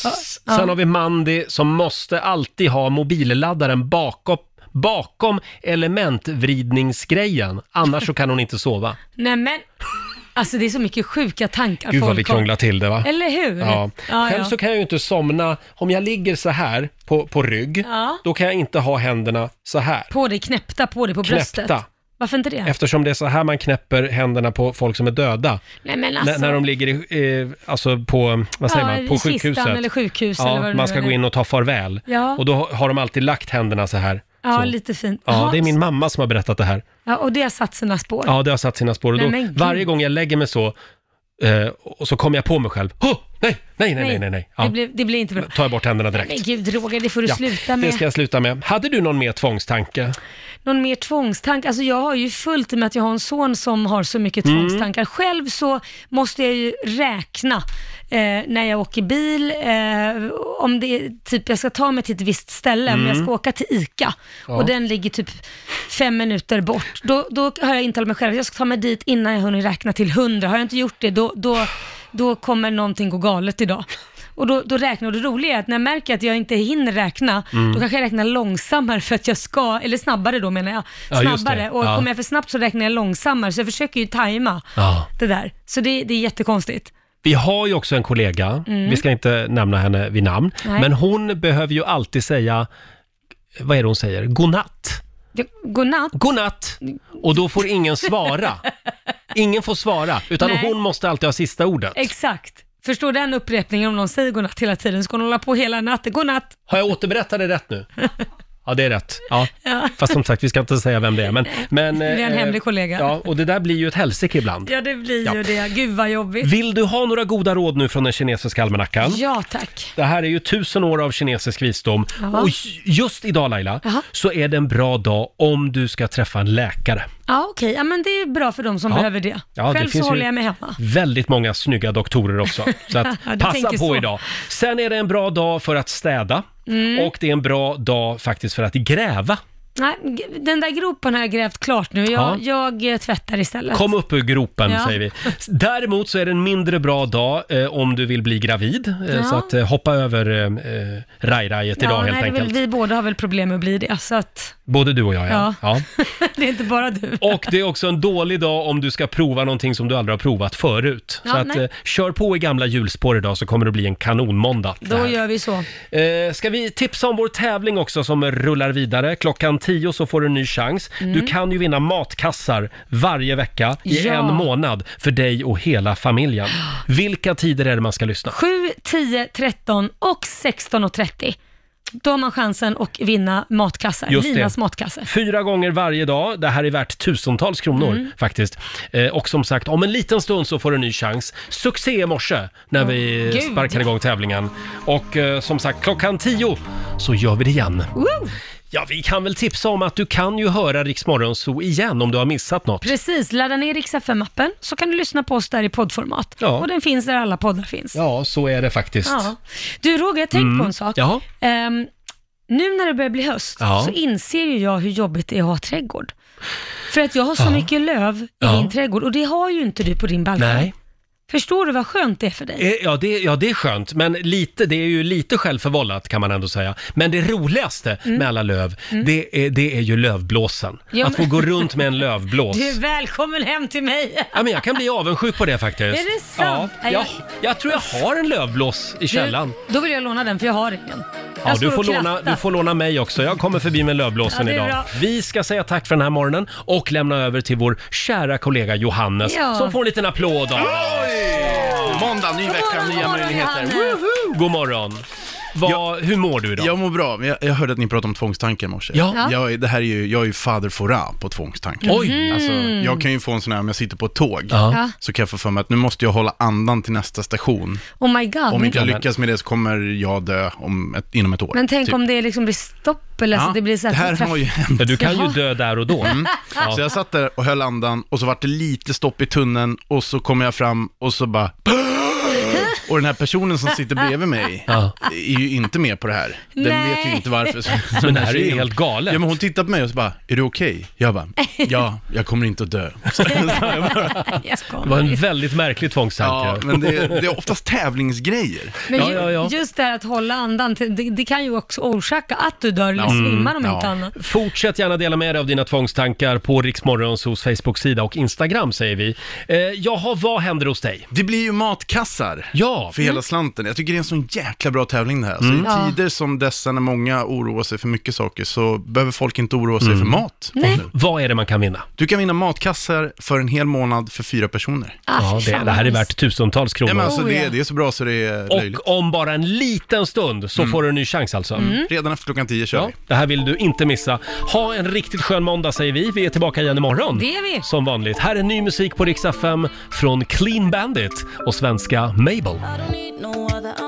Speaker 3: Ja, ja.
Speaker 1: Sen har vi Mandy som måste alltid ha mobilladdaren bakom, bakom elementvridningsgrejen. Annars så kan hon inte sova.
Speaker 3: Nej men, alltså det är så mycket sjuka tankar
Speaker 1: Gud vad
Speaker 3: folk
Speaker 1: vi
Speaker 3: har.
Speaker 1: krånglar till det va?
Speaker 3: Eller hur?
Speaker 1: Ja. Själv så kan jag ju inte somna. Om jag ligger så här på, på rygg,
Speaker 3: Ja.
Speaker 1: då kan jag inte ha händerna så här.
Speaker 3: På dig, knäppta på dig på
Speaker 1: Knäppta.
Speaker 3: bröstet. Varför inte det?
Speaker 1: Eftersom det är så här man knäpper händerna på folk som är döda.
Speaker 3: Nej, men alltså-
Speaker 1: N- när de ligger i, eh, alltså på, vad säger
Speaker 3: Ja,
Speaker 1: man, på
Speaker 3: i kistan
Speaker 1: sjukhuset.
Speaker 3: eller sjukhus
Speaker 1: ja,
Speaker 3: eller vad det nu
Speaker 1: man ska
Speaker 3: är.
Speaker 1: gå in och ta farväl.
Speaker 3: Ja.
Speaker 1: Och då har de alltid lagt händerna så här
Speaker 3: Ja, lite fint.
Speaker 1: Ja,
Speaker 3: Jaha.
Speaker 1: det är min mamma som har berättat det här.
Speaker 3: Ja, och det har satt sina spår.
Speaker 1: Ja, det har satt sina spår. Och då,
Speaker 3: Nej, men gud.
Speaker 1: varje gång jag lägger mig så, eh, och så kommer jag på mig själv. Oh, nej, nej, nej, nej, nej, nej. Ja.
Speaker 3: Det, blir, det blir inte bra.
Speaker 1: Tar jag bort händerna direkt.
Speaker 3: Men gud Roger, det får du
Speaker 1: Ja,
Speaker 3: sluta med.
Speaker 1: Det ska jag sluta med. Hade du någon mer tvångstanke?
Speaker 3: någon mer tvångstanke. Alltså jag har ju fullt i med att jag har en son som har så mycket
Speaker 1: Mm.
Speaker 3: tvångstankar. Själv så måste jag ju räkna eh, när jag åker bil. Eh, om det är, typ jag ska ta mig till ett visst ställe, om
Speaker 13: Mm.
Speaker 3: jag ska åka till ICA
Speaker 13: Ja.
Speaker 3: och den ligger typ fem minuter bort. Då, då har jag intalat mig själv att jag ska ta mig dit innan jag hunnit räkna till hundra. Har jag inte gjort det, då, då, då kommer någonting gå galet idag. Och då, då räknar och det roliga är att när jag märker att jag inte hinner räkna,
Speaker 13: Mm.
Speaker 3: då kanske jag räknar långsammare för att jag ska, eller snabbare då menar jag,
Speaker 13: Ja, just
Speaker 3: snabbare.
Speaker 13: det.
Speaker 3: Och
Speaker 13: Ja.
Speaker 3: kommer jag för snabbt så räknar jag långsammare, så jag försöker ju tajma
Speaker 1: Ja.
Speaker 3: det där. Så det, det är jättekonstigt.
Speaker 1: Vi har ju också en kollega,
Speaker 3: Mm.
Speaker 1: vi ska inte nämna henne vid namn,
Speaker 3: Nej.
Speaker 1: men hon behöver ju alltid säga, vad är det hon säger? Godnatt.
Speaker 3: Det- Godnatt.
Speaker 1: Godnatt.
Speaker 3: Mm.
Speaker 1: Och då får ingen svara. Ingen får svara, utan
Speaker 3: Nej.
Speaker 1: hon måste alltid ha sista ordet.
Speaker 3: Exakt. Förstår den upprepningen om någon säger godnatt hela tiden, ska hon hålla på hela natten. Godnatt!
Speaker 1: Har jag återberättat det rätt nu? Ja, det är rätt. Ja.
Speaker 3: Ja.
Speaker 1: Fast som sagt, vi ska inte säga vem det är. Men, men,
Speaker 3: Det är en
Speaker 1: eh,
Speaker 3: hemlig kollega.
Speaker 1: Ja, och det där blir ju ett helsike ibland.
Speaker 3: Ja, det blir
Speaker 1: Ja.
Speaker 3: ju det. Gud vad jobbigt.
Speaker 1: Vill du ha några goda råd nu från den kinesiska almanackan?
Speaker 3: Ja, tack.
Speaker 1: Det här är ju tusen år av kinesisk visdom.
Speaker 3: Ja.
Speaker 1: Och just idag Laila, så är det en bra dag om du ska träffa en läkare.
Speaker 3: Ja, okej. Ja, men det är bra för dem som
Speaker 1: Ja.
Speaker 3: behöver det.
Speaker 1: Ja, det
Speaker 3: Själv
Speaker 1: finns
Speaker 3: så
Speaker 1: ju-
Speaker 3: håller jag mig hemma.
Speaker 1: Väldigt många snygga doktorer också. Så att
Speaker 3: Ja, du
Speaker 1: passa på
Speaker 3: tänker så.
Speaker 1: idag. Sen är det en bra dag för att städa.
Speaker 3: Mm.
Speaker 1: Och det är en bra dag faktiskt för att gräva.
Speaker 3: Nej, g- den där gropen har jag grävt klart nu. Jag, jag eh, tvättar istället.
Speaker 1: Kom upp ur gropen,
Speaker 3: Ja.
Speaker 1: säger vi. Däremot så är det en mindre bra dag eh, om du vill bli gravid. Eh,
Speaker 3: Ja.
Speaker 1: Så att eh, hoppa över eh, eh, rajrajet
Speaker 3: ja,
Speaker 1: idag helt
Speaker 3: nej, det är väl-
Speaker 1: enkelt.
Speaker 3: Vi båda har väl problem med att bli det, så att
Speaker 1: Både du och jag, ja. ja.
Speaker 3: det är inte bara du.
Speaker 1: Och det är också en dålig dag om du ska prova någonting som du aldrig har provat förut.
Speaker 3: Ja,
Speaker 1: så att,
Speaker 3: nej.
Speaker 1: eh, kör på i gamla hjulspår idag så kommer det bli en kanonmåndag. det
Speaker 3: Då
Speaker 1: här.
Speaker 3: gör vi så.
Speaker 1: Eh, ska vi tipsa om vår tävling också som rullar vidare? Klockan 10 så får du en ny chans.
Speaker 3: Mm.
Speaker 1: Du kan ju vinna matkassar varje vecka i
Speaker 3: Ja.
Speaker 1: en månad för dig och hela familjen. Vilka tider är det man ska lyssna?
Speaker 3: 7, 10, 13 och 16 och 30. Då har man chansen att vinna matkassar.
Speaker 1: Just det.
Speaker 3: Linas matkassar.
Speaker 1: Fyra gånger varje dag. Det här är värt tusentals kronor
Speaker 3: Mm.
Speaker 1: faktiskt. Eh, och som sagt, om en liten stund så får du en ny chans. Succé i morse när vi
Speaker 3: Gud.
Speaker 1: sparkar igång tävlingen. Och eh, som sagt, klockan 10 så gör vi det igen. Ja, vi kan väl tipsa om att du kan ju höra Rix Morgonzoo igen om du har missat något.
Speaker 3: Precis, ladda ner Rix FM-appen så kan du lyssna på oss där i poddformat.
Speaker 1: Ja.
Speaker 3: Och den finns där alla poddar finns.
Speaker 1: Ja, så är det faktiskt.
Speaker 3: Ja. Du Roger, jag tänkte
Speaker 1: Mm.
Speaker 3: på en sak.
Speaker 1: Jaha.
Speaker 3: Ehm, nu när det börjar bli höst
Speaker 1: Ja.
Speaker 3: så inser ju jag hur jobbigt det är att ha trädgård. För att jag har så
Speaker 1: Ja.
Speaker 3: mycket löv i
Speaker 1: Ja.
Speaker 3: din trädgård och det har ju inte du på din balkong.
Speaker 1: Nej.
Speaker 3: Förstår du vad skönt det är för dig?
Speaker 1: Eh, Ja det, ja, det är skönt, men lite, det är ju lite självförvållat kan man ändå säga. Men det roligaste med alla löv, det, är, det är ju lövblåsen.
Speaker 3: Mm. Ja,
Speaker 1: Att få
Speaker 3: men-
Speaker 1: gå runt med en lövblås.
Speaker 3: Du är välkommen hem till mig!
Speaker 1: Ja, men jag kan bli avundsjuk på det faktiskt.
Speaker 3: Är det sant?
Speaker 1: Ja,
Speaker 3: Nej,
Speaker 1: jag,
Speaker 3: jag-
Speaker 1: jag tror jag har en lövblås i källaren.
Speaker 3: Du, då vill jag låna den för jag har ingen.
Speaker 1: Ja,
Speaker 3: Jag
Speaker 1: du,
Speaker 3: står
Speaker 1: får
Speaker 3: och
Speaker 1: låna,
Speaker 3: krattar.
Speaker 1: du får låna mig också. Jag kommer förbi med lövblåsen
Speaker 3: Ja, det är
Speaker 1: idag.
Speaker 3: bra.
Speaker 1: Vi ska säga tack för den här morgonen och lämna över till vår kära kollega Johannes
Speaker 3: Ja.
Speaker 1: som får en liten applåd av Måndag, ny vecka, nya möjligheter. Woho! God morgon. Vad, hur mår du idag?
Speaker 14: Jag mår bra, men jag, jag hörde att ni pratade om tvångstankar i morse.
Speaker 1: Ja. Ja.
Speaker 14: Jag, är- det här är ju, jag är ju fader forat på tvångstankar.
Speaker 3: Mm.
Speaker 1: Oj.
Speaker 14: Alltså,
Speaker 1: Mhm.
Speaker 14: jag kan ju få en sån här, om jag sitter på ett tåg,
Speaker 1: Ja. Ja.
Speaker 14: så kan jag få för mig att nu måste jag hålla andan till nästa station.
Speaker 3: Oh my god.
Speaker 14: Om
Speaker 3: men-
Speaker 14: inte jag lyckas med det så kommer jag dö om ett, inom ett år.
Speaker 3: Men tänk
Speaker 14: typ.
Speaker 3: om det liksom blir stopp eller så
Speaker 14: Ja,
Speaker 3: det blir så här,
Speaker 14: det här
Speaker 3: traf-
Speaker 14: har ju hänt.
Speaker 3: du kan ju Jaha. dö
Speaker 1: där och då. Ja.
Speaker 14: Mm. Så jag satt där och höll andan och så vart det lite stopp i tunneln och så kommer jag fram och så bara och den här personen som sitter bredvid mig är ju inte med på det här. Den
Speaker 3: Nej.
Speaker 14: vet ju inte varför. Så,
Speaker 1: Men
Speaker 14: den
Speaker 1: det här är ju
Speaker 14: tjejen-
Speaker 1: helt galet.
Speaker 14: Ja, men hon tittar på mig och så bara, är du okej? Jag bara, ja, jag kommer inte att dö. Så, så jag bara,
Speaker 1: Det var en väldigt märklig tvångstanke.
Speaker 14: ja, men det, det är oftast tävlingsgrejer.
Speaker 3: Men ju, just det här att hålla andan, till- det, det kan ju också orsaka att du dör eller
Speaker 1: Mm,
Speaker 3: svimmar om inte annat.
Speaker 1: Fortsätt gärna dela med dig av dina tvångstankar på Riksmorgonsos Facebook-sida och Instagram säger vi. Eh, jaha, vad händer hos dig?
Speaker 14: Det blir ju matkassar.
Speaker 2: pengar
Speaker 1: ja.
Speaker 2: för hela slanten. Jag tycker det är en sån jäkla bra tävling det här.
Speaker 1: Mm.
Speaker 2: Så
Speaker 1: Ja.
Speaker 2: I tider som dessa när många oroar sig för mycket saker så behöver folk inte oroa sig
Speaker 1: Mm.
Speaker 2: för mat.
Speaker 1: Nej. Vad är det man kan vinna?
Speaker 2: Du kan vinna matkassar för en hel månad för fyra personer.
Speaker 1: Ah, Ja, det- fan. det här är värt tusentals kronor.
Speaker 2: Ja, men alltså,
Speaker 1: Oh, ja.
Speaker 2: det, det är så bra så det är löjligt.
Speaker 1: Och om bara en liten stund så får du en ny chans alltså.
Speaker 2: Mm. Redan efter klockan 10 kör
Speaker 1: ja, Det här vill du inte missa. Ha en riktigt skön måndag säger vi. Vi är tillbaka igen imorgon.
Speaker 3: Det är vi.
Speaker 1: Som vanligt. Här är ny musik på Riksa 5 från Clean Bandit och svenska Mabel.
Speaker 11: No other